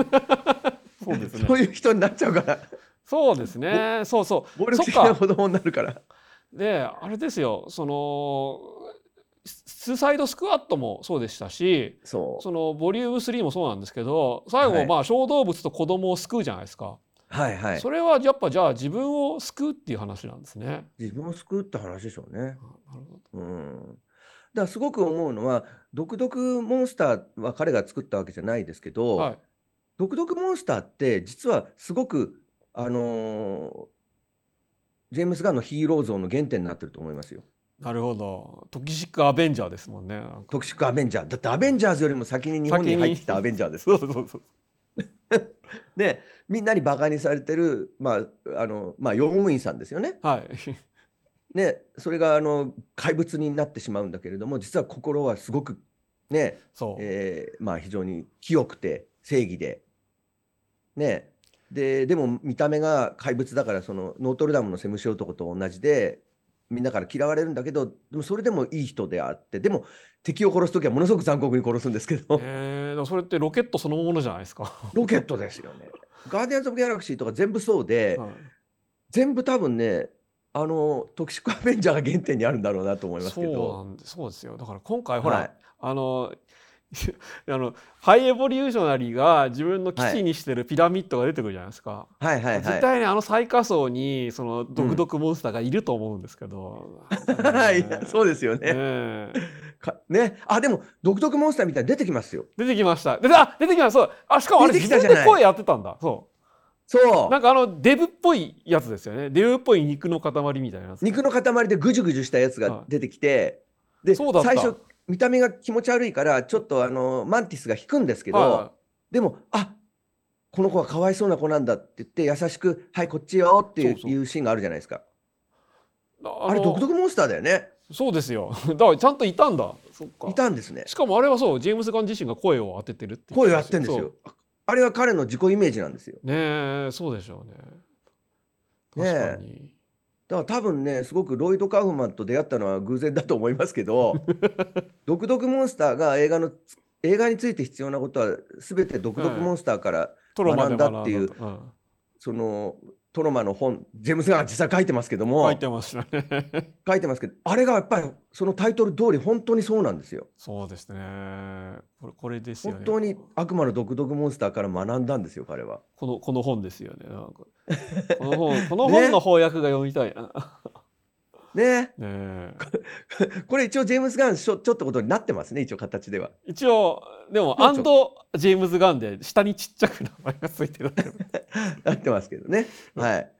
S1: そうです
S2: そう
S1: ね。
S2: いう人になっちゃうから
S1: そうですね。そうそう。
S2: 暴力的
S1: そっ
S2: な
S1: か
S2: 子供になるから。
S1: であれですよそのススーサイドスクワットもそうでしたし
S2: そう。
S1: そのボリューム3もそうなんですけど最後
S2: はい
S1: まあ小動物と子供を救うじゃないですか、
S2: はいはい。
S1: それはやっぱじゃあ自分を救うっていう話なんですね。
S2: 自分を救うって話でしょうね。
S1: あなるほど
S2: うん。だからすごく思うのは、ドクドクモンスターは彼が作ったわけじゃないですけど、
S1: はい、
S2: ドクドクモンスターって実はすごく、あのージェームス・ガンのヒーロー像の原点になってると思いますよ。
S1: なるほどトキシックアベンジャーですもんね。なんか
S2: トキシック・アベンジャー。だってアベンジャーズよりも先に日本に入ってきたアベンジャーです。
S1: そうそうそうそう
S2: で、みんなにバカにされてる、まあ、あの、まあ、用務員さんですよね。
S1: はい、
S2: ね、それがあの怪物になってしまうんだけれども実は心はすごくね、
S1: そう、
S2: えーまあ非常に清くて正義でねででも見た目が怪物だからそのノートルダムのセムシ男と同じでみんなから嫌われるんだけどでもそれでもいい人であってでも敵を殺す時はものすごく残酷に殺すんですけど
S1: えー、でもそれってロケットそのものじゃないですか。は
S2: ロケットですよね。ガーディアンズ・オブ・ギャラクシーとか全部そうで、
S1: い
S2: 全部多分ねあのトキシック・アベンジャーが原点にあるんだろうなと思いますけ
S1: そう
S2: ど。
S1: なんでそうですよだから今回ほら、
S2: はい
S1: あの あのハイエボリューショナリーが自分の基地にしてるピラミッドが出てくるじゃないですか、
S2: はいはい
S1: 絶
S2: は
S1: 対ねあの最下層にその毒毒モンスターがいると思うんですけど、
S2: い。いやそうですよね。
S1: ええ
S2: かね。あ、でも、独特モンスターみたいなの出てきますよ。
S1: 出てきましたであ出てきましたそうあしかもあれ
S2: 出て
S1: 自
S2: きた
S1: 分
S2: じゃない
S1: で声やってたんだそ
S2: そう
S1: うなんかあのデブっぽいやつですよねデブっぽい肉の塊みたいなやつ
S2: 肉の塊でぐじゅぐじゅしたやつが出てきて、で
S1: そうだった
S2: 最初見た目が気持ち悪いからちょっとあのマンティスが引くんですけど、
S1: は
S2: でもあこの子はかわいそうな子なんだって言って優しく「はいこっちよ」っていう
S1: そうそう
S2: いうシーンがあるじゃないですか
S1: いあ
S2: あ
S1: あ
S2: れ
S1: れ
S2: 独特モンスターだよね
S1: そうですよ だからちゃんといたんだそっか
S2: いたんですね
S1: しかもあれはそうジェームス・ガン自身が声を当ててるっていう
S2: 声をやってんです
S1: そう
S2: よああれは彼の自己イメージなんですよ
S1: ねえそうでしょうね
S2: ねえ
S1: 確かに、
S2: だから多分ねすごくロイド・カウフマンと出会ったのは偶然だと思いますけど 独特モンスターが映画の映画について必要なことは全て独特モンスターから、
S1: トロマで学
S2: 学んだっていうん
S1: だとん
S2: そのトロマの本ジェームス・ガンが実際書いてますけども
S1: 書いてましたね
S2: 書いてますけどあれがやっぱりそのタイトル通り本当にそうなんですよ。
S1: そうですねこれこれですよね
S2: 本当に悪魔の毒毒モンスターから学んだんですよ彼は。
S1: このこの本ですよねなんかこの本この本の翻訳が読みたいな、
S2: ね
S1: ねえ
S2: これ一応ジェームス・ガンしょちょっとことになってますね一応形では。
S1: 一応でも「アンドジェームズ・ガン」で下にちっちゃく名前がついてるだけど
S2: なってますけどね。はい。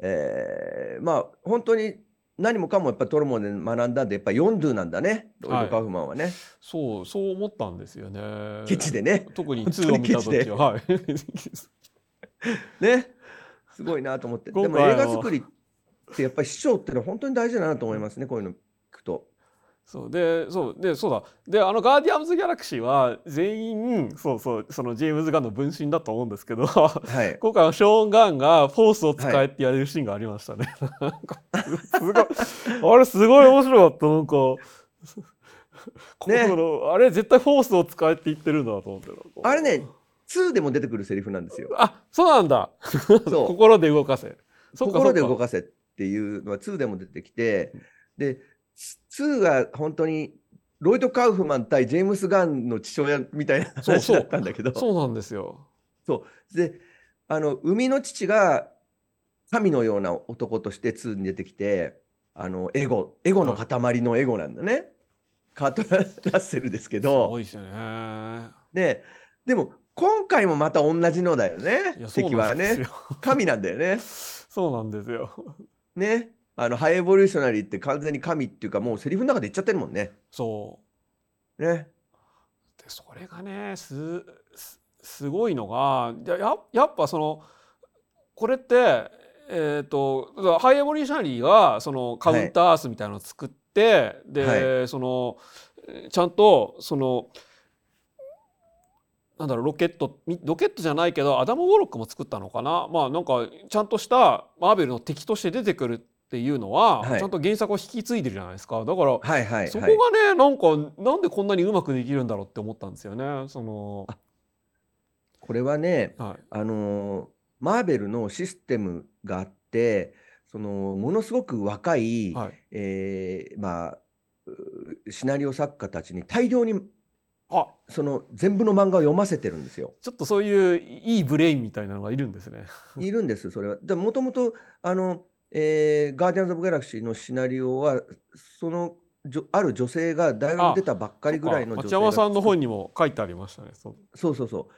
S2: えー、まあ本当に何もかもやっぱトロマで学んだんでやっぱ4ドゥなんだねロイ
S1: は
S2: ド・
S1: い
S2: カウフマンはね。
S1: そうそう思ったんですよね
S2: ケチでね。
S1: 特に2を見た時ははい
S2: ね。すごいなと思って。
S1: 今
S2: で
S1: 回
S2: も
S1: は
S2: 映画作りってやっぱり師匠ってのは本当に大事だなと思いますね、こういうの聞くと。
S1: そうでそうでそうだであの「ガーディアンズ・ギャラクシー」は全員そうそうそのジェームズ・ガンの分身だと思うんですけど
S2: はい。
S1: 今回はショーン・ガンがフォースを使えって言われるシーンがありましたね。なんかすごいあれすごい面白かったなんか。こ
S2: ね
S1: のあれ絶対フォースを使えって言ってるんだと思ってなんか
S2: あれね、2でも出てくるセリフなんですよ。
S1: あそうなんだ
S2: そ
S1: 心で動かせ
S2: う。心で動
S1: か
S2: かせっていうのは2でも出てきて、で、2が本当にロイド・カウフマン対ジェームス・ガンの父親みたいな
S1: そう
S2: 話
S1: そう
S2: だったんだけど、
S1: そうなんですよ
S2: で、あの、生みの父が神のような男として2に出てきて、あの、エゴ、エゴの塊のエゴなんだね。カートララッセルですけど、
S1: 多いですよねいや
S2: で、でも今回もまた同じのだよね。
S1: そう
S2: 敵
S1: な
S2: は
S1: んです
S2: ね。
S1: よ
S2: 神なんだよね。
S1: そうなんですよ
S2: ね。あの、ハイエボリューショナリーって完全に神っていうかもうセリフの中で言っちゃってるもんね。
S1: そう
S2: ね。
S1: でそれがねすすすごいのがやややっぱそのこれって、えー、とだからハイエボリューショナリーがそのカウンターアースみたいなのを作って、で、そのえーちゃんとそのなんだろうロケットみロケットじゃないけどアダム・ウォロックも作ったのかなまあなんかちゃんとしたマーベルの敵として出てくるっていうのは、
S2: はい
S1: ちゃんと原作を引き継いでるじゃないですかだから
S2: はいはいはい。
S1: そこがねなんかなんでこんなにうまくできるんだろうって思ったんですよね。その
S2: これはね、
S1: はい
S2: あのーマーベルのシステムがあって、そのものすごく若い、
S1: はい
S2: えーまあうシナリオ作家たちに大量に
S1: あ
S2: その全部の漫画を読ませてるんですよ。
S1: ちょっとそういういいブレインみたいなのがいるんですね。
S2: いるんです、それは。でもともと、あの、えーガーディアンズ・オブ・ギャラクシーのシナリオは、その、じょある女性が大
S1: あ
S2: 学出たばっかりぐらいの
S1: あ
S2: 女
S1: 町
S2: 性が
S1: 山さんの本にも書いてありましたね。そう
S2: そうそうそ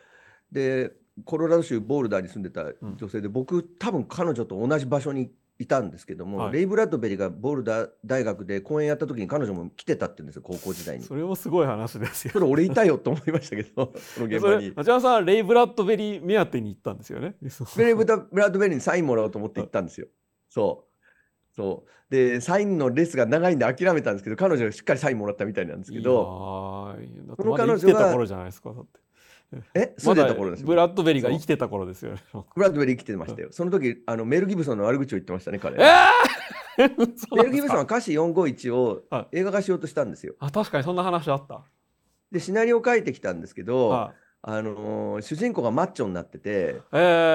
S2: う。で、コロラド州ボールダーに住んでた女性で、僕、多分彼女と同じ場所にいたんですけども、
S1: はい
S2: レイ・ブラッドベリーがボールダー大学で講演やった時に彼女も来てたって言うんですよ、高校時代に。
S1: それもすごい話ですよ
S2: そ。れ俺いたよと思いましたけ ど、その現
S1: そ
S2: 場
S1: れ
S2: に。
S1: 町山さんはレイ・ブラッドベリー目当てに行ったんですよね。そう
S2: レイブラブラッドベリーにサインもらおうと思って行ったんですよ。そう。そう。で、サインのレスが長いんで諦めたんですけど、彼女がしっかりサインもらったみたいなんですけど、
S1: いいなあだって
S2: その
S1: まだ
S2: 彼女
S1: 生きてた
S2: が
S1: 頃じゃないですか。だって
S2: え、住
S1: ま
S2: んで
S1: だ
S2: た頃ですよ。
S1: ブ
S2: ブラ
S1: ラッドベリーが生きてた頃ですよね。
S2: ッドベリー生きてましたよ。その時、あのメル・ギブソンの悪口を言ってましたね、彼。
S1: え
S2: メ
S1: えーそうなん
S2: ル・
S1: で
S2: ギ
S1: す
S2: ブソンは
S1: か
S2: 歌詞451を
S1: は
S2: 映画化しようとしたんですよ。
S1: あ確かにそんな話あった。
S2: で、シナリオ書いてきたんですけど、
S1: はい
S2: あのー主人公がマッチョになってて、
S1: えー、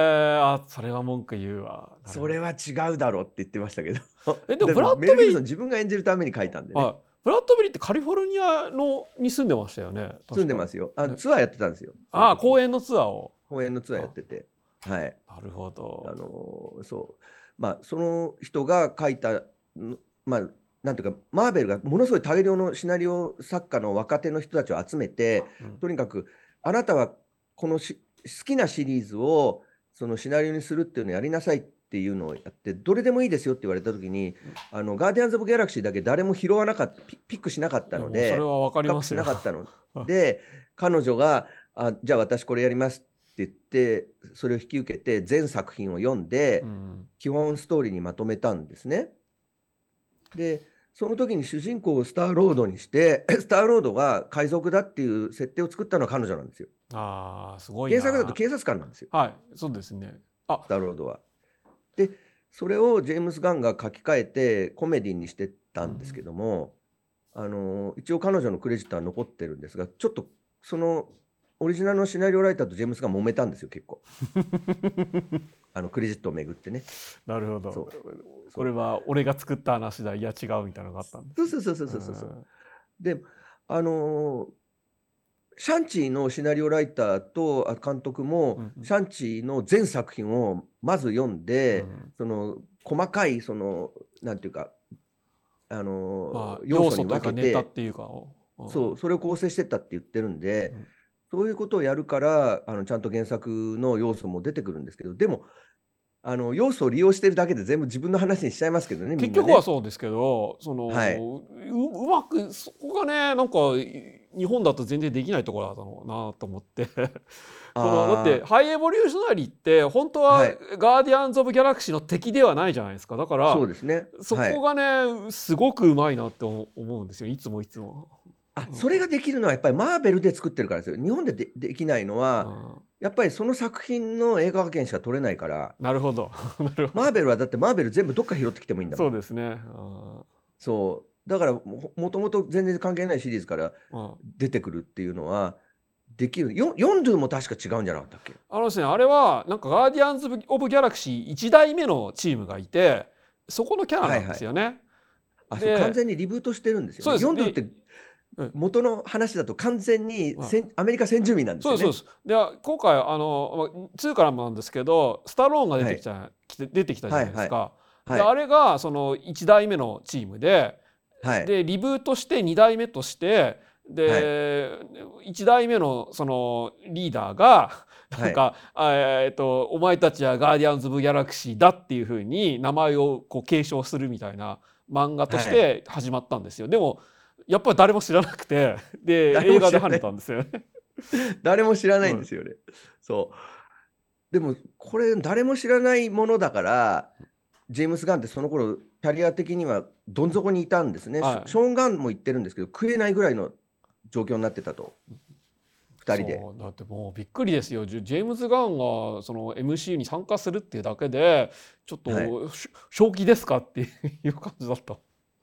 S1: あそれは文句言うわ。なるほど
S2: それは違うだろうって言ってましたけど。
S1: えでもブラッドベリー
S2: メル・ギブソン自分が演じるために書いたんでね。
S1: はい、ブラッドベリーってカリフォルニアのに住んでましたよね。。
S2: 住んでますすよ。あ
S1: ね
S2: ツアーやってたんですよ。
S1: ああ、
S2: 公
S1: 公園のツアーを。
S2: 演のツアーやってて。はい。
S1: なるほ
S2: あ
S1: ど。
S2: のーそうまあその人が書いたのまあなんていうかマーベルがものすごい大量のシナリオ作家の若手の人たちを集めて
S1: うん
S2: とにかくあなたはこのし好きなシリーズをそのシナリオにするっていうのをやりなさいっていうのをやってどれでもいいですよって言われた時に「あのガーディアンズ・オブ・ギャラクシー」だけ誰も拾わなかったピピックしなかったの
S1: もう
S2: で。
S1: それはわかり
S2: カッ
S1: ま
S2: プし
S1: す
S2: な
S1: よ。
S2: かったので彼女があ「じゃあ私これやります」って言ってそれを引き受けて全作品を読んで、
S1: うん
S2: 基本ストーリーにまとめたんですね。でその時に主人公をスターロードにして スターロードが海賊だっていう設定を作ったのは彼女なんですよ。
S1: ああ、すごいな。
S2: 原作だと警察官なんですよ
S1: はい、そうですね。あ
S2: ス、ターロードは。でそれをジェームス・ガンが書き換えてコメディにしてたんですけども、あの一応彼女のクレジットは残ってるんですがちょっとそのオリジナルのシナリオライターとジェームス・ガン揉めたんですよ結 構あのクレジットをめぐってね。
S1: なるほど。
S2: そ
S1: こ
S2: う
S1: それは俺が作った話だ。いや違うみたいなのがあったんで
S2: そうそうそうそう
S1: す。
S2: そうそうそう。
S1: ん
S2: であのーシャンチーのシナリオライターとあ監督も、
S1: うんうん
S2: シャンチーの全作品をまず読んで、
S1: うん
S2: その細かいそのなんていうかあのー、
S1: まあ、要
S2: 要素
S1: 素
S2: に
S1: という
S2: 分
S1: か
S2: け
S1: ネ
S2: て
S1: タっていうかを。ん
S2: そうそれを構成してったって言ってるんで、
S1: うん
S2: そういうことをやるからあのちゃんと原作の要素も出てくるんですけどでもあの要素を利用してるだけで全部自分の話にしちゃいますけどねみんな
S1: 結
S2: ね
S1: 局はそうですけど、その、
S2: はいう
S1: うまくそこがねなんかい日本だと全然できないところだったのなと思って そのだ
S2: あ
S1: っ
S2: ー
S1: てハイエボリューショナリーって本当は
S2: はい
S1: ガーディアンズ・オブ・ギャラクシーの敵ではないじゃないですかだから
S2: そうですね
S1: そ
S2: はい
S1: こがね、すごくうまいなって思思うんですよいつもいつも。
S2: あそれができるのはやっぱりマーベルで作ってるからですよ。日本ででできないのは、
S1: うん
S2: やっぱりその作品の映画化権しか取れないから、
S1: なるほどなるほど
S2: マーベルはだってマーベル全部どっか拾ってきてもいいんだも
S1: そう
S2: ん。
S1: ですね。うん
S2: そうだからももともと全然関係ないシリーズから
S1: うん
S2: 出てくるっていうのはできる。よヨンドゥも確か違うんじゃなかったっけ
S1: あのですね、あれはなんかガーディアンズ・オブ・ギャラクシー1代目のチームがいてそこのキャラなんですよね。
S2: あ
S1: で
S2: そう完全にリブートしてるんです
S1: そうで
S2: よ、ね。
S1: す
S2: ヨンドゥって
S1: でうん
S2: 元の話だと完全に先、アメリカ先住民なんです
S1: そう
S2: よ
S1: で
S2: ね。
S1: すそうです。で今回あのまあ2からもなんですけどスタローンが出てきた、きて出てきたじゃないですか。
S2: はい
S1: であれがその1代目のチームで,、
S2: はい
S1: でリブートして2代目としてで、1代目のそのリーダーがなんか、あえーっと「お前たちはガーディアンズ・オブ・ギャラクシーだ」っていうふうに名前をこう継承するみたいな漫画として始まったんですよ。でもやっぱり誰も知らなくてで
S2: 誰
S1: 映
S2: も知らない
S1: 画で跳ねたんですよね。
S2: 誰も知らないんですよね。そう。でもこれ誰も知らないものだからジェームス・ガンってその頃キャリア的にはどん底にいたんですね、
S1: はい
S2: ショーン・ガンも言ってるんですけど食えないぐらいの状況になってたと2人で
S1: そうだってもうびっくりですよジェジェームズ・ガンがその MC に参加するっていうだけでちょっと、
S2: はい
S1: し正気ですかっていう感じだった、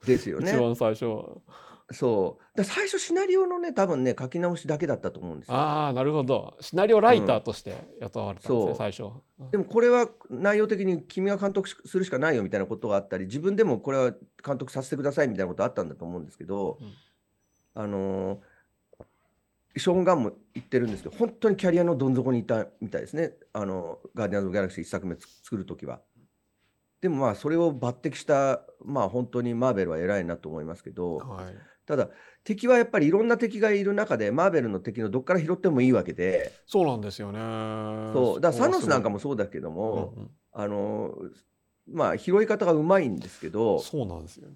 S2: ですよ
S1: 一
S2: ね
S1: 番最初は
S2: そうだ最初シナリオのね多分ね書き直しだけだったと思うんですよ
S1: ああなるほどシナリオライターとして雇われたんですね、
S2: そう
S1: 最初うん
S2: でもこれは内容的に君が監督しするしかないよみたいなことがあったり自分でもこれは監督させてくださいみたいなことあったんだと思うんですけど、
S1: うん
S2: あのーショーン・ガンも言ってるんですけど本当にキャリアのどん底にいたみたいですね「あのガーディアンズ・オブ・ギャラクシー」1作目つ作る時は。でもまあそれを抜擢したまあ本当にマーベルは偉いなと思いますけど、
S1: はい、
S2: ただ敵はやっぱりいろんな敵がいる中でマーベルの敵のどっから拾ってもいいわけで、
S1: そうなんですよね
S2: そうだからサノスなんか
S1: も
S2: もそうだけど
S1: そ,、
S2: も、
S1: うんうん
S2: あのまあ拾い方がうまいんですけど
S1: そうなんですよね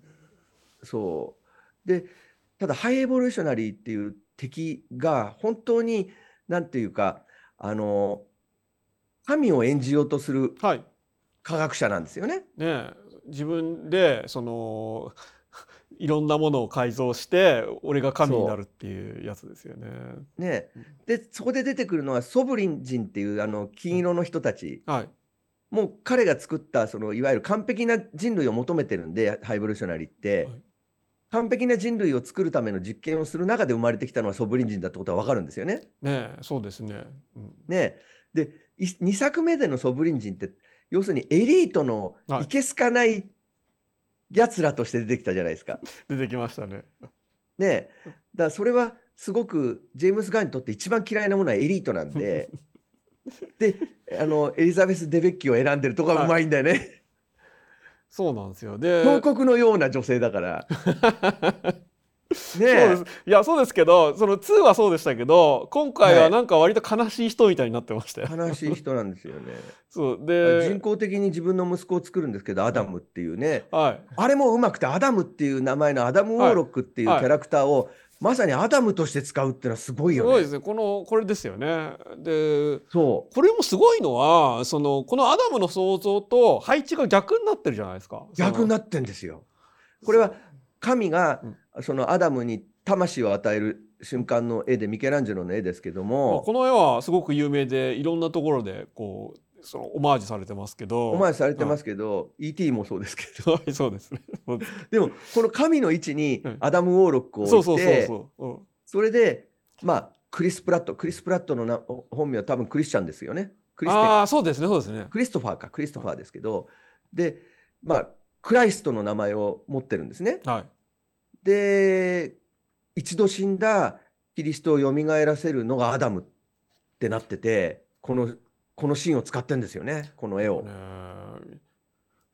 S2: そうでただハイエボリューショナリーっていう敵が本当になんていうかあの神を演じようとする
S1: はい
S2: 科学者なんですよね。
S1: ねえ自分でそのいろんなものを改造して俺が神になるっていうやつですよね
S2: ねでそこで出てくるのはソブリン人っていうあの金色の人たち
S1: はい
S2: もう彼が作ったそのいわゆる完璧な人類を求めてるんでハイエボリューショナリーって。
S1: はい
S2: 完璧な人類を作るための実験をする中で生まれてきたのはソブリン人だってことは分かるんですよね。
S1: ねえそうですね。うん
S2: ねえで2作目でのソブリン人って要するにエリートの
S1: はい
S2: いけすかないやつらとして出てきたじゃないですか。
S1: 出てきましたね。
S2: ねだからそれはすごくジェームズ・ガーにとって一番嫌いなものはエリートな んでであのエリザベス・デベッキを選んでるとこがうまいんだよね
S1: そうなんですよ。で、
S2: 彫刻のような女性だ から
S1: そうで
S2: ね
S1: すいやそうですけどその2はそうでしたけど今回はなんか割と悲しい人みたいになってましたよ。
S2: 悲しい人なんですよね
S1: そう
S2: 人
S1: で、
S2: 工的に自分の息子を作るんですけどアダムっていうね
S1: はい、
S2: あれもうまくてアダムっていう名前のアダム・ウォーロックっていうキ
S1: はい
S2: ャラクターをまさにアダムとして使うっていうのはすごい
S1: す
S2: よね。
S1: ごいですねこのこれですよね。で
S2: そう
S1: これもすごいのはそのこのアダムの想像と配置が逆になってるじゃないですか。
S2: 逆に
S1: な
S2: なってんですよ。これは神がそのアダムに魂を与える瞬間の絵でミケランジェロの絵ですけど
S1: こ
S2: も
S1: の絵はすごく有名でいろんなところでこうそのオマージュされてますけど。
S2: お前されてますけど E.T. もそうですけど
S1: はいそうですね。そうです
S2: でもこの神の位置に
S1: うん
S2: アダム・ウォーロックを
S1: そうそ
S2: 置いう
S1: そう
S2: て
S1: そう。うん
S2: それでまあクリス・プラットクリス・プラットのなお本名は多分クリスチャンですよね。クリステ
S1: ああそうですねそうですね。
S2: クリストファーかクリストファーですけど、でまあクライストの名前を持ってるんですね。
S1: はい
S2: で一度死んだキリストを蘇らせるのがアダムってなっててこのこのシーンを使ってんですよねこの絵を
S1: ね。え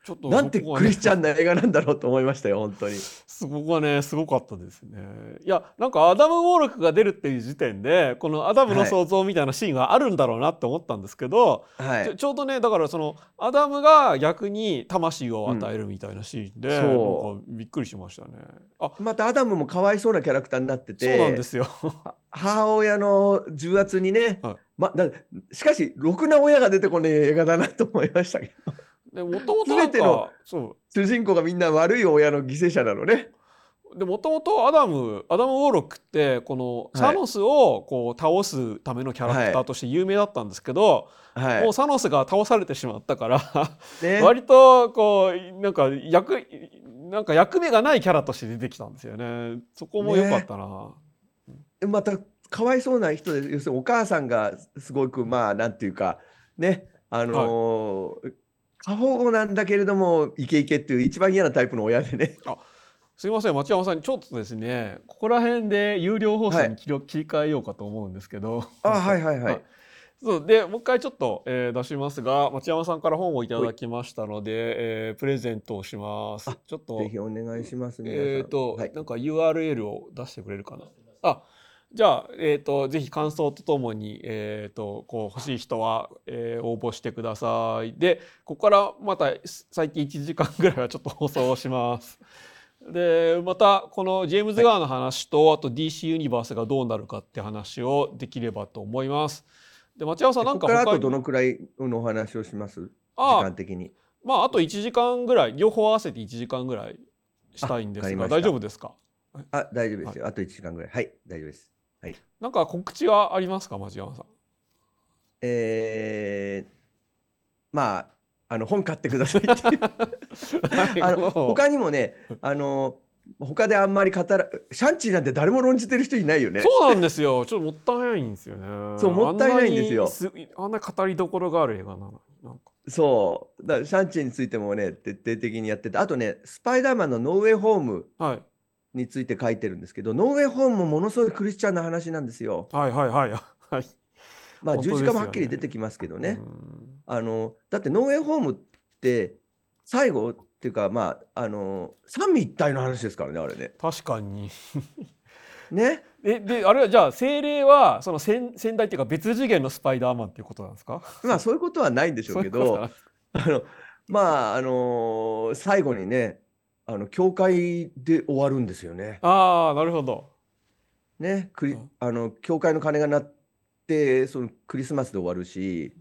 S1: ちょっと
S2: なんて
S1: そこは
S2: ク
S1: ね
S2: リスチャンな映画なんだろうと思いましたよ本当に。
S1: そこがねすごかったですね。いやなんかアダム・ウォーロックが出るっていう時点でこのアダムの
S2: はい
S1: 想像みたいなシーンがあるんだろうなって思ったんですけど、
S2: は
S1: ちょ
S2: い、
S1: ちょうどねだからそのアダムが逆に魂を与えるみたいなシーンで、
S2: うんそう
S1: なんかびっくりしましたね。あ
S2: またアダムもかわいそうなキャラクターになって
S1: そうなん
S2: て
S1: ですよ。
S2: 母親の重圧にね、
S1: はい
S2: ま、だしかしろくな親が出てこない映画だなと思いましたけど
S1: でもともとなん
S2: 全ての
S1: かそう
S2: 主人公がみんな悪い親の犠牲者なのね。
S1: でもともとアダムアダム・ウォーロックってこの
S2: は
S1: サ
S2: い
S1: ノスをこう倒すためのキャラクターとして有名だったんですけど、
S2: は
S1: もうサノスが倒されてしまったから。
S2: い。ね、
S1: 割とこうなんか役なんか役目がないキャラとして出てきたんですよね。そこも良かったな。
S2: またかわいそうな人です。要するにお母さんがすごくまあなんていうかねあのー過保護なんだけれどもイケイケっていう一番嫌なタイプの親でね。
S1: すいません町山さんにちょっとですねここら辺で有料放送
S2: は
S1: に
S2: い
S1: 切り,、切り替えようかと思うんですけど。
S2: あはいはいは
S1: はい
S2: い。
S1: そうでもう一回ちょっと、えー出しますが町山さんから本をいただきましたので、えープレゼントをします。ちょっと
S2: ぜひお願いします皆さん
S1: えっ、と、
S2: はい
S1: なんか URL を出してくれるかな。あ、じゃあえっ、とぜひ感想とともにえっ、とこう欲しい人は、えー応募してください。で、ここからまた最近1時間ぐらいはちょっと放送をします。でまたこのジェームズ・ガーの話と、あと DC ユニバースがどうなるかって話をできればと思います。で町山さんなん
S2: ここ
S1: か
S2: からあ
S1: 他
S2: と
S1: に
S2: どのくらいのお話をします時
S1: あ
S2: 間的に。
S1: まああと1時間ぐらい両方合わせて1時間ぐらいしたいんです
S2: あ
S1: が
S2: わかりました
S1: 大丈夫ですか
S2: あ大丈夫ですよ。あと1時間ぐらい。はい大丈夫です。
S1: なんか告知はありますか、町山さん。
S2: えー、まああの本買ってくださいっていう。あ
S1: はい
S2: の他にもね、あの他であんまり語らシャンチーなんて誰も論じてる人いないよね。
S1: そうなんですよ。ちょっともったいないんですよね。
S2: そうもったいないんですよ
S1: あんなにすあんな語りどころがある映画なのに。なんか
S2: そうだからシャンチーについてもね徹底的にやっててあとねスパイダーマンのノーウェイホーム
S1: はい、
S2: について書いてるんですけどノーウェイホームもものすごいクリスチャンな話なんですよ。
S1: はい、はい、はい、はい。
S2: まあ
S1: 本当
S2: 十
S1: ですよね
S2: 字架もはっきり出てきますけどね。
S1: うん
S2: あのだってノーウェイホームって最後っていうかまああの三位一体の話ですからねあれね。
S1: 確かに。
S2: ね
S1: え、で、あれはじゃあ、精霊は、その先、先代っていうか、別次元のスパイダーマンっていうことなんですか。
S2: まあそういうことはないんでしょうけ
S1: そういうこと
S2: ど
S1: なん。です
S2: あのまああのー最後にねあの教会で終わるんですよね。
S1: ああ、なるほど。
S2: ねクリ
S1: うん
S2: あの教会の鐘が鳴ってそのクリスマスで終わるし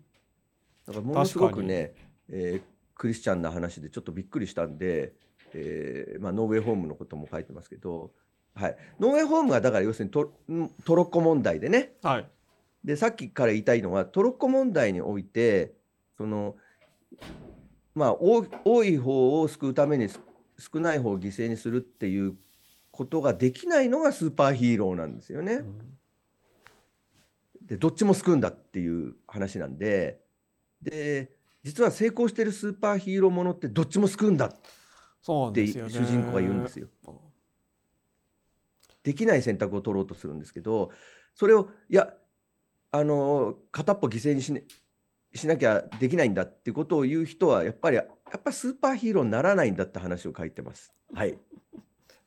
S2: だからものすごくね、えークリスチャンな話でちょっとびっくりしたんで、えーまあ、ノーウェイホームのことも書いてますけど、はい、ノーウェイホームはだから要するにトんトロッコ問題でね
S1: はい。
S2: でさっきから言いたいのはトロッコ問題においてそのまあ多多い方を救うためにす少ない方を犠牲にするっていうことができないのがスーパーヒーローなんですよ
S1: う
S2: ね。
S1: ん
S2: でどっちも救うんだっていう話なんでで実は成功してるスーパーヒーローものってどっちも救うんだっ
S1: そうなん
S2: て
S1: で
S2: 主
S1: すよね。
S2: 人公が言うんですよ。できない選択を取ろうとするんですけど、それを、いや、あの、片っぽ犠牲にし,、ね、しなきゃできないんだっていうことを言う人は、やっぱり、やっぱスーパーヒーローにならないんだって話を書いてます。はい。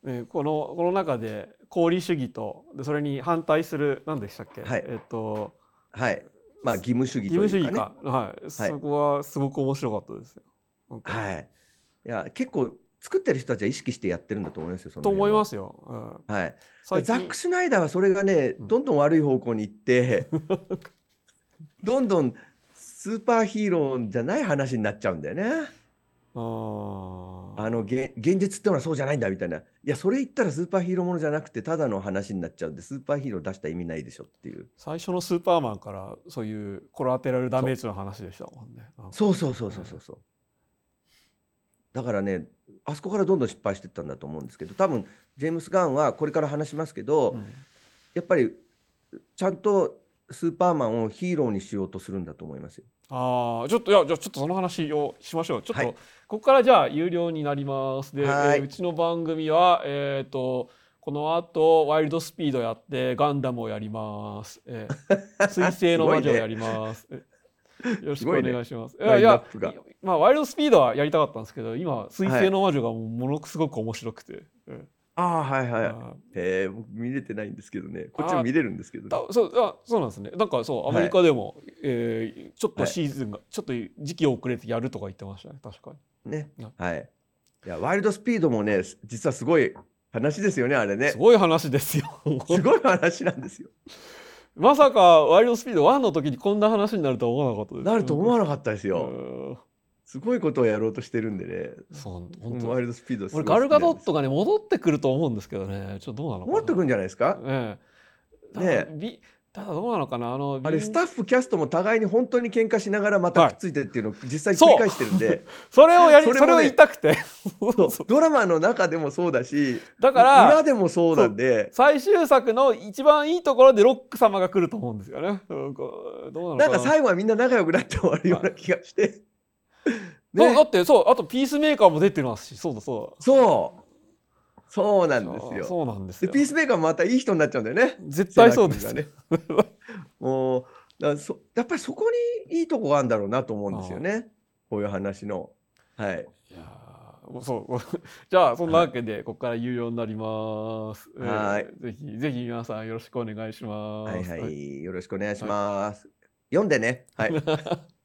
S1: えーこのこの中で功利主義とでそれに反対する何でしたっけ、
S2: はい
S1: えっと
S2: はい。まあ、義務主義
S1: 義
S2: というか、ね。
S1: 務主義か、はいそこはすごく面白かったですよ。なんか
S2: はい。いや、結構、作ってる人たちは意識してやってるんだと思いますよ。その
S1: と思い
S2: 辺は
S1: ますよ。うん、
S2: はい。
S1: 最
S2: ザ
S1: 近
S2: ック・シュナイダーはそれがね、
S1: うん
S2: どんどん悪い方向に 行って、どんどんスーパーヒーローじゃない話になっちゃうんだよね。
S1: あー
S2: あの、げ現実ってのはそうじゃないんだみたいな。いや、それ言ったらスーパーヒーローものじゃなくて、ただの話になっちゃうんで、スーパーヒーロー出した意味ないでしょっていう。
S1: 最初のスーパーマンからそういうコラテラルダメージの話でしたもんね。なんか
S2: そうそうそうそうそうそう。だからね、あそこからどんどん失敗してったんだと思うんですけど、多分ジェームス・ガンはこれから話しますけど、
S1: うん
S2: やっぱりちゃんとスーパーマンをヒーローにしようとするんだと思いますよ。
S1: ああ、ちょっと、いや、じゃあちょっとその話をしましょう。ちょっと、
S2: はい
S1: ここからじゃあ有料になります。で、え
S2: はーい
S1: ーうちの番組は、えっ、と、この後、ワイルドスピードやって、ガンダムをやります。え ー、水星の魔女をやります。えよろしくお願いします。い
S2: ごい
S1: や
S2: ねライン
S1: い
S2: ナップ
S1: や
S2: が、
S1: まあ、ワイルドスピードはやりたかったんですけど、今、水星の魔女がもうものすごく面白くて。うん
S2: ああ、はいは
S1: あ
S2: い。
S1: ー
S2: ええ僕見れてないんですけどね。こっち
S1: あー
S2: も見れるんですけどね、
S1: たそうあそうなんですね。なんかそうア
S2: はい
S1: メリカでも、えーちょっと
S2: はい
S1: シーズンが、ちょっと時期遅れてやるとか言ってましたね。確かに。
S2: ね
S1: うん。
S2: はい。いや、ワイルドスピードもね、す実はすごい話ですよね、あれね。
S1: す
S2: す
S1: ごい話ですよ。
S2: ごい話なんですよ。
S1: まさかワイルドスピード1の時にこんな話になるとは思わなかったです。
S2: なると思わなかったです
S1: う
S2: よ。
S1: ん
S2: すごいことをやろうとしてるんでね。
S1: そう本
S2: ワイ
S1: 当。
S2: ルドスピードすご
S1: 俺
S2: い好きな
S1: ガ
S2: ん
S1: ル
S2: で
S1: ガ
S2: す
S1: ドットがね戻ってくると思うんですけどね。ちょっとどうなのかな。
S2: 持ってくんじゃないですか、
S1: ええ。
S2: ね
S1: え。びただどうなのかなあの
S2: あれ
S1: ビン
S2: スタッフキャストも互いに本当に喧嘩しながらま
S1: は
S2: た
S1: い
S2: くっついてっていうのを実際
S1: そう
S2: 繰り返してるんで、
S1: それをやりそ
S2: そ
S1: れ,、
S2: れも
S1: を
S2: ね
S1: 言いたくて。 そう
S2: ドラマの中でもそうだし
S1: だから
S2: 裏でもそうなんで
S1: 最終作の一番いいところでロック様が来ると思うんですよね。なんかどうなのかな
S2: なんか最後はみんな仲良くなって終わるような気がして、
S1: そうだ
S2: ね、
S1: ってそうあとピースメーカーも出てますしそうだそう
S2: そうそう
S1: だ
S2: なんです
S1: そう
S2: よ
S1: そうなんです
S2: で
S1: よ
S2: ピースメーカーもまたいい人になっちゃうんだよね
S1: 絶対そうです
S2: セラ君がね もうだからそやっぱりそこにいいとこがあるんだろうなと思うんですよねこういう話のは
S1: い
S2: い
S1: やーもうそうじゃあそんなわけで、ここから有料になります。えー
S2: はー
S1: ぜひぜひ皆さんよろしくお願いします。
S2: はいはいよろしくお願いします、読んでねはい
S1: はい